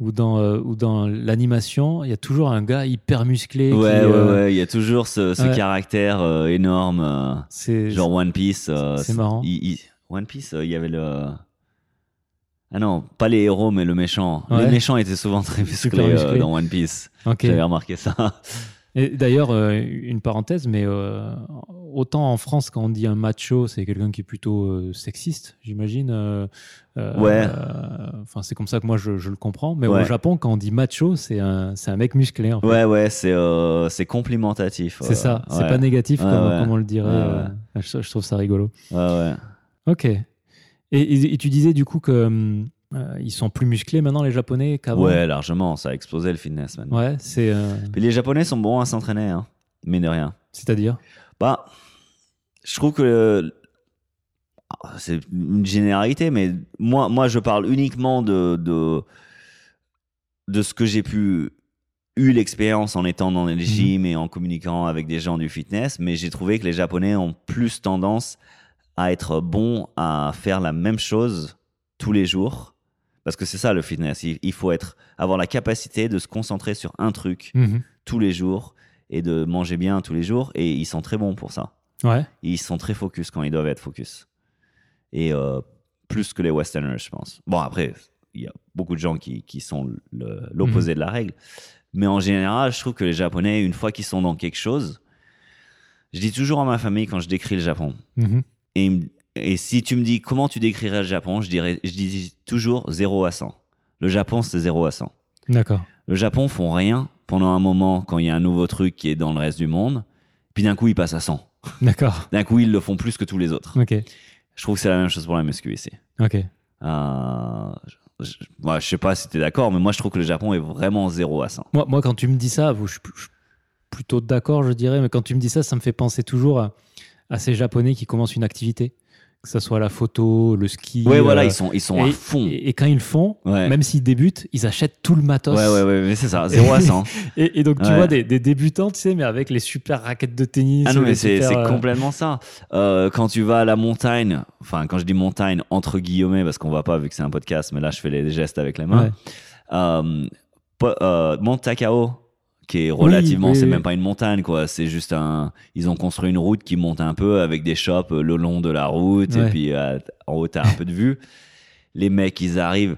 Speaker 1: ou dans, euh, ou dans l'animation, il y a toujours un gars hyper musclé.
Speaker 2: Ouais,
Speaker 1: qui,
Speaker 2: ouais,
Speaker 1: euh,
Speaker 2: ouais. Il y a toujours ce, ce
Speaker 1: ouais.
Speaker 2: caractère euh, énorme, euh,
Speaker 1: C'est
Speaker 2: genre One Piece. euh,
Speaker 1: c'est marrant.
Speaker 2: il- il- One Piece, euh, il y avait le. Ah non, pas les héros, mais le méchant.
Speaker 1: Ouais.
Speaker 2: Les méchants étaient souvent très
Speaker 1: Super
Speaker 2: musclés, euh,
Speaker 1: musclés.
Speaker 2: dans One Piece.
Speaker 1: ok.
Speaker 2: J'avais remarqué ça.
Speaker 1: Et D'ailleurs, euh, une parenthèse, mais euh, autant en France, quand on dit un macho, c'est quelqu'un qui est plutôt euh, sexiste, j'imagine. euh, euh,
Speaker 2: Ouais.
Speaker 1: euh, Enfin, c'est comme ça que moi je, je le comprends. Mais au
Speaker 2: Ouais.
Speaker 1: Japon, quand on dit macho, c'est un, c'est un mec musclé. en fait.
Speaker 2: ouais, ouais, c'est euh, c'est complimentatif. euh,
Speaker 1: C'est ça, c'est
Speaker 2: ouais.
Speaker 1: pas négatif
Speaker 2: Ouais,
Speaker 1: comme,
Speaker 2: ouais.
Speaker 1: comme on le dirait.
Speaker 2: Ouais,
Speaker 1: euh, je, je trouve ça rigolo.
Speaker 2: Ouais, ouais.
Speaker 1: Ok. Et, et- et tu disais du coup que hum, euh, ils sont plus musclés maintenant les Japonais qu'avant.
Speaker 2: Ouais, largement. Ça a explosé le fitness maintenant.
Speaker 1: Ah Ouais, c'est euh,
Speaker 2: Puis les Japonais sont bons à s'entraîner, hein, mine de rien.
Speaker 1: c'est-à-dire.
Speaker 2: Bah, je trouve que euh, c'est une généralité, mais moi, moi, je parle uniquement de de, de ce que j'ai pu eu l'expérience en étant dans les gyms et en communiquant avec des gens du fitness, mais j'ai trouvé que les Japonais ont plus tendance à être bons à faire la même chose tous les jours, parce que c'est ça le fitness. Il, il faut être avoir la capacité de se concentrer sur un truc
Speaker 1: Mhm.
Speaker 2: tous les jours et de manger bien tous les jours. Et ils sont très bons pour ça.
Speaker 1: Ouais.
Speaker 2: Ils sont très focus quand ils doivent être focus. Et euh, plus que les Westerners, je pense. Bon, après, il y a beaucoup de gens qui, qui sont le- l'opposé de la règle. Mais en général, je trouve que les Japonais, une fois qu'ils sont dans quelque chose, je dis toujours à ma famille quand je décris le Japon.
Speaker 1: Mhm.
Speaker 2: Et, il me- et si tu me dis comment tu décrirais le Japon, je, dirais, je dis toujours 0 à 100. Le Japon, c'est 0 à 100.
Speaker 1: D'accord.
Speaker 2: Le Japon font rien pendant un moment quand il y a un nouveau truc qui est dans le reste du monde, puis d'un coup ils passent à 100.
Speaker 1: D'accord.
Speaker 2: D'un coup ils le font plus que tous les autres.
Speaker 1: Ok.
Speaker 2: Je trouve que c'est la même chose pour la muscu ici.
Speaker 1: Ok.
Speaker 2: Euh, je, je- moi, je sais pas si tu es d'accord, mais moi, je trouve que le Japon est vraiment 0 à 100.
Speaker 1: Moi, moi, quand tu me dis ça, vous- je suis je suis plutôt d'accord, je dirais, mais quand tu me dis ça, ça me fait penser toujours à, à ces Japonais qui commencent une activité, que ce soit la photo, le ski.
Speaker 2: Ouais,
Speaker 1: euh,
Speaker 2: voilà, ils sont, ils sont à fond.
Speaker 1: Et, et quand ils le font,
Speaker 2: Ouais.
Speaker 1: même s'ils débutent, ils achètent tout le matos.
Speaker 2: Ouais, ouais, ouais, mais c'est ça, 0 à 100.
Speaker 1: Et, et donc, tu
Speaker 2: Ouais.
Speaker 1: vois des, des débutants, tu sais, mais avec les super raquettes de tennis.
Speaker 2: Ah non,
Speaker 1: ou
Speaker 2: mais
Speaker 1: les
Speaker 2: c'est
Speaker 1: super,
Speaker 2: c'est
Speaker 1: euh,
Speaker 2: complètement ça. Euh, quand tu vas à la montagne, enfin, quand je dis montagne, entre guillemets, parce qu'on va pas vu que c'est un podcast, mais là, je fais les gestes avec la main.
Speaker 1: Ouais.
Speaker 2: Euh, po- euh, Monte Takao, qui est relativement,
Speaker 1: oui,
Speaker 2: c'est
Speaker 1: oui.
Speaker 2: même pas une montagne, quoi. C'est juste un. Ils ont construit une route qui monte un peu avec des shops euh, le long de la route, et
Speaker 1: Ouais.
Speaker 2: puis euh, en haut, t'as un peu de vue. Les mecs, ils arrivent.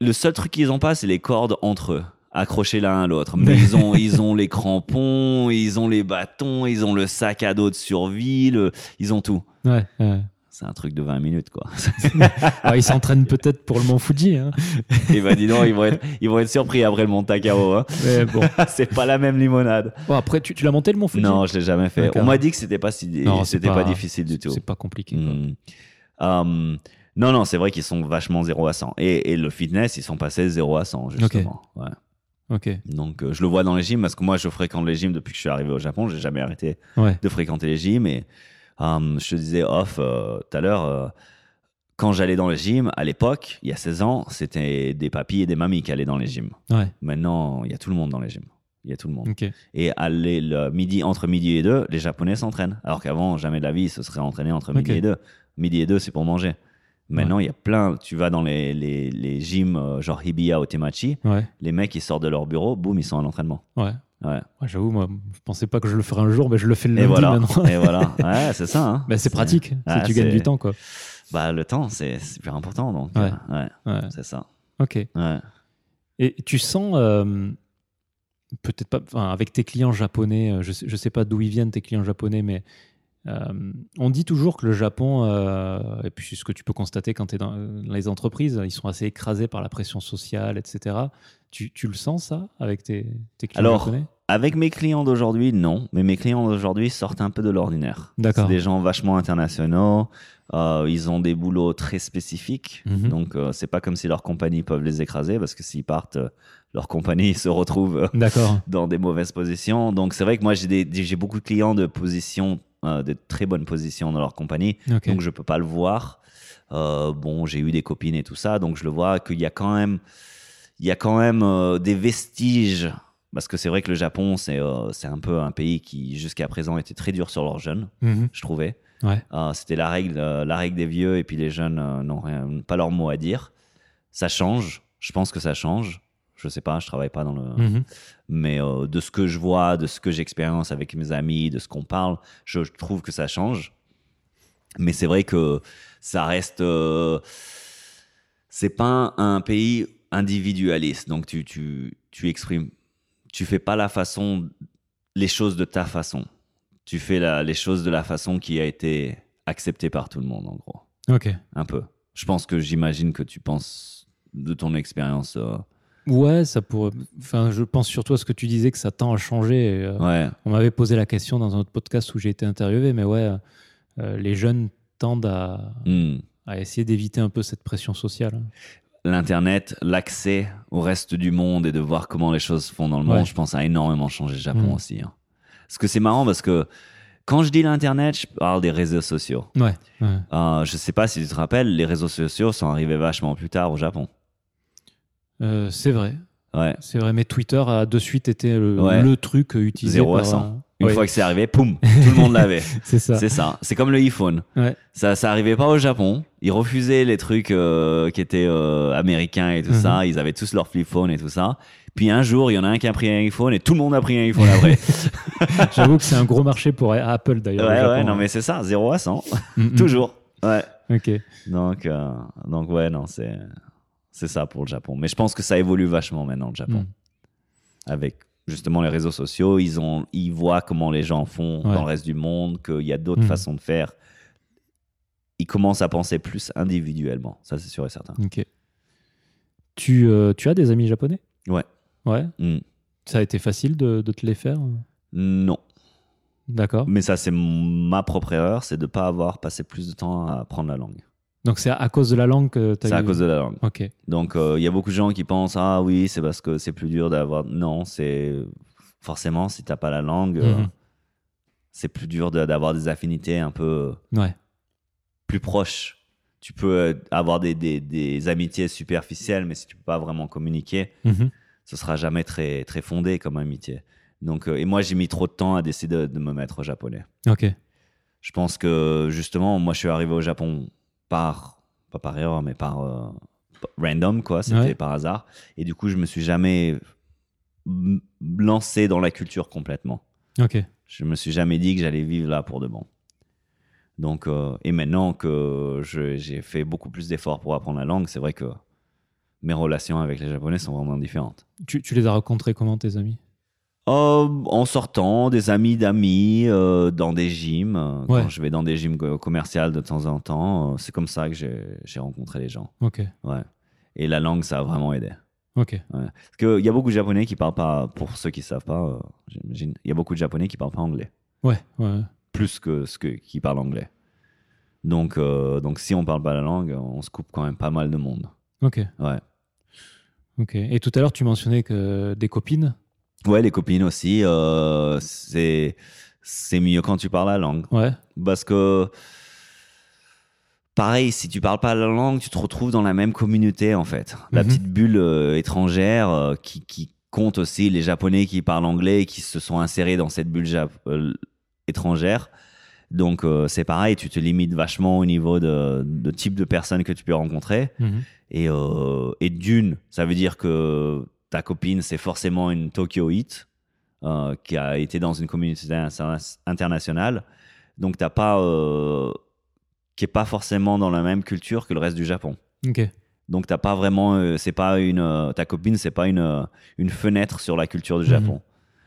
Speaker 2: Le seul truc qu'ils ont pas, c'est les cordes entre eux, accrochés l'un à l'autre. Mais ils ont, ils ont les crampons, ils ont les bâtons, ils ont le sac à dos de survie, le- ils ont tout.
Speaker 1: ouais, ouais.
Speaker 2: C'est un truc de 20 minutes, quoi.
Speaker 1: Alors, ils s'entraînent peut-être pour le Mont Fuji. hein.
Speaker 2: Et bah, dis donc, ils vont être, ils vont être surpris après le Monte Takao. hein.
Speaker 1: Mais bon.
Speaker 2: c'est pas la même limonade.
Speaker 1: Bon, après, tu, tu l'as monté le Mont Fuji
Speaker 2: Non, je l'ai jamais fait.
Speaker 1: D'accord.
Speaker 2: On m'a dit que c'était pas si,
Speaker 1: Non, c'est
Speaker 2: c'était pas,
Speaker 1: pas-
Speaker 2: difficile du tout.
Speaker 1: C'est pas compliqué. quoi.
Speaker 2: Hmm. Hum, non, non, c'est vrai qu'ils sont vachement 0 à 100. Et, et le fitness, ils sont passés 0 à 100, justement. Ouais.
Speaker 1: Ok.
Speaker 2: Donc, euh, je le vois dans les gyms parce que moi, je fréquente les gyms depuis que je suis arrivé au Japon. J'ai jamais arrêté
Speaker 1: Ouais.
Speaker 2: de fréquenter les gyms. Et hum, je te disais off euh, tout à l'heure, euh, quand j'allais dans les gyms, à l'époque, il y a 16 ans, c'était des papis et des mamies qui allaient dans les gyms.
Speaker 1: Ouais.
Speaker 2: Maintenant, il y a tout le monde dans les gyms. Il y a tout le monde.
Speaker 1: Ok.
Speaker 2: Et aller le midi, entre midi et deux, les Japonais s'entraînent. Alors qu'avant, jamais de la vie, ils se seraient entraînés entre midi
Speaker 1: Ok.
Speaker 2: et deux. Midi et deux, c'est pour manger. Maintenant, il y a plein. Tu vas dans les, les, les gyms, euh, genre Hibiya ou Temachi,
Speaker 1: Ouais.
Speaker 2: les mecs, ils sortent de leur bureau, boum, ils sont à l'entraînement.
Speaker 1: Ouais.
Speaker 2: Ouais.
Speaker 1: Ouais, J'avoue, moi, je pensais pas que je le ferais un jour, mais je le fais le
Speaker 2: Et
Speaker 1: lundi
Speaker 2: voilà.
Speaker 1: maintenant.
Speaker 2: et voilà. Ouais, c'est ça. hein.
Speaker 1: Bah, c'est pratique,
Speaker 2: Ah,
Speaker 1: si tu gagnes
Speaker 2: c'est-
Speaker 1: du temps, quoi.
Speaker 2: Bah, le temps, c'est c'est super important. Donc,
Speaker 1: Ouais.
Speaker 2: euh, ouais,
Speaker 1: Ouais.
Speaker 2: c'est ça.
Speaker 1: Ok.
Speaker 2: Ouais.
Speaker 1: Et tu sens, euh, peut-être pas, enfin, avec tes clients japonais, euh, je sais, je sais pas d'où ils viennent tes clients japonais, mais euh, on dit toujours que le Japon, euh, et puis c'est ce que tu peux constater quand tu es dans euh, les entreprises, ils sont assez écrasés par la pression sociale, etc. Tu, tu le sens, ça, avec tes, tes clients
Speaker 2: Alors,
Speaker 1: japonais
Speaker 2: Avec mes clients d'aujourd'hui, non. Mais mes clients d'aujourd'hui sortent un peu de l'ordinaire.
Speaker 1: D'accord.
Speaker 2: C'est des gens vachement internationaux. euh, ils ont des boulots très spécifiques.
Speaker 1: Mhm.
Speaker 2: Donc, euh, c'est pas comme si leurs compagnies peuvent les écraser parce que s'ils partent, euh, leurs compagnies se retrouvent euh,
Speaker 1: D'accord.
Speaker 2: dans des mauvaises positions. Donc, c'est vrai que moi, j'ai des- des- j'ai beaucoup de clients de positions, euh, de très bonnes positions dans leur compagnie.
Speaker 1: Ok.
Speaker 2: Donc, je peux pas le voir. Euh, bon, j'ai eu des copines et tout ça. Donc, je le vois qu'il y a quand même, il y a quand même euh, des vestiges. Parce que c'est vrai que le Japon, c'est euh, c'est un peu un pays qui, jusqu'à présent, était très dur sur leurs jeunes
Speaker 1: Mhm.
Speaker 2: je trouvais.
Speaker 1: Ouais.
Speaker 2: Euh, C'était la règle, euh, la règle des vieux et puis les jeunes euh, n'ont rien, pas leur mot à dire. Ça change. Je pense que ça change. Je sais pas, je travaille pas dans le.
Speaker 1: Mhm.
Speaker 2: Mais euh, de ce que je vois, de ce que j'expérience avec mes amis, de ce qu'on parle, je, je trouve que ça change. Mais c'est vrai que ça reste. euh, c'est pas un pays individualiste. Donc tu, tu, tu exprimes. Tu fais pas la façon. Les choses de ta façon. Tu fais la- les choses de la façon qui a été acceptée par tout le monde, en gros.
Speaker 1: Ok.
Speaker 2: Un peu. Je pense que j'imagine que tu penses de ton expérience. euh,
Speaker 1: Ouais, ça pourrait. Enfin, je pense surtout à ce que tu disais que ça tend à changer. et, euh,
Speaker 2: ouais.
Speaker 1: On m'avait posé la question dans un autre podcast où j'ai été interviewé, mais ouais, euh, les jeunes tendent à,
Speaker 2: Hmm.
Speaker 1: à essayer d'éviter un peu cette pression sociale. hein.
Speaker 2: l'internet, l'accès au reste du monde et de voir comment les choses se font dans le monde,
Speaker 1: Ouais.
Speaker 2: je pense a énormément changé le Japon
Speaker 1: Mm.
Speaker 2: aussi. hein. Parce que c'est marrant parce que quand je dis l'internet, je parle des réseaux sociaux.
Speaker 1: Ouais.
Speaker 2: Euh, je sais pas si tu te rappelles, les réseaux sociaux sont arrivés vachement plus tard au Japon.
Speaker 1: Euh, c'est vrai,
Speaker 2: Ouais.
Speaker 1: c'est vrai. Mais Twitter a de suite été le,
Speaker 2: Ouais.
Speaker 1: le truc utilisé.
Speaker 2: Zéro à
Speaker 1: par,
Speaker 2: cent.
Speaker 1: euh,
Speaker 2: Une
Speaker 1: ouais,
Speaker 2: fois que c'est arrivé, poum, tout le monde l'avait.
Speaker 1: C'est ça.
Speaker 2: C'est ça. C'est comme le iPhone.
Speaker 1: Ouais.
Speaker 2: Ça, ça arrivait pas au Japon. Ils refusaient les trucs euh, qui étaient euh, américains et tout
Speaker 1: Mhm.
Speaker 2: ça. Ils avaient tous leur flip phone et tout ça. Puis un jour, il y en a un qui a pris un iPhone et tout le monde a pris un iPhone après.
Speaker 1: J'avoue que c'est un gros marché pour Apple d'ailleurs.
Speaker 2: Ouais,
Speaker 1: le
Speaker 2: ouais,
Speaker 1: Japon. hein.
Speaker 2: non, mais c'est ça, 0 à 100,
Speaker 1: Mm, mm.
Speaker 2: toujours. Ouais.
Speaker 1: Ok.
Speaker 2: Donc, euh, donc ouais, non, c'est, c'est ça pour le Japon. Mais je pense que ça évolue vachement maintenant, le Japon.
Speaker 1: Mm.
Speaker 2: Avec justement les réseaux sociaux, ils, ont, ils voient comment les gens font
Speaker 1: Ouais.
Speaker 2: dans le reste du monde, qu'il y a d'autres
Speaker 1: Mm.
Speaker 2: façons de faire. Ils commencent à penser plus individuellement, ça c'est sûr et certain.
Speaker 1: Ok. Tu, euh, tu as des amis japonais
Speaker 2: Ouais.
Speaker 1: Ouais.
Speaker 2: Mm.
Speaker 1: Ça a été facile de, de te les faire
Speaker 2: Non,
Speaker 1: D'accord.
Speaker 2: mais ça c'est ma propre erreur, c'est de ne pas avoir passé plus de temps à apprendre la langue.
Speaker 1: Donc c'est à cause de la langue que tu as
Speaker 2: C'est à cause de la langue.
Speaker 1: Ok.
Speaker 2: Donc, euh, il y a beaucoup de gens qui pensent Ah oui, c'est parce que c'est plus dur d'avoir. Non, c'est. Forcément, si t'as pas la langue, euh,
Speaker 1: Mhm.
Speaker 2: c'est plus dur de- d'avoir des affinités un peu euh,
Speaker 1: Ouais.
Speaker 2: plus proches. Tu peux euh, avoir des, des, des amitiés superficielles, mais si tu peux pas vraiment communiquer,
Speaker 1: Mhm.
Speaker 2: ce sera jamais très, très fondé comme amitié. Donc, euh, et moi, j'ai mis trop de temps à décider de, de me mettre au japonais.
Speaker 1: Ok.
Speaker 2: Je pense que justement, moi, je suis arrivé au Japon par, pas par erreur, mais par euh, p- random, quoi. C'était
Speaker 1: Ouais.
Speaker 2: par hasard. Et du coup, je me suis jamais m- lancé dans la culture complètement.
Speaker 1: Ok.
Speaker 2: Je me suis jamais dit que j'allais vivre là pour de bon. Donc, euh, et maintenant que je- j'ai fait beaucoup plus d'efforts pour apprendre la langue, c'est vrai que mes relations avec les Japonais sont vraiment différentes.
Speaker 1: Tu, tu les as rencontrés comment tes amis
Speaker 2: Euh, en sortant, des amis d'amis, euh, dans des gyms. euh,
Speaker 1: Ouais.
Speaker 2: Quand je vais dans des gyms co- commerciales de temps en temps, euh, c'est comme ça que j'ai j'ai rencontré les gens.
Speaker 1: Ok.
Speaker 2: Ouais. Et la langue, ça a vraiment aidé.
Speaker 1: Ok.
Speaker 2: Parce qu'il y a beaucoup de Japonais qui parlent pas, pour ceux qui savent pas, euh, j'imagine, il y a beaucoup de Japonais qui parlent pas anglais.
Speaker 1: Ouais. Ouais.
Speaker 2: Plus que ce que, qui parlent anglais. Donc, euh, donc si on parle pas la langue, on se coupe quand même pas mal de monde.
Speaker 1: Ok.
Speaker 2: Ouais.
Speaker 1: Ok. Et tout à l'heure tu mentionnais que des copines.
Speaker 2: Ouais, les copines aussi, euh, c'est c'est mieux quand tu parles la langue.
Speaker 1: Ouais.
Speaker 2: Parce que, pareil, si tu parles pas la langue, tu te retrouves dans la même communauté, en fait. La
Speaker 1: Mhm.
Speaker 2: petite bulle euh, étrangère euh, qui, qui compte aussi les Japonais qui parlent anglais et qui se sont insérés dans cette bulle jap- euh, étrangère. Donc, euh, c'est pareil, tu te limites vachement au niveau de, de type de personnes que tu peux rencontrer.
Speaker 1: Mhm.
Speaker 2: Et, euh, et d'une, ça veut dire que ta copine, c'est forcément une Tokyoïte euh, qui a été dans une communauté interna- internationale. Donc, t'as pas. euh, qui est pas forcément dans la même culture que le reste du Japon.
Speaker 1: Ok.
Speaker 2: Donc, t'as pas vraiment. euh, c'est pas une. euh, ta copine, c'est pas une, euh, une fenêtre sur la culture du
Speaker 1: Mhm.
Speaker 2: Japon.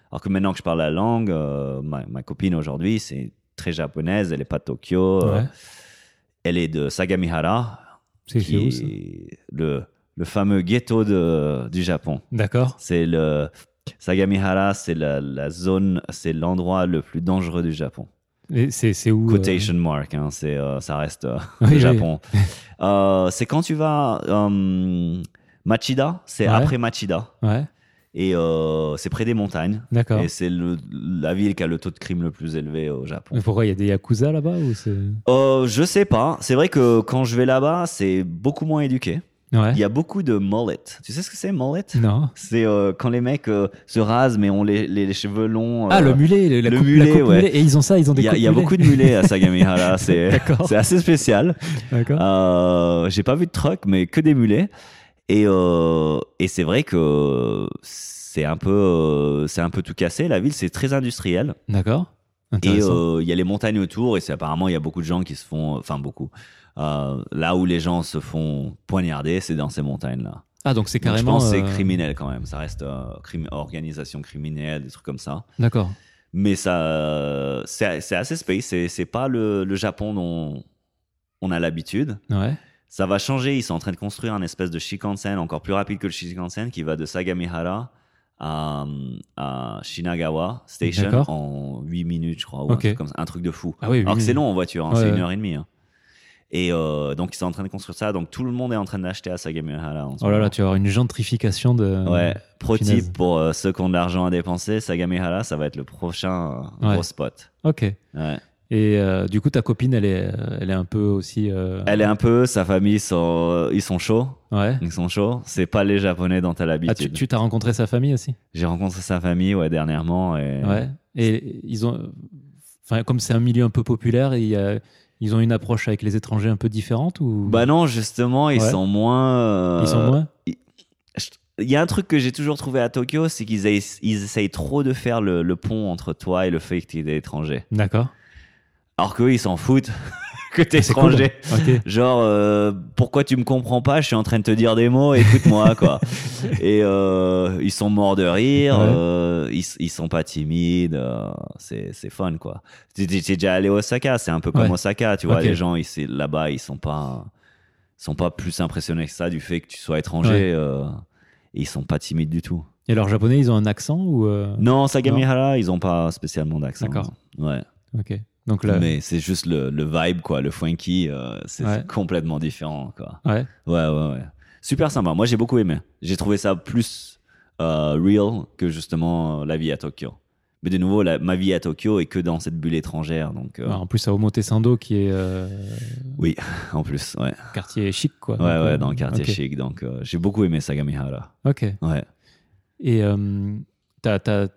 Speaker 2: Alors que maintenant que je parle la langue, euh, ma, ma copine aujourd'hui, c'est très japonaise, elle est pas de Tokyo, euh,
Speaker 1: Ouais.
Speaker 2: elle est de Sagamihara,
Speaker 1: C'est
Speaker 2: qui
Speaker 1: c'est où ça
Speaker 2: est le, le fameux ghetto de, du Japon.
Speaker 1: D'accord.
Speaker 2: C'est le Sagamihara, c'est la, la zone, c'est l'endroit le plus dangereux du Japon.
Speaker 1: Et C'est c'est où euh,
Speaker 2: Quotation mark, hein, c'est, euh, ça reste euh,
Speaker 1: Oui,
Speaker 2: le
Speaker 1: oui.
Speaker 2: Japon. Euh, c'est quand tu vas euh, Machida, c'est
Speaker 1: Ouais.
Speaker 2: après Machida,
Speaker 1: Ouais.
Speaker 2: et euh, c'est près des montagnes.
Speaker 1: D'accord.
Speaker 2: Et c'est le- la ville qui a le taux de crime le plus élevé au Japon.
Speaker 1: Mais pourquoi il y a des yakuza là-bas ou c'est
Speaker 2: Euh, je sais pas. C'est vrai que quand je vais là-bas, c'est beaucoup moins éduqué.
Speaker 1: Ouais.
Speaker 2: Il y a beaucoup de mullet. Tu sais ce que c'est, mullet
Speaker 1: Non.
Speaker 2: C'est euh, quand les mecs euh, se rasent mais ont les, les- les cheveux longs.
Speaker 1: Ah,
Speaker 2: euh,
Speaker 1: le mulet, le, la
Speaker 2: le
Speaker 1: coupe- la
Speaker 2: mulet,
Speaker 1: coupe
Speaker 2: ouais.
Speaker 1: mulet. Et ils ont ça, ils ont des
Speaker 2: Il y, a-
Speaker 1: coupes
Speaker 2: il y a
Speaker 1: mulets.
Speaker 2: beaucoup de mulets à Sagamihara, c'est
Speaker 1: D'accord.
Speaker 2: c'est assez spécial.
Speaker 1: D'accord.
Speaker 2: Euh, J'ai pas vu de truck, mais que des mulets. Et, euh, et c'est vrai que c'est un peu euh, c'est un peu tout cassé. La ville c'est très industriel
Speaker 1: D'accord.
Speaker 2: et
Speaker 1: Intéressant.
Speaker 2: euh, il y a les montagnes autour et c'est apparemment il y a beaucoup de gens qui se font enfin beaucoup Euh, là où les gens se font poignarder c'est dans ces montagnes là.
Speaker 1: ah, donc c'est
Speaker 2: Donc,
Speaker 1: carrément.
Speaker 2: je pense que
Speaker 1: euh,
Speaker 2: c'est criminel quand même. Ça reste euh, crimi- organisation criminelle, des trucs comme ça.
Speaker 1: D'accord.
Speaker 2: Mais ça, euh, c'est c'est assez space. C'est c'est pas le, le Japon dont on a l'habitude.
Speaker 1: Ouais.
Speaker 2: Ça va changer. Ils sont en train de construire un espèce de Shinkansen encore plus rapide que le Shinkansen qui va de Sagamihara à, à Shinagawa Station
Speaker 1: D'accord.
Speaker 2: en 8 minutes, je crois. Ou un,
Speaker 1: Ok.
Speaker 2: truc comme ça. un truc de fou.
Speaker 1: Ah oui.
Speaker 2: Alors
Speaker 1: oui,
Speaker 2: que c'est
Speaker 1: oui.
Speaker 2: long en voiture, hein,
Speaker 1: Ouais,
Speaker 2: c'est une
Speaker 1: ouais.
Speaker 2: heure et demie. hein. Et euh, donc ils sont en train de construire ça. Donc tout le monde est en train d'acheter à Sagamihara. en ce
Speaker 1: Oh là
Speaker 2: moment.
Speaker 1: là, tu euh, vas avoir une gentrification de.
Speaker 2: Ouais, pro
Speaker 1: punaise.
Speaker 2: tip pour euh, ceux qui ont de l'argent à dépenser, Sagamihara, ça va être le prochain euh,
Speaker 1: Ouais.
Speaker 2: gros spot.
Speaker 1: Ok.
Speaker 2: Ouais.
Speaker 1: Et euh, du coup, ta copine, elle est, euh, elle est un peu aussi. euh,
Speaker 2: Elle est un peu, sa famille, sont, euh, ils sont chauds.
Speaker 1: Ouais.
Speaker 2: Ils sont chauds. C'est pas les Japonais dont t'as
Speaker 1: Ah, tu
Speaker 2: l'habitude.
Speaker 1: tu t'as rencontré sa famille aussi
Speaker 2: J'ai rencontré sa famille ouais, dernièrement. Et...
Speaker 1: Ouais. Et ils ont. Enfin, comme c'est un milieu un peu populaire, il y a- ils ont une approche avec les étrangers un peu différente ou.
Speaker 2: Bah non, justement, ils
Speaker 1: Ouais.
Speaker 2: sont moins. euh,
Speaker 1: Ils sont moins
Speaker 2: Il y a un truc que j'ai toujours trouvé à Tokyo, c'est qu'ils aient- ils essayent trop de faire le, le pont entre toi et le fait que t'es étranger.
Speaker 1: D'accord.
Speaker 2: Alors qu'eux, ils s'en foutent que t'es
Speaker 1: Ah, C'est cool.
Speaker 2: étranger.
Speaker 1: Ok.
Speaker 2: Genre, euh, pourquoi tu me comprends pas Je suis en train de te dire des mots, écoute-moi, quoi. Et euh, ils sont morts de rire,
Speaker 1: Ouais.
Speaker 2: euh, ils, ils sont pas timides, euh, c'est c'est fun, quoi. T'es t'es- t'es déjà allé à Osaka, c'est un peu comme
Speaker 1: Ouais.
Speaker 2: Osaka, tu vois,
Speaker 1: Ok.
Speaker 2: les gens ici- là-bas, ils sont pas sont pas plus impressionnés que ça du fait que tu sois étranger.
Speaker 1: Ouais.
Speaker 2: euh, ils sont pas timides du tout.
Speaker 1: Et leurs japonais, ils ont un accent ou. euh,
Speaker 2: Non, Sagamihara, ils ont pas spécialement d'accent.
Speaker 1: D'accord.
Speaker 2: Ouais.
Speaker 1: Ok. Donc là,
Speaker 2: Mais c'est juste le, le vibe, quoi. Le funky, euh, c'est
Speaker 1: Ouais.
Speaker 2: c'est complètement différent, quoi.
Speaker 1: ouais.
Speaker 2: Ouais, ouais, ouais. Super sympa. Moi, j'ai beaucoup aimé. J'ai trouvé ça plus euh, real que justement euh, la vie à Tokyo. Mais de nouveau, la- ma vie à Tokyo est que dans cette bulle étrangère. Donc, euh,
Speaker 1: Ouais, Ah, en plus à Omotesando qui est euh,
Speaker 2: en plus, ouais.
Speaker 1: quartier chic quoi.
Speaker 2: Ouais,
Speaker 1: Donc,
Speaker 2: ouais,
Speaker 1: euh,
Speaker 2: dans le quartier
Speaker 1: Ah. ok.
Speaker 2: chic. Donc, euh, j'ai beaucoup aimé Sagamihara.
Speaker 1: Ok.
Speaker 2: Ouais.
Speaker 1: Et euh, t'as- t'as-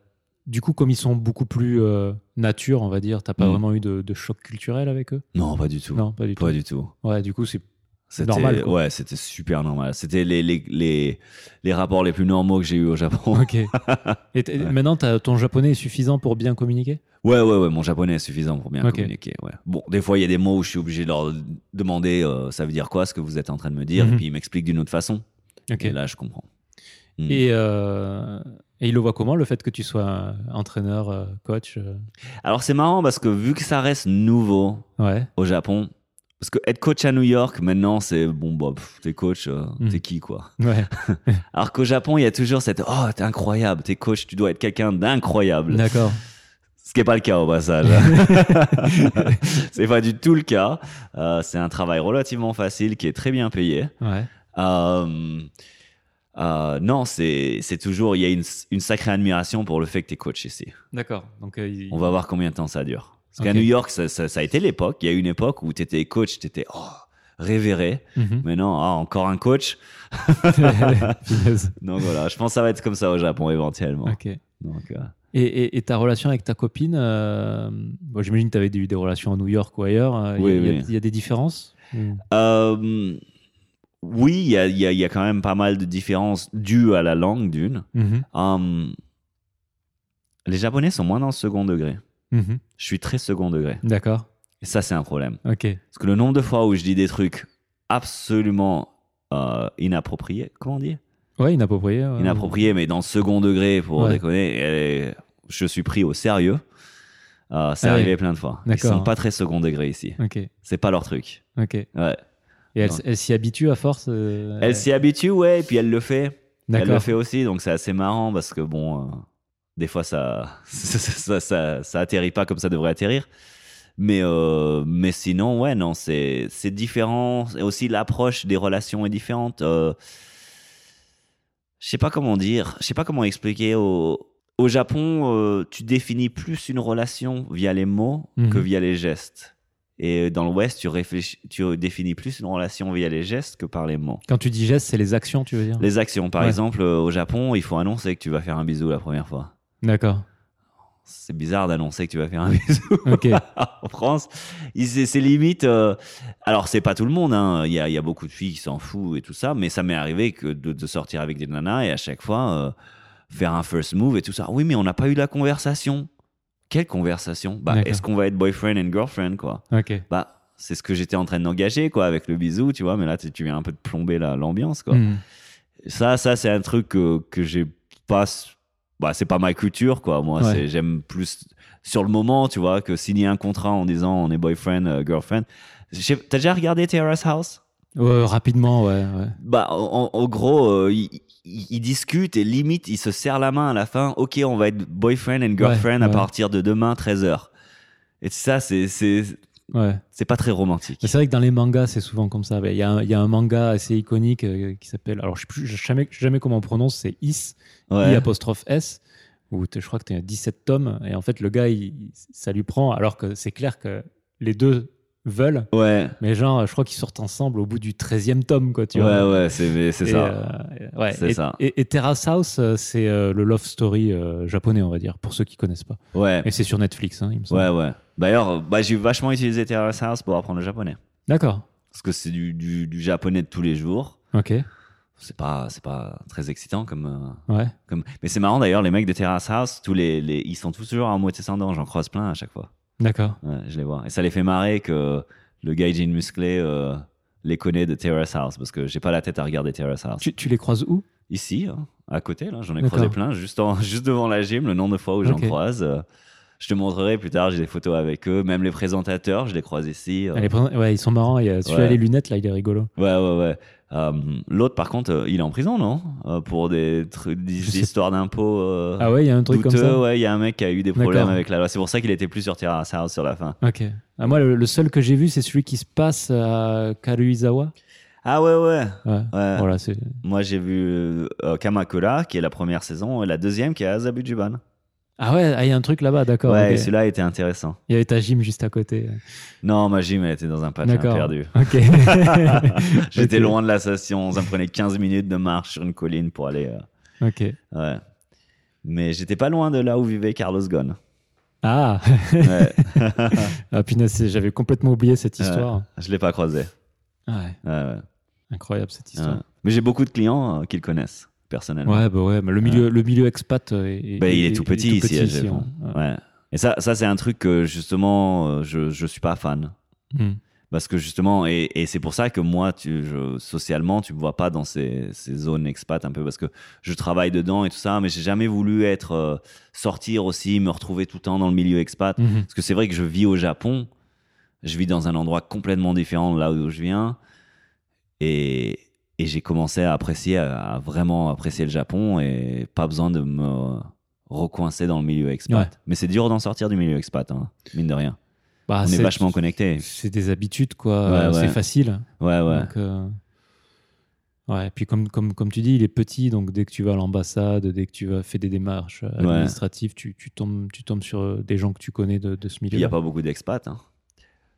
Speaker 1: du coup, comme ils sont beaucoup plus euh, nature, on va dire, t'as pas
Speaker 2: Mm.
Speaker 1: vraiment eu de, de choc culturel avec eux
Speaker 2: Non, pas du tout.
Speaker 1: Non, pas du tout.
Speaker 2: Pas du tout.
Speaker 1: Ouais, du coup, c'est
Speaker 2: C'était
Speaker 1: Normal, quoi.
Speaker 2: ouais, c'était super normal. C'était les, les, les, les rapports les plus normaux que j'ai eu au Japon.
Speaker 1: ok. Et t-
Speaker 2: Ouais.
Speaker 1: maintenant, t'as- ton japonais est suffisant pour bien communiquer
Speaker 2: Ouais, ouais, ouais, mon japonais est suffisant pour bien
Speaker 1: Ok.
Speaker 2: communiquer. Ouais. Bon, des fois, il y a des mots où je suis obligé de leur demander euh, ça veut dire quoi ce que vous êtes en train de me dire,
Speaker 1: Mhm.
Speaker 2: et puis ils m'expliquent d'une autre façon.
Speaker 1: Ok.
Speaker 2: Et là, je comprends. Mm.
Speaker 1: Et, euh, et il le voit comment le fait que tu sois euh, entraîneur, euh, coach euh,
Speaker 2: Alors, c'est marrant parce que vu que ça reste nouveau
Speaker 1: Ouais.
Speaker 2: au Japon, parce que être coach à New York, maintenant, c'est bon, bah, pff, t'es coach, euh,
Speaker 1: Mhm.
Speaker 2: t'es qui, quoi
Speaker 1: Ouais.
Speaker 2: Alors qu'au Japon, il y a toujours cette oh, t'es incroyable, t'es coach, tu dois être quelqu'un d'incroyable.
Speaker 1: D'accord.
Speaker 2: Ce qui n'est pas le cas au passage. c'est pas du tout le cas. Euh, c'est un travail relativement facile qui est très bien payé.
Speaker 1: Ouais.
Speaker 2: Euh, euh, non, c'est c'est toujours, il y a une, une sacrée admiration pour le fait que t'es coach ici.
Speaker 1: D'accord. Donc euh, il-
Speaker 2: On va voir combien de temps ça dure. Parce qu'à
Speaker 1: Ok.
Speaker 2: New York, ça, ça- ça a été l'époque. Il y a eu une époque où t'étais coach, t'étais oh, révéré.
Speaker 1: Mhm.
Speaker 2: Maintenant, ah, encore un coach.
Speaker 1: Punaise.
Speaker 2: Donc voilà, je pense que ça va être comme ça au Japon éventuellement.
Speaker 1: ok. Et,
Speaker 2: Donc, euh,
Speaker 1: et- et ta relation avec ta copine, euh, bon, j'imagine que tu avais eu des relations à New York ou ailleurs. euh, Il
Speaker 2: Oui,
Speaker 1: y, a-
Speaker 2: oui.
Speaker 1: il y a des différences Mm.
Speaker 2: Euh, oui, il y a, il y a- il y a quand même pas mal de différences dues à la langue d'une.
Speaker 1: Mhm.
Speaker 2: Hum, les Japonais sont moins dans le second degré.
Speaker 1: Mhm.
Speaker 2: Je suis très second degré.
Speaker 1: D'accord.
Speaker 2: Et ça, c'est un problème.
Speaker 1: Ok.
Speaker 2: Parce que le nombre de fois où je dis des trucs absolument euh, inappropriés, comment on dit
Speaker 1: Ouais, inapproprié. ouais.
Speaker 2: Inappropriés, mais dans le second degré, pour
Speaker 1: Euh. Ouais.
Speaker 2: déconner, et je suis pris au sérieux. Euh, c'est
Speaker 1: Ah oui.
Speaker 2: arrivé plein de fois. Ils
Speaker 1: D'accord.
Speaker 2: sont pas très second degré ici.
Speaker 1: Ok.
Speaker 2: C'est pas leur truc.
Speaker 1: Ok. Et
Speaker 2: Ouais.
Speaker 1: elle,
Speaker 2: Non.
Speaker 1: elle s'y habitue à force. euh,
Speaker 2: Elle s'y habitue, ouais, et puis elle le fait. Elle le
Speaker 1: D'accord.
Speaker 2: fait aussi, donc c'est assez marrant parce que bon, euh, des fois ça ça, ça, ça- ça atterrit pas comme ça devrait atterrir. Mais, euh, mais sinon, ouais, non, c'est c'est différent. Et aussi, l'approche des relations est différente. Euh, je sais pas comment dire, je sais pas comment expliquer. Au, au Japon, euh, tu définis plus une relation via les mots
Speaker 1: Mhm.
Speaker 2: que via les gestes. Et dans l'Ouest, tu, réfléchis- tu définis plus une relation via les gestes que par les mots.
Speaker 1: Quand tu dis geste, c'est les actions, tu veux dire
Speaker 2: Les actions, par
Speaker 1: Ouais.
Speaker 2: exemple, euh, au Japon, il faut annoncer que tu vas faire un bisou la première fois.
Speaker 1: D'accord.
Speaker 2: C'est bizarre d'annoncer que tu vas faire un bisou
Speaker 1: Ok.
Speaker 2: en France. Il- C'est c'est limite. euh, Alors, c'est pas tout le monde. hein. Il y, a, il y a beaucoup de filles qui s'en foutent et tout ça. Mais ça m'est arrivé que de, de sortir avec des nanas et à chaque fois euh, faire un first move et tout ça. Oui, mais on n'a pas eu la conversation. Quelle conversation Bah,
Speaker 1: D'accord.
Speaker 2: est-ce qu'on va être boyfriend and girlfriend quoi
Speaker 1: Ok.
Speaker 2: Bah, c'est ce que j'étais en train d'engager quoi avec le bisou, tu vois. Mais là, tu tu viens un peu de plomber la- l'ambiance quoi.
Speaker 1: Mm.
Speaker 2: ça ça c'est un truc que, que j'ai pas bah c'est pas ma culture quoi moi
Speaker 1: Ouais.
Speaker 2: c'est j'aime plus sur le moment tu vois que signer un contrat en disant on est boyfriend euh, girlfriend Je sais- t'as déjà regardé Terrace House
Speaker 1: Ouais, rapidement, ouais. ouais.
Speaker 2: bah en, en- en gros euh, ils, ils- ils discutent et limite ils se serrent la main à la fin ok on va être boyfriend and girlfriend
Speaker 1: Ouais,
Speaker 2: à
Speaker 1: ouais.
Speaker 2: partir de demain 13h et ça c'est c'est
Speaker 1: ouais.
Speaker 2: c'est pas très romantique
Speaker 1: Mais c'est vrai que dans les mangas, c'est souvent comme ça. Il y, a un- il y a un manga assez iconique euh, qui s'appelle. Alors, je ne sais jamais, je sais jamais comment on prononce, c'est Is, I
Speaker 2: ouais
Speaker 1: apostrophe S, où t'es- je crois que tu as 17 tomes. Et en fait, le gars, il- ça lui prend, alors que c'est clair que les deux veulent.
Speaker 2: ouais
Speaker 1: Mais genre, je crois qu'ils sortent ensemble au bout du 13e tome, quoi, tu
Speaker 2: ouais
Speaker 1: vois.
Speaker 2: ouais c'est mais c'est
Speaker 1: Et,
Speaker 2: ça
Speaker 1: euh, ouais.
Speaker 2: C'est
Speaker 1: et,
Speaker 2: ça.
Speaker 1: Et, et Terrace House, euh, c'est euh, le love story euh, japonais, on va dire, pour ceux qui connaissent pas.
Speaker 2: ouais
Speaker 1: Et c'est sur Netflix, hein, il me semble.
Speaker 2: ouais ouais d'ailleurs bah, j'ai vachement utilisé Terrace House pour apprendre le japonais
Speaker 1: D'accord.
Speaker 2: parce que c'est du, du, du japonais de tous les jours.
Speaker 1: Ok.
Speaker 2: C'est pas, c'est pas très excitant comme, euh,
Speaker 1: Ouais.
Speaker 2: comme. Mais c'est marrant d'ailleurs, les mecs de Terrace House, tous les, les- ils sont tous toujours à moitié sans dents. J'en croise plein à chaque fois.
Speaker 1: D'accord.
Speaker 2: Ouais, je les vois. Et ça les fait marrer que le gaijin musclé euh, les connaît de Terrace House parce que j'ai pas la tête à regarder Terrace House.
Speaker 1: Tu, tu les croises où
Speaker 2: Ici, hein, à côté, là, j'en ai
Speaker 1: D'accord.
Speaker 2: croisé plein, juste, en, juste devant la gym, le nombre de fois où j'en
Speaker 1: Ok.
Speaker 2: croise. euh, Je te montrerai plus tard, j'ai des photos avec eux. Même les présentateurs, je les croise ici. euh,
Speaker 1: Ah, les présent- ouais, ils sont marrants. Il y a- Celui-là,
Speaker 2: Ouais.
Speaker 1: les lunettes, là, il est rigolo.
Speaker 2: Ouais, ouais, ouais. Euh, L'autre, par contre, euh, il est en prison, non Euh, Pour des, trucs- des
Speaker 1: Je sais-
Speaker 2: histoires d'impôts. euh,
Speaker 1: Ah ouais, il y a un truc comme
Speaker 2: douteux.
Speaker 1: ça.
Speaker 2: Ouais, il y a un mec qui a eu des problèmes
Speaker 1: D'accord.
Speaker 2: avec la loi. C'est pour ça qu'il était plus sur Terrace House sur la fin.
Speaker 1: Ok. Ah, moi, le, le seul que j'ai vu, c'est celui qui se passe à Karuizawa.
Speaker 2: Ah ouais, ouais.
Speaker 1: Ouais.
Speaker 2: Ouais.
Speaker 1: Voilà, c'est.
Speaker 2: Moi, j'ai vu euh, Kamakura, qui est la première saison, et la deuxième, qui est Azabujuban.
Speaker 1: Ah ouais, ah, il y a un truc là-bas, d'accord.
Speaker 2: Ouais,
Speaker 1: ok.
Speaker 2: et celui-là était intéressant.
Speaker 1: Il y avait ta gym juste à côté.
Speaker 2: Non, ma gym, elle était dans un patin
Speaker 1: D'accord.
Speaker 2: perdu.
Speaker 1: Ok.
Speaker 2: J'étais
Speaker 1: Ok.
Speaker 2: loin de la station, ça me prenait 15 minutes de marche sur une colline pour aller. euh,
Speaker 1: ok.
Speaker 2: ouais. Mais j'étais pas loin de là où vivait Carlos Ghosn.
Speaker 1: Ah,
Speaker 2: Ouais,
Speaker 1: ah punaise, c'est- j'avais complètement oublié cette
Speaker 2: Ah Ouais.
Speaker 1: histoire.
Speaker 2: je l'ai pas croisé.
Speaker 1: Ouais.
Speaker 2: Ouais, Ah, ouais,
Speaker 1: Incroyable cette
Speaker 2: ouais.
Speaker 1: histoire.
Speaker 2: Mais j'ai beaucoup de clients euh, qui le connaissent, personnellement.
Speaker 1: Ouais, bah ouais, mais le milieu, le milieu expat euh, est,
Speaker 2: Ah. Bah, il est tout petit ici, à Japon.
Speaker 1: ouais.
Speaker 2: Ouais. Et ça, ça c'est un truc que justement, euh, je, je suis pas fan.
Speaker 1: Hmm.
Speaker 2: Parce que justement, et, et c'est pour ça que moi, tu, je- socialement, tu me vois pas dans ces, ces zones expat un peu, parce que je travaille dedans et tout ça, mais j'ai jamais voulu être, euh, sortir aussi, me retrouver tout le temps dans le milieu expat.
Speaker 1: Mhm.
Speaker 2: Parce que c'est vrai que je vis au Japon, je vis dans un endroit complètement différent de là où je viens, et, et j'ai commencé à apprécier, à, à vraiment apprécier le Japon, et pas besoin de me recoincer dans le milieu expat.
Speaker 1: Ouais.
Speaker 2: Mais c'est dur d'en sortir du milieu expat, hein, mine de rien.
Speaker 1: Bah,
Speaker 2: On est
Speaker 1: c'est-
Speaker 2: vachement connecté.
Speaker 1: C'est des habitudes, quoi.
Speaker 2: Ouais,
Speaker 1: euh, C'est
Speaker 2: ouais.
Speaker 1: facile.
Speaker 2: Ouais, ouais.
Speaker 1: Donc, euh, ouais, et puis comme, comme, comme tu dis, il est petit, donc dès que tu vas à l'ambassade, dès que tu vas faire des démarches euh,
Speaker 2: Ouais.
Speaker 1: administratives, tu, tu tombes, tu tombes sur euh, des gens que tu connais de, de ce
Speaker 2: Il n'y
Speaker 1: milieu.
Speaker 2: a pas beaucoup d'expats. hein.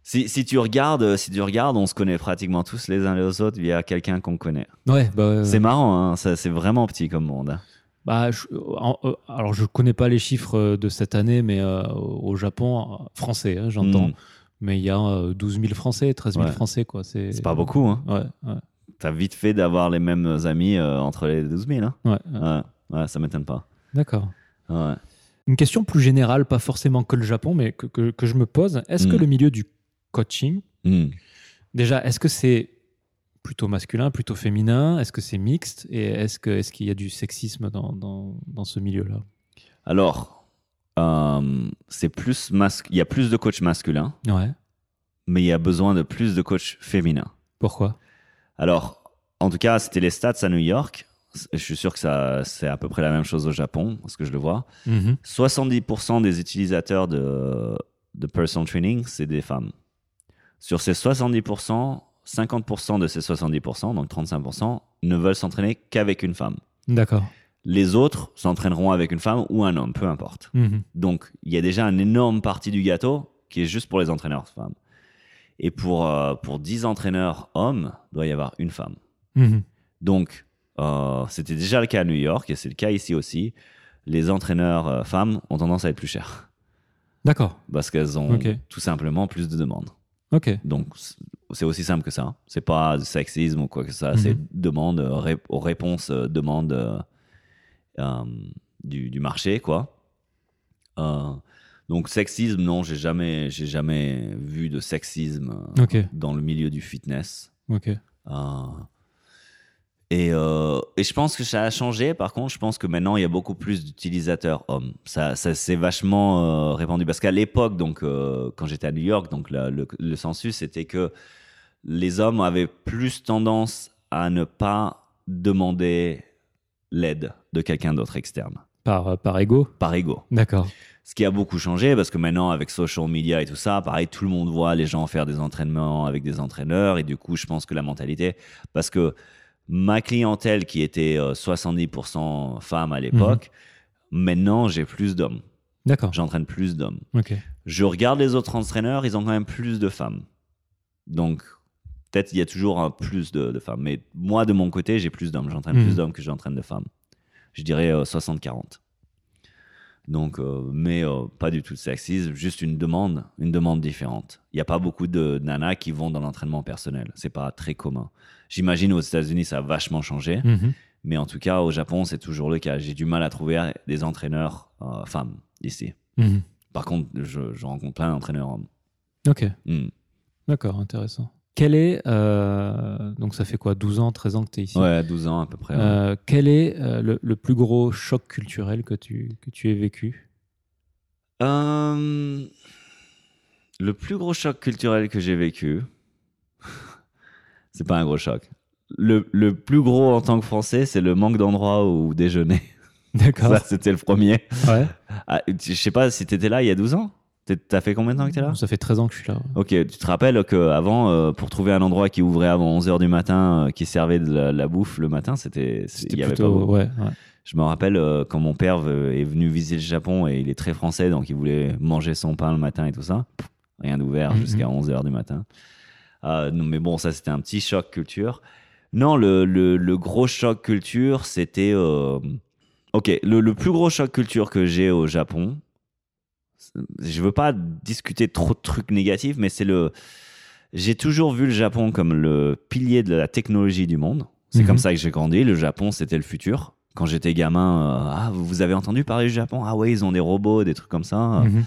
Speaker 2: Si, si tu regardes, euh, si tu regardes, on se connaît pratiquement tous les uns les autres via quelqu'un qu'on connaît.
Speaker 1: Ouais, bah, euh,
Speaker 2: C'est marrant, hein, ça, c'est vraiment petit comme monde. hein.
Speaker 1: bah, je- en- euh, alors je connais pas les chiffres euh, de cette année, mais euh, au au Japon, euh, français, hein, j'entends.
Speaker 2: Mm.
Speaker 1: Mais il y a euh, 12 000 Français, 13 000
Speaker 2: Ouais.
Speaker 1: Français, quoi. C'est
Speaker 2: C'est pas beaucoup. Hein.
Speaker 1: Ouais, ouais,
Speaker 2: T'as vite fait d'avoir les mêmes amis euh, entre les 12 000. hein.
Speaker 1: ouais, ouais.
Speaker 2: Ouais, ouais, ça m'étonne pas.
Speaker 1: D'accord.
Speaker 2: Ouais.
Speaker 1: Une question plus générale, pas forcément que le Japon, mais que, que- que je me pose. Est-ce que
Speaker 2: Mm.
Speaker 1: le milieu du coaching,
Speaker 2: Hmm.
Speaker 1: Déjà, est-ce que c'est plutôt masculin, plutôt féminin Est-ce que c'est mixte Et est-ce que- est-ce qu'il est y a du sexisme dans, dans, dans ce milieu-là
Speaker 2: Alors, euh, c'est plus mas- il y a plus de coachs masculins,
Speaker 1: Ouais.
Speaker 2: mais il y a besoin de plus de coachs féminins.
Speaker 1: Pourquoi
Speaker 2: Alors, en tout cas, c'était les stats à New York. Je suis sûr que ça, c'est à peu près la même chose au Japon, parce que je le vois.
Speaker 1: Mhm.
Speaker 2: 70% des utilisateurs de, de personal training, c'est des femmes. Sur ces 70%, 50% de ces 70%, donc 35%, ne veulent s'entraîner qu'avec une femme.
Speaker 1: D'accord.
Speaker 2: Les autres s'entraîneront avec une femme ou un homme, peu importe.
Speaker 1: Mhm.
Speaker 2: Donc, il y a déjà une énorme partie du gâteau qui est juste pour les entraîneurs femmes. Et pour, euh, pour 10 entraîneurs hommes, doit y avoir une femme.
Speaker 1: Mhm.
Speaker 2: Donc, euh, c'était déjà le cas à New York et c'est le cas ici aussi. Les entraîneurs euh, femmes ont tendance à être plus chers
Speaker 1: D'accord.
Speaker 2: parce qu'elles ont
Speaker 1: Ok.
Speaker 2: tout simplement plus de demandes.
Speaker 1: Ok.
Speaker 2: Donc c- c'est aussi simple que ça. hein. C'est pas du sexisme ou quoi que ça. C'est
Speaker 1: Mhm.
Speaker 2: demande euh, ré- aux réponses euh, demandes euh, euh, du, du marché quoi. Euh, donc sexisme non, j'ai jamais j'ai jamais vu de sexisme euh,
Speaker 1: Ok.
Speaker 2: dans le milieu du fitness.
Speaker 1: Ok.
Speaker 2: Euh, et, euh, et je pense que ça a changé. Par contre, je pense que maintenant, il y a beaucoup plus d'utilisateurs hommes. Ça, ça s'est vachement euh, répandu. Parce qu'à l'époque, donc, euh, quand j'étais à New York, donc, la- le, le census, c'était que les hommes avaient plus tendance à ne pas demander l'aide de quelqu'un d'autre externe,
Speaker 1: Par, euh, par ego
Speaker 2: par ego.
Speaker 1: D'accord.
Speaker 2: Ce qui a beaucoup changé parce que maintenant avec social media et tout ça, pareil, tout le monde voit les gens faire des entraînements avec des entraîneurs et du coup, je pense que la mentalité, parce que ma clientèle qui était euh, 70% femmes à l'époque, maintenant j'ai plus d'hommes,
Speaker 1: D'accord.
Speaker 2: j'entraîne plus d'hommes.
Speaker 1: Ok.
Speaker 2: Je regarde les autres entraîneurs, ils ont quand même plus de femmes. Donc peut-être il y a toujours un plus de, de femmes, mais moi de mon côté, j'ai plus d'hommes, j'entraîne
Speaker 1: Mhm.
Speaker 2: plus d'hommes que j'entraîne de femmes. Je dirais euh, 60-40. Donc, euh, mais euh, pas du tout de sexisme, juste une demande, une demande différente. Il n'y a pas beaucoup de nanas qui vont dans l'entraînement personnel. C'est pas très commun. J'imagine aux États-Unis ça a vachement changé,
Speaker 1: Mhm.
Speaker 2: mais en tout cas au Japon c'est toujours le cas. J'ai du mal à trouver des entraîneurs euh, femmes ici.
Speaker 1: Mhm.
Speaker 2: Par contre, je, je rencontre plein d'entraîneurs hommes.
Speaker 1: Ok.
Speaker 2: Hmm.
Speaker 1: D'accord. Intéressant. Quel est. euh, donc ça fait quoi 12 ans, 13 ans que tu es ici
Speaker 2: Ouais, à 12 ans à peu près. hein. ouais.
Speaker 1: Euh, quel est euh, le, le plus gros choc culturel que tu, que tu aies vécu
Speaker 2: Euh, le plus gros choc culturel que j'ai vécu, c'est pas un gros choc. Le, le plus gros en tant que Français, c'est le manque d'endroits où déjeuner.
Speaker 1: D'accord.
Speaker 2: Ça, c'était le premier.
Speaker 1: Ouais.
Speaker 2: Ah, je sais pas si t'étais là il y a 12 ans. T'es- T'as fait combien de temps que t'es là
Speaker 1: Ça fait 13 ans que je suis là.
Speaker 2: Ok, tu te rappelles qu'avant, euh, pour trouver un endroit qui ouvrait avant 11h du matin, euh, qui servait de la, la bouffe le matin, c'était. c'est- il
Speaker 1: C'était
Speaker 2: y avait
Speaker 1: plutôt.
Speaker 2: pas-
Speaker 1: Ouais, ouais.
Speaker 2: Je me rappelle euh, quand mon père euh, est venu visiter le Japon et il est très français, donc il voulait manger son pain le matin et tout ça. Pff, Rien d'ouvert
Speaker 1: Mhm.
Speaker 2: jusqu'à 11h du matin. Ah, non, mais bon, ça, c'était un petit choc culture. Non, le, le- le gros choc culture, c'était. euh, Ok, le, le plus gros choc culture que j'ai au Japon, je veux pas discuter trop de trucs négatifs, mais c'est le. J'ai toujours vu le Japon comme le pilier de la technologie du monde. C'est
Speaker 1: Mhm.
Speaker 2: comme ça que j'ai grandi. Le Japon, c'était le futur. Quand j'étais gamin, euh, ah, vous avez entendu parler du Japon Ah ouais, ils ont des robots, des trucs comme ça.
Speaker 1: Mhm.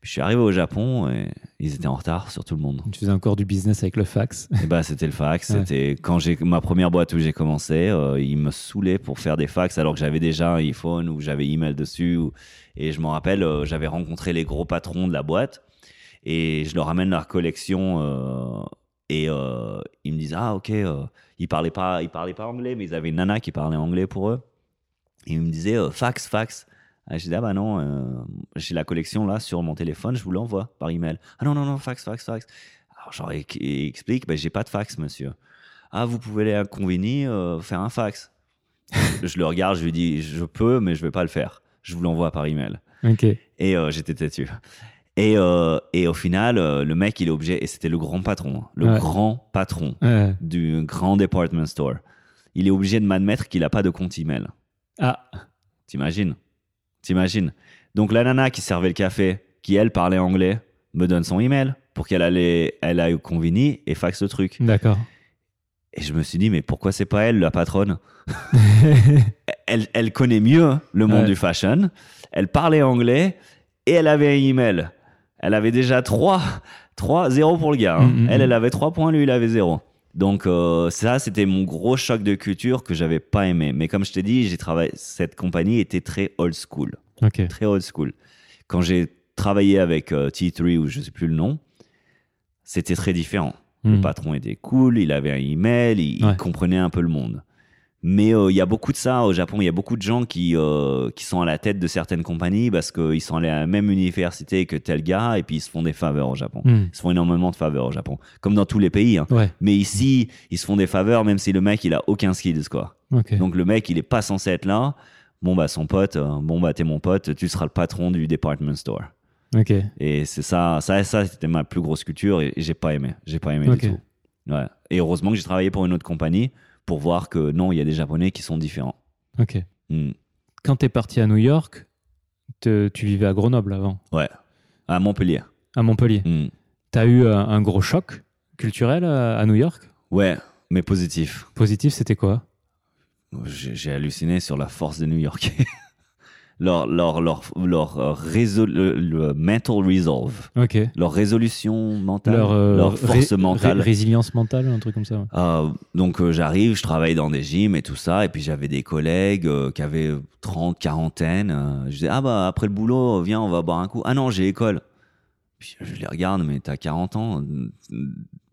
Speaker 2: Puis je suis arrivé au Japon et ils étaient en retard sur tout le monde.
Speaker 1: Tu faisais encore du business avec le fax.
Speaker 2: Et bah, c'était le fax.
Speaker 1: Ouais.
Speaker 2: C'était quand j'ai ma première boîte où j'ai commencé, euh, ils me saoulaient pour faire des fax alors que j'avais déjà un iPhone ou j'avais email dessus. ou- Et je me rappelle, euh, j'avais rencontré les gros patrons de la boîte et je leur amène leur collection euh, et euh, ils me disent ah ok, euh, ils parlaient pas, ils parlaient pas anglais mais ils avaient une nana qui parlait anglais pour eux. Et ils me disaient euh, fax fax. Ah, j'ai dit ah bah non, euh, j'ai la collection là sur mon téléphone, je vous l'envoie par email. Ah non non non fax fax fax. Alors, genre, il, il explique, ben, j'ai pas de fax, monsieur. Ah, vous pouvez aller à Convini euh, faire un fax. je le regarde, je lui dis, je peux, mais je vais pas le faire. Je vous l'envoie par email.
Speaker 1: Ok.
Speaker 2: Et euh, j'étais têtu. Et, euh, et au final, euh, le mec, il est obligé, et c'était le grand patron, hein, le
Speaker 1: Ouais.
Speaker 2: grand patron
Speaker 1: Ouais.
Speaker 2: du grand department store. Il est obligé de m'admettre qu'il a pas de compte email.
Speaker 1: Ah,
Speaker 2: T'imagines T'imagines Donc la nana qui servait le café, qui elle parlait anglais, me donne son email pour qu'elle allait, elle aille au Convini et faxe le truc.
Speaker 1: d'accord.
Speaker 2: Et je me suis dit, mais pourquoi c'est pas elle la patronne elle, elle connaît mieux le monde
Speaker 1: Ouais.
Speaker 2: du fashion, elle parlait anglais et elle avait un email. Elle avait déjà 3, 3 0 pour le gars. hein.
Speaker 1: Mm, mm,
Speaker 2: Elle,
Speaker 1: mm.
Speaker 2: elle avait 3 points, lui, il avait 0. Donc euh, ça, c'était mon gros choc de culture que j'avais pas aimé. Mais comme je t'ai dit, j'ai travaillé, cette compagnie était très old school
Speaker 1: Ok.
Speaker 2: très old school. Quand j'ai travaillé avec euh, T3 ou je sais plus le nom, c'était très différent. Le
Speaker 1: Hmm.
Speaker 2: patron était cool, il avait un email, il, il
Speaker 1: Ouais.
Speaker 2: comprenait un peu le monde. Mais euh, il y a beaucoup de ça au Japon. Il y a beaucoup de gens qui, euh, qui sont à la tête de certaines compagnies parce qu'ils sont allés à la même université que tel gars et puis ils se font des faveurs au Japon.
Speaker 1: Hmm.
Speaker 2: Ils se font énormément de faveurs au Japon, comme dans tous les pays. hein.
Speaker 1: Ouais,
Speaker 2: Mais ici, ils se font des faveurs même si le mec, il a aucun skills, quoi.
Speaker 1: ok.
Speaker 2: Donc le mec, il est pas censé être là. Bon bah son pote, euh, bon bah t'es mon pote, tu seras le patron du department store.
Speaker 1: ok.
Speaker 2: Et c'est ça, ça, ça c'était ma plus grosse culture et j'ai pas aimé, j'ai pas aimé
Speaker 1: Ok.
Speaker 2: du tout. Ouais. Et heureusement que j'ai travaillé pour une autre compagnie pour voir que non, il y a des Japonais qui sont différents.
Speaker 1: Ok.
Speaker 2: Hmm.
Speaker 1: Quand t'es parti à New York, te- tu vivais à Grenoble avant,
Speaker 2: À Montpellier.
Speaker 1: à Montpellier.
Speaker 2: Hmm.
Speaker 1: T'as eu euh, un gros choc culturel euh, à New York
Speaker 2: Ouais, mais positif.
Speaker 1: Positif, c'était quoi
Speaker 2: J'ai j'ai halluciné sur la force des New Yorkais. leur leur leur leur euh, résol- le- le mental resolve,
Speaker 1: Ok.
Speaker 2: leur résolution mentale,
Speaker 1: Leur, euh,
Speaker 2: leur force
Speaker 1: ré-
Speaker 2: mentale.
Speaker 1: ré- résilience mentale, un truc comme ça. ouais.
Speaker 2: Euh, donc euh, j'arrive, je travaille dans des gyms et tout ça, et puis j'avais des collègues euh, qui avaient 30, quarantaine. euh, je disais, ah bah après le boulot, viens, on va boire un coup. Ah non, j'ai école. Puis je les regarde, mais t'as 40 ans, euh,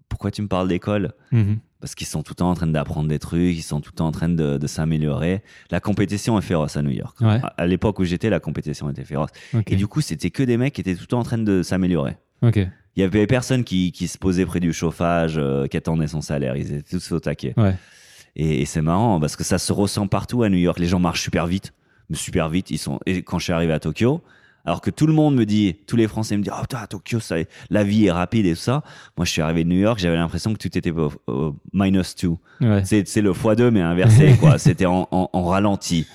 Speaker 2: pourquoi tu me parles d'école
Speaker 1: Mhm.
Speaker 2: Parce qu'ils sont tout le temps en train d'apprendre des trucs, ils sont tout le temps en train de, de s'améliorer. La compétition est féroce à New York.
Speaker 1: Ouais.
Speaker 2: À- À l'époque où j'étais, la compétition était féroce.
Speaker 1: Ok.
Speaker 2: Ah, Et du coup, c'était que des mecs qui étaient tout le temps en train de s'améliorer.
Speaker 1: Ok.
Speaker 2: Il y avait personne qui, qui se posait près du chauffage, euh, qui attendait son salaire. Ils étaient tous au taquet.
Speaker 1: Ouais.
Speaker 2: Et, et c'est marrant parce que ça se ressent partout à New York. Les gens marchent super vite, mais super vite. Ils sont. Et quand je suis arrivé à Tokyo, alors que tout le monde me dit, tous les Français me disent, oh putain, à Tokyo, ça, la vie est rapide et tout ça. Moi, je suis arrivé de New York, j'avais l'impression que tout était au- au minus two.
Speaker 1: Ouais.
Speaker 2: C'est c'est le x2 mais inversé quoi. C'était en, en- en ralenti.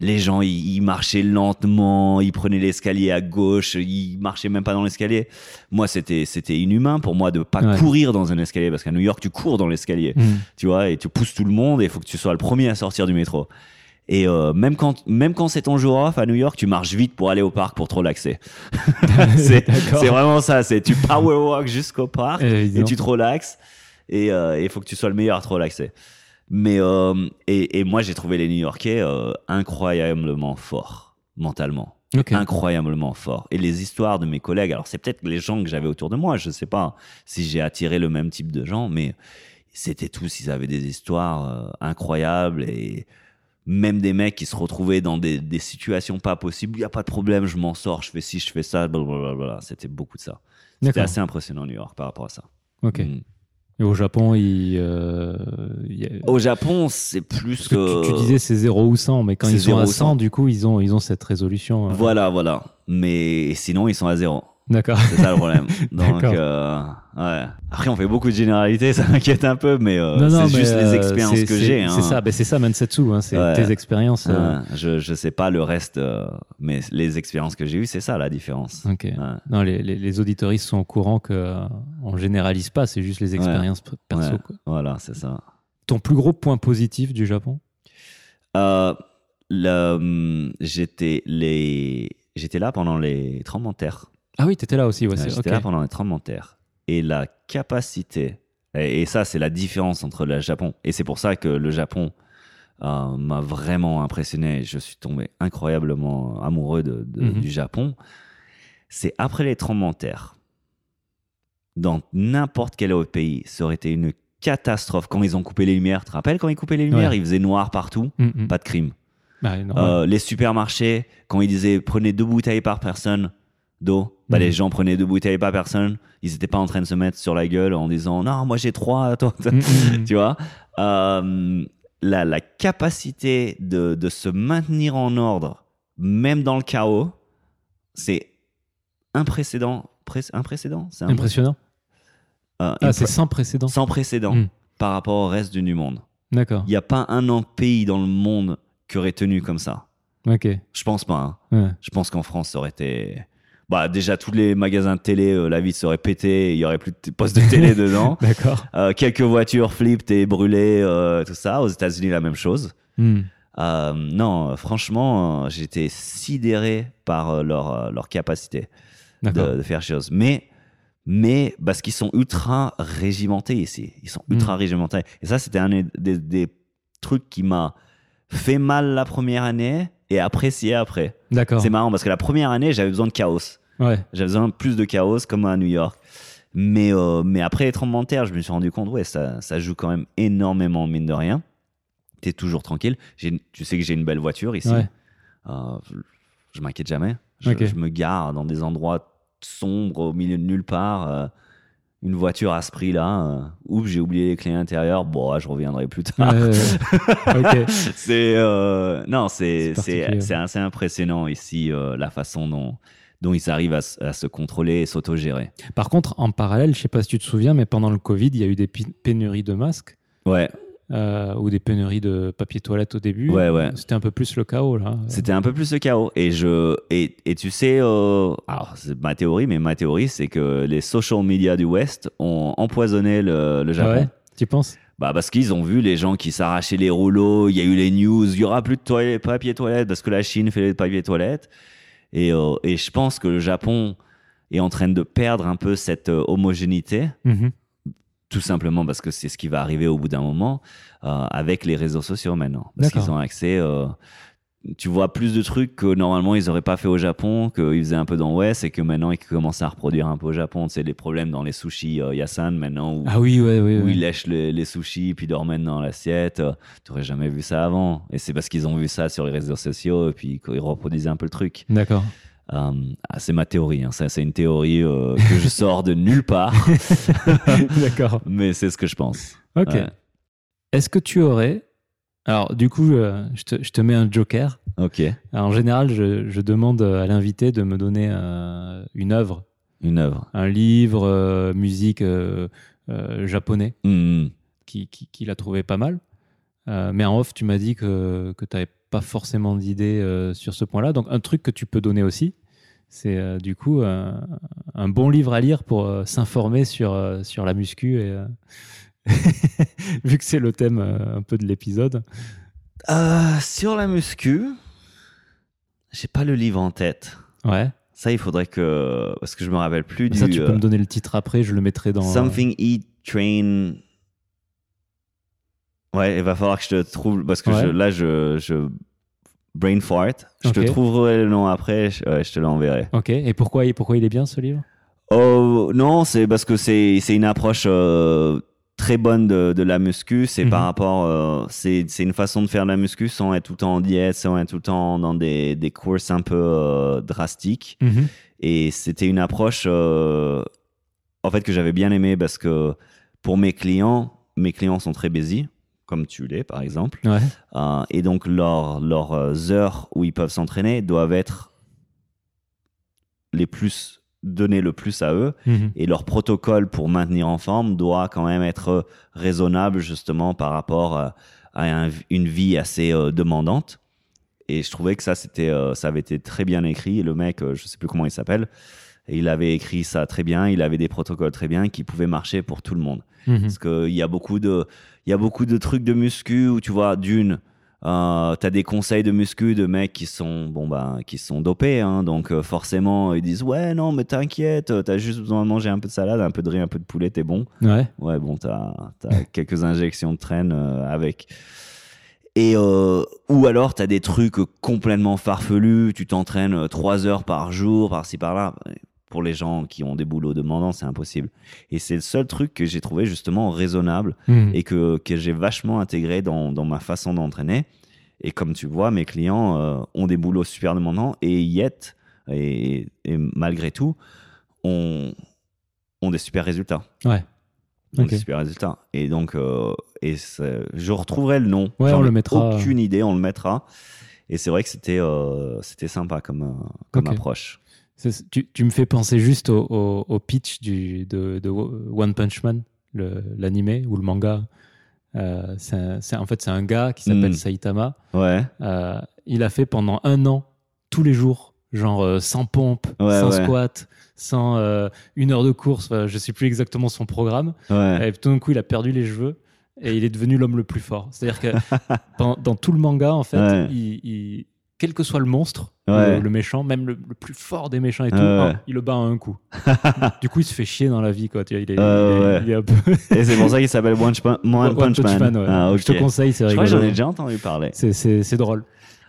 Speaker 2: Les gens ils, ils marchaient lentement, ils prenaient l'escalier à gauche, ils marchaient même pas dans l'escalier. Moi c'était c'était inhumain pour moi de pas
Speaker 1: Ouais.
Speaker 2: courir dans un escalier parce qu'à New York tu cours dans l'escalier,
Speaker 1: Mhm.
Speaker 2: tu vois, et tu pousses tout le monde et il faut que tu sois le premier à sortir du métro. Et euh, même quand même quand c'est ton jour off à New York, tu marches vite pour aller au parc pour te relaxer. c'est
Speaker 1: D'accord. Eh,
Speaker 2: c'est vraiment ça, c'est tu power walk jusqu'au parc et
Speaker 1: Évidemment.
Speaker 2: tu te relaxes et euh, il faut que tu sois le meilleur à te relaxer. Mais euh, et, et moi j'ai trouvé les New-Yorkais euh, incroyablement forts mentalement.
Speaker 1: Ok.
Speaker 2: incroyablement fort. Et les histoires de mes collègues, alors c'est peut-être les gens que j'avais autour de moi, je sais pas si j'ai attiré le même type de gens, mais c'était tous, ils avaient des histoires euh, incroyables et même des mecs qui se retrouvaient dans des, des situations pas possibles, il n'y a pas de problème, je m'en sors, je fais ci, je fais ça, blablabla. C'était beaucoup de ça. C'était
Speaker 1: D'accord.
Speaker 2: assez impressionnant New York par rapport à ça.
Speaker 1: Ok.
Speaker 2: Mm.
Speaker 1: Et au Japon, il. euh, il y a-
Speaker 2: Au Japon, c'est plus
Speaker 1: Parce que tu, tu disais c'est 0 ou 100, mais quand
Speaker 2: c'est
Speaker 1: ils sont
Speaker 2: 0
Speaker 1: à
Speaker 2: ou
Speaker 1: 100,
Speaker 2: 100,
Speaker 1: du coup, ils ont, ils ont cette résolution. euh.
Speaker 2: Voilà, voilà. Mais sinon, ils sont à zéro.
Speaker 1: D'accord.
Speaker 2: C'est ça le problème. Donc,
Speaker 1: D'accord.
Speaker 2: euh, ouais. Après, on fait beaucoup de généralités, ça m'inquiète un peu, mais euh,
Speaker 1: Non, non,
Speaker 2: c'est
Speaker 1: mais,
Speaker 2: juste
Speaker 1: euh,
Speaker 2: les expériences
Speaker 1: c'est-
Speaker 2: que
Speaker 1: c'est-
Speaker 2: j'ai. hein.
Speaker 1: C'est ça, ben, c'est ça, Mansetsu, hein, c'est
Speaker 2: Ouais.
Speaker 1: tes expériences. euh.
Speaker 2: Ouais, je, je sais pas le reste, euh, mais les expériences que j'ai eues, c'est ça la différence.
Speaker 1: Ok.
Speaker 2: Ouais.
Speaker 1: Non, les, les, les auditoristes sont au courant que euh, on généralise pas, c'est juste les expériences pr- perso.
Speaker 2: Ouais.
Speaker 1: quoi.
Speaker 2: Voilà, c'est ça.
Speaker 1: Ton plus gros point positif du Japon
Speaker 2: Euh, le, hum, J'étais les... j'étais là pendant les tremblements de terre.
Speaker 1: Ah oui, t'étais là aussi, ouais,
Speaker 2: Ouais,
Speaker 1: c'est-
Speaker 2: J'étais
Speaker 1: ok.
Speaker 2: là pendant les tremblements de terre. Et la capacité, et, et ça c'est la différence entre le Japon, et c'est pour ça que le Japon euh, m'a vraiment impressionné, je suis tombé incroyablement amoureux de, de-
Speaker 1: Mhm.
Speaker 2: du Japon, c'est après les tremblements de terre, dans n'importe quel autre pays, ça aurait été une catastrophe quand ils ont coupé les lumières. Tu te rappelles quand ils coupaient les lumières,
Speaker 1: Ouais.
Speaker 2: il faisait noir partout,
Speaker 1: Mm, mm.
Speaker 2: pas de crime.
Speaker 1: Ouais, non, ouais.
Speaker 2: Euh, les supermarchés, quand ils disaient prenez deux bouteilles par personne d'eau, bah,
Speaker 1: Mhm.
Speaker 2: les gens prenaient deux bouteilles par personne. Ils n'étaient pas en train de se mettre sur la gueule en disant non, moi j'ai trois, toi, toi.
Speaker 1: Mm, mm, mm.
Speaker 2: tu vois. Euh, la, la capacité de, de se maintenir en ordre, même dans le chaos, c'est imprécédent. Pré- imprécédent c'est un-
Speaker 1: Impressionnant.
Speaker 2: euh,
Speaker 1: Ah,
Speaker 2: impré-
Speaker 1: c'est sans précédent.
Speaker 2: sans précédent
Speaker 1: Mhm.
Speaker 2: par rapport au reste du monde.
Speaker 1: D'accord.
Speaker 2: Il n'y a pas un an- pays dans le monde qui aurait tenu comme ça.
Speaker 1: Ok.
Speaker 2: Je pense pas. hein.
Speaker 1: Ouais.
Speaker 2: Je pense qu'en France, ça aurait été. Bah, déjà, tous les magasins de télé, euh, la vie serait pétée, il y aurait plus de t- postes de télé dedans.
Speaker 1: D'accord.
Speaker 2: Euh, quelques voitures flippent et brûlées, euh, tout ça. Aux États-Unis, la même chose.
Speaker 1: Mm.
Speaker 2: Euh, non, euh, franchement, euh, j'étais sidéré par euh, leur, euh, leur capacité
Speaker 1: D'accord.
Speaker 2: de, de faire choses. Mais, mais parce qu'ils sont ultra régimentés ici. Ils sont ultra régimentés. Et ça, c'était un des, des- des trucs qui m'a fait mal la première année et apprécié après.
Speaker 1: D'accord.
Speaker 2: C'est marrant parce que la première année, j'avais besoin de chaos.
Speaker 1: Ouais.
Speaker 2: J'avais besoin de plus de chaos comme à New York. Mais, euh, mais après les tremblements de terre, je me suis rendu compte, ouais, ça, ça joue quand même énormément, mine de rien. T'es toujours tranquille. J'ai une- Tu sais que j'ai une belle voiture ici.
Speaker 1: Ouais.
Speaker 2: Euh, je m'inquiète jamais. Je,
Speaker 1: Ok.
Speaker 2: je me gare dans des endroits sombres, au milieu de nulle part. euh, une voiture à ce prix-là. euh, oups, j'ai oublié les clés intérieures. Bon, ah, je reviendrai plus tard.
Speaker 1: Ouais, ouais, ouais. Ok.
Speaker 2: C'est euh, non,
Speaker 1: C'est
Speaker 2: c'est
Speaker 1: particulier.
Speaker 2: c'est c'est assez impressionnant ici euh, la façon dont dont ils arrivent à, s- à se contrôler et s'autogérer.
Speaker 1: Par contre, en parallèle, je sais pas si tu te souviens, mais pendant le Covid, il y a eu des pi- pénuries de masques
Speaker 2: Ouais,
Speaker 1: euh, ou des pénuries de papier toilette au début.
Speaker 2: ouais, ouais.
Speaker 1: C'était un peu plus le chaos là.
Speaker 2: C'était un peu plus le chaos. Et je et, et tu sais, euh, alors c'est ma théorie, mais ma théorie c'est que les social media du West ont empoisonné le, le
Speaker 1: Ah
Speaker 2: Japon.
Speaker 1: ouais Tu penses
Speaker 2: Bah parce qu'ils ont vu les gens qui s'arrachaient les rouleaux, il y a eu les news, il y aura plus de toilette, papier toilette parce que la Chine fait les papiers toilettes. Et, euh, et je pense que le Japon est en train de perdre un peu cette euh, homogénéité,
Speaker 1: Mhm.
Speaker 2: tout simplement parce que c'est ce qui va arriver au bout d'un moment euh, avec les réseaux sociaux maintenant. Parce
Speaker 1: D'accord.
Speaker 2: qu'ils ont accès... euh, tu vois plus de trucs que normalement ils n'auraient pas fait au Japon, qu'ils faisaient un peu dans l'Ouest et que maintenant ils commencent à reproduire un peu au Japon. Tu sais, les problèmes dans les sushis euh, Yasan maintenant où
Speaker 1: Ah oui, ouais, ouais,
Speaker 2: où
Speaker 1: ouais.
Speaker 2: ils lèchent les, les sushis puis ils leur mènent dans l'assiette. Euh, T'aurais jamais vu ça avant. Et c'est parce qu'ils ont vu ça sur les réseaux sociaux et puis qu'ils reproduisaient un peu le truc.
Speaker 1: D'accord.
Speaker 2: Euh, ah, c'est ma théorie. hein. Ça, c'est une théorie euh, que je sors de nulle part,
Speaker 1: D'accord.
Speaker 2: mais c'est ce que je pense.
Speaker 1: Ok.
Speaker 2: Ouais.
Speaker 1: Est-ce que tu aurais. Alors, du coup, euh, je, te, je te mets un joker.
Speaker 2: Ok.
Speaker 1: Alors, en général, je, je demande à l'invité de me donner euh, une œuvre,
Speaker 2: Une œuvre.
Speaker 1: un livre, euh, musique euh, euh, japonais
Speaker 2: Hmm.
Speaker 1: qui, qui, qui l'a trouvé pas mal. Euh, mais en off, tu m'as dit que, que tu n'avais pas forcément d'idée euh, sur ce point-là. Donc, un truc que tu peux donner aussi, c'est euh, du coup euh, un bon livre à lire pour euh, s'informer sur, euh, sur la muscu. Et, euh, Vu que c'est le thème euh, un peu de l'épisode.
Speaker 2: Euh, sur la muscu, j'ai pas le livre en tête.
Speaker 1: Ouais.
Speaker 2: Ça, il faudrait que. Parce que je me rappelle plus du.
Speaker 1: Ça, tu peux
Speaker 2: euh,
Speaker 1: me donner le titre après, je le mettrai dans. euh,
Speaker 2: Something Eat Train. Ouais, il va falloir que je te trouve parce que
Speaker 1: Ouais.
Speaker 2: je- là, je, je Brain Fart. Je
Speaker 1: Ok.
Speaker 2: te trouverai le nom après, je, ouais, je te l'enverrai.
Speaker 1: Ok, et pourquoi, et pourquoi il est bien ce livre
Speaker 2: Oh non, c'est parce que c'est c'est une approche euh, très bonne de, de la muscu. C'est
Speaker 1: Mhm.
Speaker 2: par rapport, euh, c'est c'est une façon de faire de la muscu sans être tout le temps en diète, sans être tout le temps dans des des courses un peu euh, drastiques.
Speaker 1: Mhm.
Speaker 2: Et c'était une approche, euh, en fait, que j'avais bien aimée parce que pour mes clients, mes clients sont très busy, comme tu l'es par exemple.
Speaker 1: Ouais.
Speaker 2: Euh, et donc, leurs, leurs euh, heures où ils peuvent s'entraîner doivent être les plus donner le plus à eux
Speaker 1: Mhm.
Speaker 2: et leur protocole pour maintenir en forme doit quand même être euh, raisonnable justement par rapport euh, à un- une vie assez euh, demandante et je trouvais que ça c'était euh, ça avait été très bien écrit le mec euh, je sais plus comment il s'appelle il avait écrit ça très bien il avait des protocoles très bien qui pouvaient marcher pour tout le monde
Speaker 1: Mhm.
Speaker 2: parce qu'il y a beaucoup de il y a beaucoup de trucs de muscu où tu vois d'une euh, t'as des conseils de muscu de mecs qui sont bon bah qui sont dopés hein, donc euh, forcément ils disent ouais non mais t'inquiète euh, t'as juste besoin de manger un peu de salade un peu de riz un peu de poulet t'es bon
Speaker 1: Ouais.
Speaker 2: ouais bon t'as as quelques injections de traîne euh, avec et euh, ou alors t'as des trucs complètement farfelus tu t'entraînes euh, trois heures par jour par ci par là pour les gens qui ont des boulots demandants c'est impossible et c'est le seul truc que j'ai trouvé justement raisonnable
Speaker 1: Mhm.
Speaker 2: et que, que j'ai vachement intégré dans, dans ma façon d'entraîner. Et comme tu vois, mes clients euh, ont des boulots super demandants et yet, et, et malgré tout, ont, ont des super résultats.
Speaker 1: Ouais.
Speaker 2: Ont
Speaker 1: Ok.
Speaker 2: des super résultats. Et donc, euh, et c'est- je retrouverai le nom.
Speaker 1: Ouais,
Speaker 2: J'en
Speaker 1: on le
Speaker 2: ai
Speaker 1: mettra.
Speaker 2: Aucune idée, on le mettra. Et c'est vrai que c'était euh, c'était sympa comme, euh, comme
Speaker 1: Ok.
Speaker 2: approche.
Speaker 1: C'est- Tu, tu me fais penser juste au, au- au pitch du, de, de One Punch Man, le- l'animé ou le manga. Euh, c'est un- c'est- en fait, c'est un gars qui s'appelle
Speaker 2: Mm.
Speaker 1: Saitama.
Speaker 2: Ouais.
Speaker 1: Euh, il a fait pendant un an, tous les jours, genre euh, sans pompe,
Speaker 2: Ouais,
Speaker 1: sans
Speaker 2: ouais.
Speaker 1: squat, sans euh, une heure de course. Enfin, je sais plus exactement son programme.
Speaker 2: Ouais.
Speaker 1: Et Euh, tout d'un coup, il a perdu les cheveux et il est devenu l'homme le plus fort. C'est-à-dire que dans, dans tout le manga, en fait,
Speaker 2: Ouais.
Speaker 1: il, il- quel que soit le monstre,
Speaker 2: Ouais.
Speaker 1: le, le méchant, même le, le plus fort des méchants et tout,
Speaker 2: Ouais, ouais.
Speaker 1: oh, il le bat à un coup. du coup, il se fait chier dans la vie. Quoi. Tu vois, Il est,
Speaker 2: Ouais,
Speaker 1: il est-
Speaker 2: ouais.
Speaker 1: il est un peu-
Speaker 2: Et c'est pour ça qu'il s'appelle One, Punch- One
Speaker 1: One
Speaker 2: Punch Man.
Speaker 1: ouais.
Speaker 2: Ah, ok.
Speaker 1: Je te conseille, c'est
Speaker 2: Je crois
Speaker 1: rigolo.
Speaker 2: que j'en ai déjà Ah. entendu parler.
Speaker 1: C'est- C'est c'est drôle.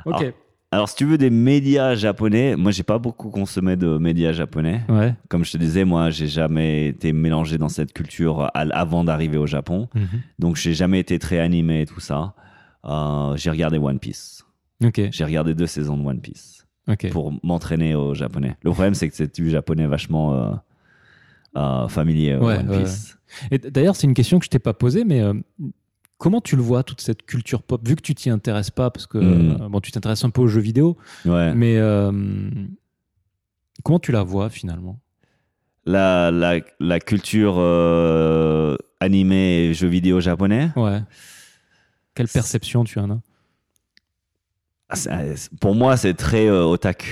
Speaker 1: Ok.
Speaker 2: Alors, Alors, si tu veux des médias japonais, moi, j'ai pas beaucoup consommé de médias japonais.
Speaker 1: ouais.
Speaker 2: Comme je te disais, moi, j'ai jamais été mélangé dans cette culture à- avant d'arriver au Japon. Donc, j'ai jamais été très animé et tout ça. Euh, j'ai regardé One Piece.
Speaker 1: Ok.
Speaker 2: J'ai regardé deux saisons de One Piece
Speaker 1: Ok.
Speaker 2: pour m'entraîner au japonais. Le problème, c'est que c'est du japonais vachement euh, euh, familier, euh,
Speaker 1: Ouais,
Speaker 2: One
Speaker 1: ouais,
Speaker 2: Piece.
Speaker 1: Et d- d'ailleurs, c'est une question que je t'ai pas posée, mais euh, comment tu le vois toute cette culture pop Vu que tu t'y intéresses pas, parce que
Speaker 2: Mm.
Speaker 1: euh, bon, tu t'intéresses un peu aux jeux vidéo,
Speaker 2: Ouais.
Speaker 1: mais euh, comment tu la vois finalement
Speaker 2: La, la, la culture euh, animée et jeux vidéo japonais,
Speaker 1: Ouais. Quelle perception tu en as
Speaker 2: Ah, c'est- pour moi, c'est très euh, otaku.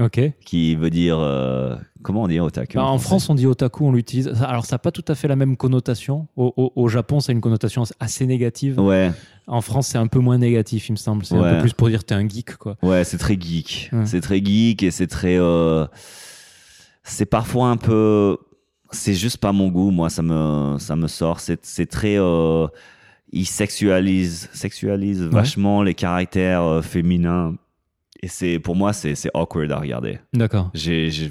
Speaker 1: Ok.
Speaker 2: qui veut dire euh, comment on dit otaku
Speaker 1: Bah, en
Speaker 2: français
Speaker 1: France, on dit otaku, on l'utilise. Ça- Alors, ça n'a pas tout à fait la même connotation. Au, au- au Japon, c'est une connotation assez négative.
Speaker 2: ouais
Speaker 1: En France, c'est un peu moins négatif, il me semble. C'est un
Speaker 2: Ouais.
Speaker 1: peu plus pour dire t'es un geek, quoi.
Speaker 2: ouais c'est très geek
Speaker 1: Ouais.
Speaker 2: c'est très geek et c'est très euh, c'est parfois un peu c'est juste pas mon goût moi ça me ça me sort c'est c'est très euh, il sexualise sexualise vachement les caractères euh, féminins et c'est pour moi c'est c'est awkward à regarder
Speaker 1: D'accord.
Speaker 2: J'ai- j'ai-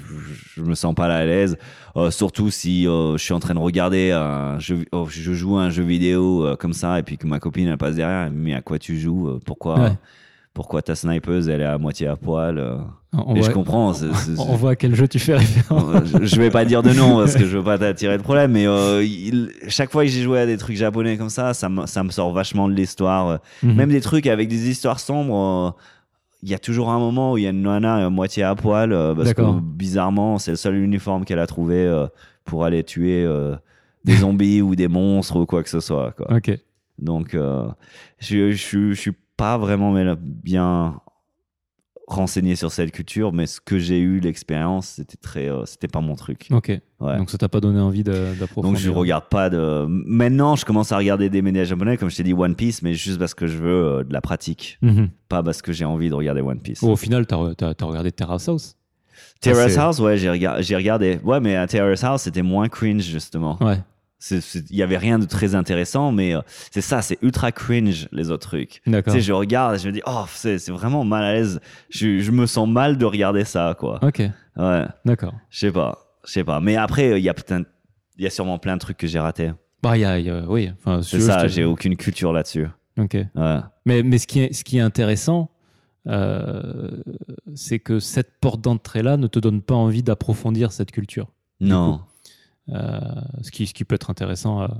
Speaker 2: je me sens pas là à l'aise. Euh, surtout si euh, je suis en train de regarder un jeu, oh, je joue à un jeu vidéo euh, comme ça et puis que ma copine elle passe derrière. elle me dit, Mais à quoi tu joues Euh, Pourquoi
Speaker 1: Ouais.
Speaker 2: Pourquoi ta snipeuse elle est à moitié à poil euh
Speaker 1: On, on
Speaker 2: Et je
Speaker 1: voit,
Speaker 2: comprends. c'est- c'est-
Speaker 1: on voit à quel jeu tu fais référence.
Speaker 2: euh, je- je vais pas dire de nom parce que je veux pas t'attirer de problème, mais euh, il- chaque fois que j'ai joué à des trucs japonais comme ça, ça me, ça me sort vachement de l'histoire. euh,
Speaker 1: Mm.
Speaker 2: Même des trucs avec des histoires sombres, euh, il y a toujours un moment où il y a une nana à moitié à poil, euh, parce que
Speaker 1: D'accord.
Speaker 2: bizarrement, c'est le seul uniforme qu'elle a trouvé euh, pour aller tuer euh, des zombies ou des monstres ou quoi que ce soit. Quoi.
Speaker 1: Ok.
Speaker 2: Donc, euh, je, je, suis- je suis pas vraiment mais là, bien renseigné sur cette culture, mais ce que j'ai eu l'expérience, c'était très, euh, c'était pas mon truc.
Speaker 1: Ok.
Speaker 2: Ouais.
Speaker 1: Donc ça t'a pas donné envie de- d'approfondir.
Speaker 2: Donc je regarde pas de. Maintenant, je commence à regarder des médias japonais, comme je t'ai dit One Piece, mais juste parce que je veux euh, de la pratique,
Speaker 1: Mhm.
Speaker 2: pas parce que j'ai envie de regarder One Piece.
Speaker 1: Bon, au final, t'as re- t'as as regardé Terrace House.
Speaker 2: Terrace
Speaker 1: c'est- Hein.
Speaker 2: House, ouais, j'ai rega- j'ai regardé. Ouais, mais à Terrace House, c'était moins cringe justement.
Speaker 1: Ouais.
Speaker 2: C'est- c'est- Il y avait rien de très intéressant, mais euh, c'est ça, c'est ultra cringe les autres trucs. Tu
Speaker 1: D'accord.
Speaker 2: sais, je regarde et je me dis, oh, c'est c'est vraiment mal à l'aise. Je, je me sens mal de regarder ça, quoi.
Speaker 1: Ok,
Speaker 2: Ouais,
Speaker 1: d'accord.
Speaker 2: je sais pas, je sais pas. Mais après, euh, il y a peut-être, il y a sûrement plein de trucs que j'ai ratés.
Speaker 1: Bah, il y a- il y a- oui. Enfin, si
Speaker 2: C'est
Speaker 1: tu veux, je
Speaker 2: ça,
Speaker 1: te-
Speaker 2: j'ai aucune culture là-dessus.
Speaker 1: Ok.
Speaker 2: Ouais.
Speaker 1: Mais, mais ce, qui est, ce qui est intéressant, euh, c'est que cette porte d'entrée-là ne te donne pas envie d'approfondir cette culture.
Speaker 2: Non,
Speaker 1: Euh, ce, qui, ce qui peut être intéressant. à-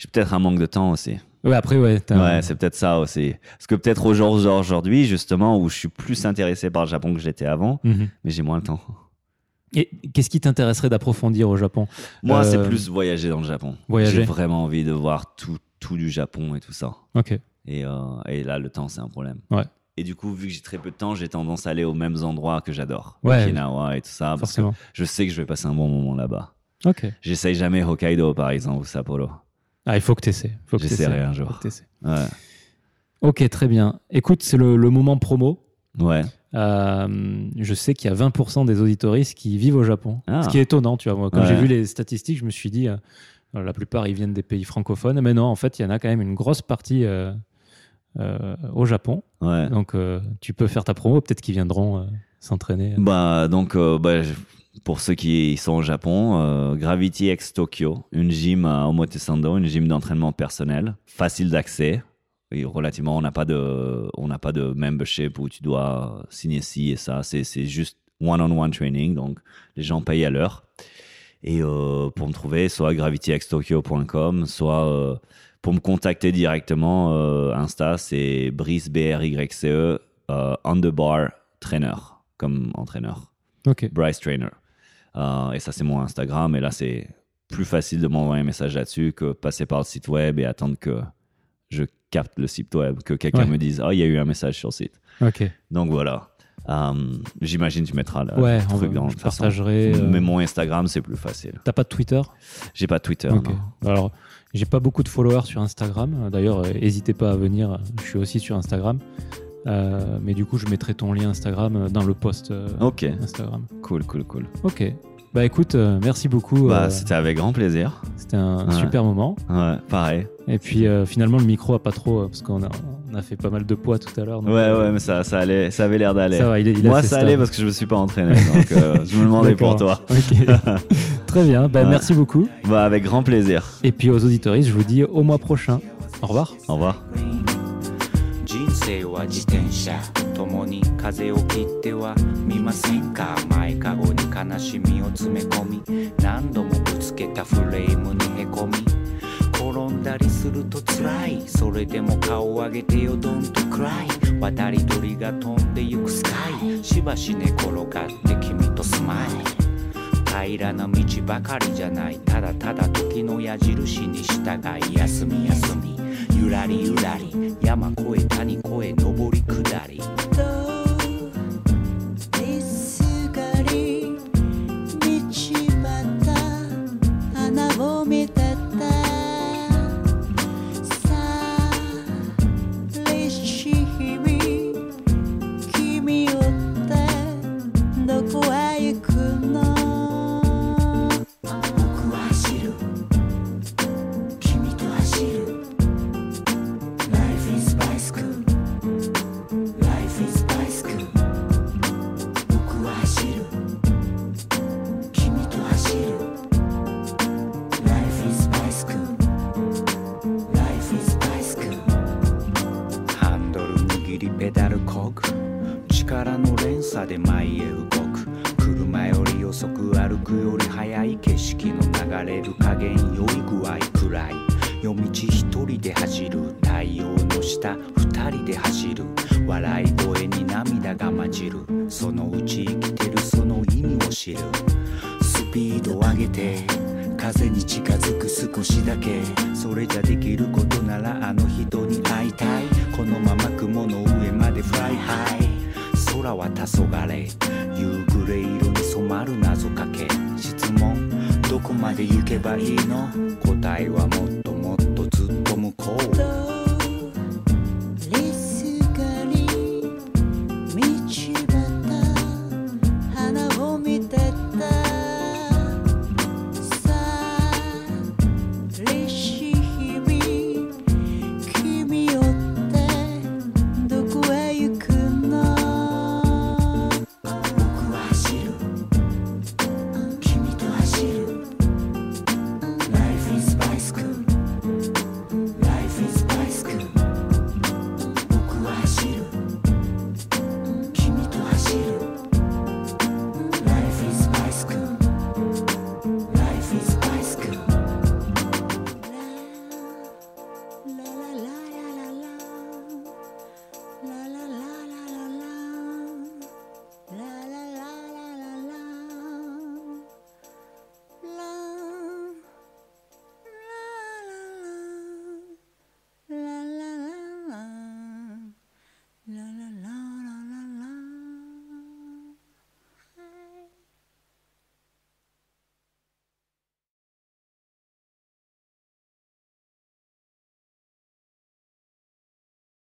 Speaker 2: j'ai peut-être un manque de temps aussi.
Speaker 1: Ouais, après, ouais. t'as-
Speaker 2: Ouais, c'est peut-être ça aussi. Parce que peut-être aujourd'hui, aujourd'hui, justement, où je suis plus intéressé par le Japon que j'étais avant,
Speaker 1: Mhm.
Speaker 2: mais j'ai moins le temps.
Speaker 1: Et qu'est-ce qui t'intéresserait d'approfondir au Japon
Speaker 2: Moi, c'est
Speaker 1: Euh,
Speaker 2: plus voyager dans le Japon.
Speaker 1: voyager.
Speaker 2: J'ai vraiment envie de voir tout, tout du Japon et tout ça.
Speaker 1: Ok.
Speaker 2: Et, euh, et là, le temps, c'est un problème.
Speaker 1: Ouais.
Speaker 2: Et du coup, vu que j'ai très peu de temps, j'ai tendance à aller aux mêmes endroits que j'adore.
Speaker 1: Ouais.
Speaker 2: Okinawa et tout ça. Parce que
Speaker 1: Forcément.
Speaker 2: je sais que je vais passer un bon moment là-bas.
Speaker 1: Ok.
Speaker 2: J'essaye jamais Hokkaido, par exemple, ou Sapporo.
Speaker 1: Ah, il faut que tu essaies. Faut que
Speaker 2: J'essaierai
Speaker 1: t'essaies.
Speaker 2: un jour.
Speaker 1: Faut que t'essaies.
Speaker 2: Ouais.
Speaker 1: Ok, très bien. Écoute, c'est le, le moment promo.
Speaker 2: Ouais.
Speaker 1: Euh, je sais qu'il y a 20% des auditoristes qui vivent au Japon.
Speaker 2: Ah.
Speaker 1: Ce qui est étonnant, tu vois. Moi, Quand
Speaker 2: Ouais.
Speaker 1: j'ai vu les statistiques, je me suis dit, euh, la plupart, ils viennent des pays francophones. Mais non, en fait, il y en a quand même une grosse partie euh, euh, au Japon.
Speaker 2: Ouais.
Speaker 1: Donc, euh, tu peux faire ta promo. Peut-être qu'ils viendront euh, s'entraîner.
Speaker 2: Bah, donc, euh, bah, je- pour ceux qui sont au Japon, euh, Gravity X Tokyo, une gym à Omotesando, une gym d'entraînement personnel, facile d'accès. Et relativement, on n'a pas de, on n'a pas de membership où tu dois signer ci et ça. C'est, c'est juste one-on-one training, donc les gens payent à l'heure. Et euh, pour me trouver, soit gravityxtokyo.com, soit euh, pour me contacter directement, euh, Insta, c'est Brice B R Y C E euh, underbar trainer comme entraîneur.
Speaker 1: Ok.
Speaker 2: Bryce Trainer. Euh, et ça, c'est mon Instagram. Et là, c'est plus facile de m'envoyer un message là-dessus que passer par le site web et attendre que je capte le site web, que quelqu'un
Speaker 1: Ouais.
Speaker 2: me dise Ah, il y a eu un message sur le site.
Speaker 1: Ok.
Speaker 2: Donc voilà. Euh, J'imagine tu mettras le
Speaker 1: Ouais, on
Speaker 2: truc
Speaker 1: va-
Speaker 2: dans
Speaker 1: je
Speaker 2: le façon.
Speaker 1: partagerai. euh,
Speaker 2: Mais mon Instagram, c'est plus facile.
Speaker 1: T'as pas de Twitter
Speaker 2: J'ai pas Twitter.
Speaker 1: Ok.
Speaker 2: non.
Speaker 1: Alors, j'ai pas beaucoup de followers sur Instagram. D'ailleurs, n'hésitez pas à venir. Je suis aussi sur Instagram. Euh, mais du coup, je mettrai ton lien Instagram euh, dans le post euh,
Speaker 2: Ok,
Speaker 1: Instagram.
Speaker 2: cool, cool, cool.
Speaker 1: Ok. Bah écoute, euh, merci beaucoup.
Speaker 2: Bah,
Speaker 1: euh,
Speaker 2: c'était avec grand plaisir.
Speaker 1: C'était un
Speaker 2: ouais.
Speaker 1: super moment.
Speaker 2: Ouais, pareil.
Speaker 1: Et puis euh, finalement, le micro a pas trop, euh, parce qu'on a, on a fait pas mal de poids tout à l'heure. donc,
Speaker 2: Ouais,
Speaker 1: euh,
Speaker 2: ouais, mais ça, ça allait, ça avait l'air d'aller.
Speaker 1: Ça va, il est, il est
Speaker 2: Moi,
Speaker 1: assez
Speaker 2: ça allait
Speaker 1: stable.
Speaker 2: parce que je me suis pas entraîné. Donc, euh, je me demandais pour toi.
Speaker 1: D'accord. Ok. Très bien. Bah,
Speaker 2: Ouais.
Speaker 1: Merci beaucoup.
Speaker 2: Bah, avec grand plaisir.
Speaker 1: Et puis aux auditoristes, je vous dis au mois prochain. Au revoir.
Speaker 2: 好吧。
Speaker 5: 人生は自転車共に風を切っては見ませんか前かごに悲しみを詰め込み何度もぶつけたフレームにへこみ転んだりすると辛いそれでも顔を上げてよどんと暗い渡り鳥が飛んでゆくスカイしばし寝転がって君とスマイル平らな道ばかりじゃないただただ時の矢印に従い休み休みゆらりゆらり山越え谷越え上り下り
Speaker 6: と「すがり道端花を見てた」「さあれしい日々君をってどこへ行くの?」
Speaker 5: 僕は走る君と走る Life is bicycle Life is bicycle 僕は走る君と走る Life is bicycle Life is bicycle ハンドル握りペダルこぐ力の連鎖で前へ動く車より遅く歩くより速い景色の流れる加減良い具合くらい夜道一人で走る太陽の下二人で走る笑い声に涙が混じるそのうち生きてるその意味を知るスピードを上げて風に近づく少しだけそれじゃできることならあの人に会いたいこのまま雲の上までフライハイ空は黄昏夕暮れ色に染まる謎かけ質問どこまで行けばいいの答えはもっともっとずっと向こう
Speaker 6: 「りすがり道端花を見てた」「さララ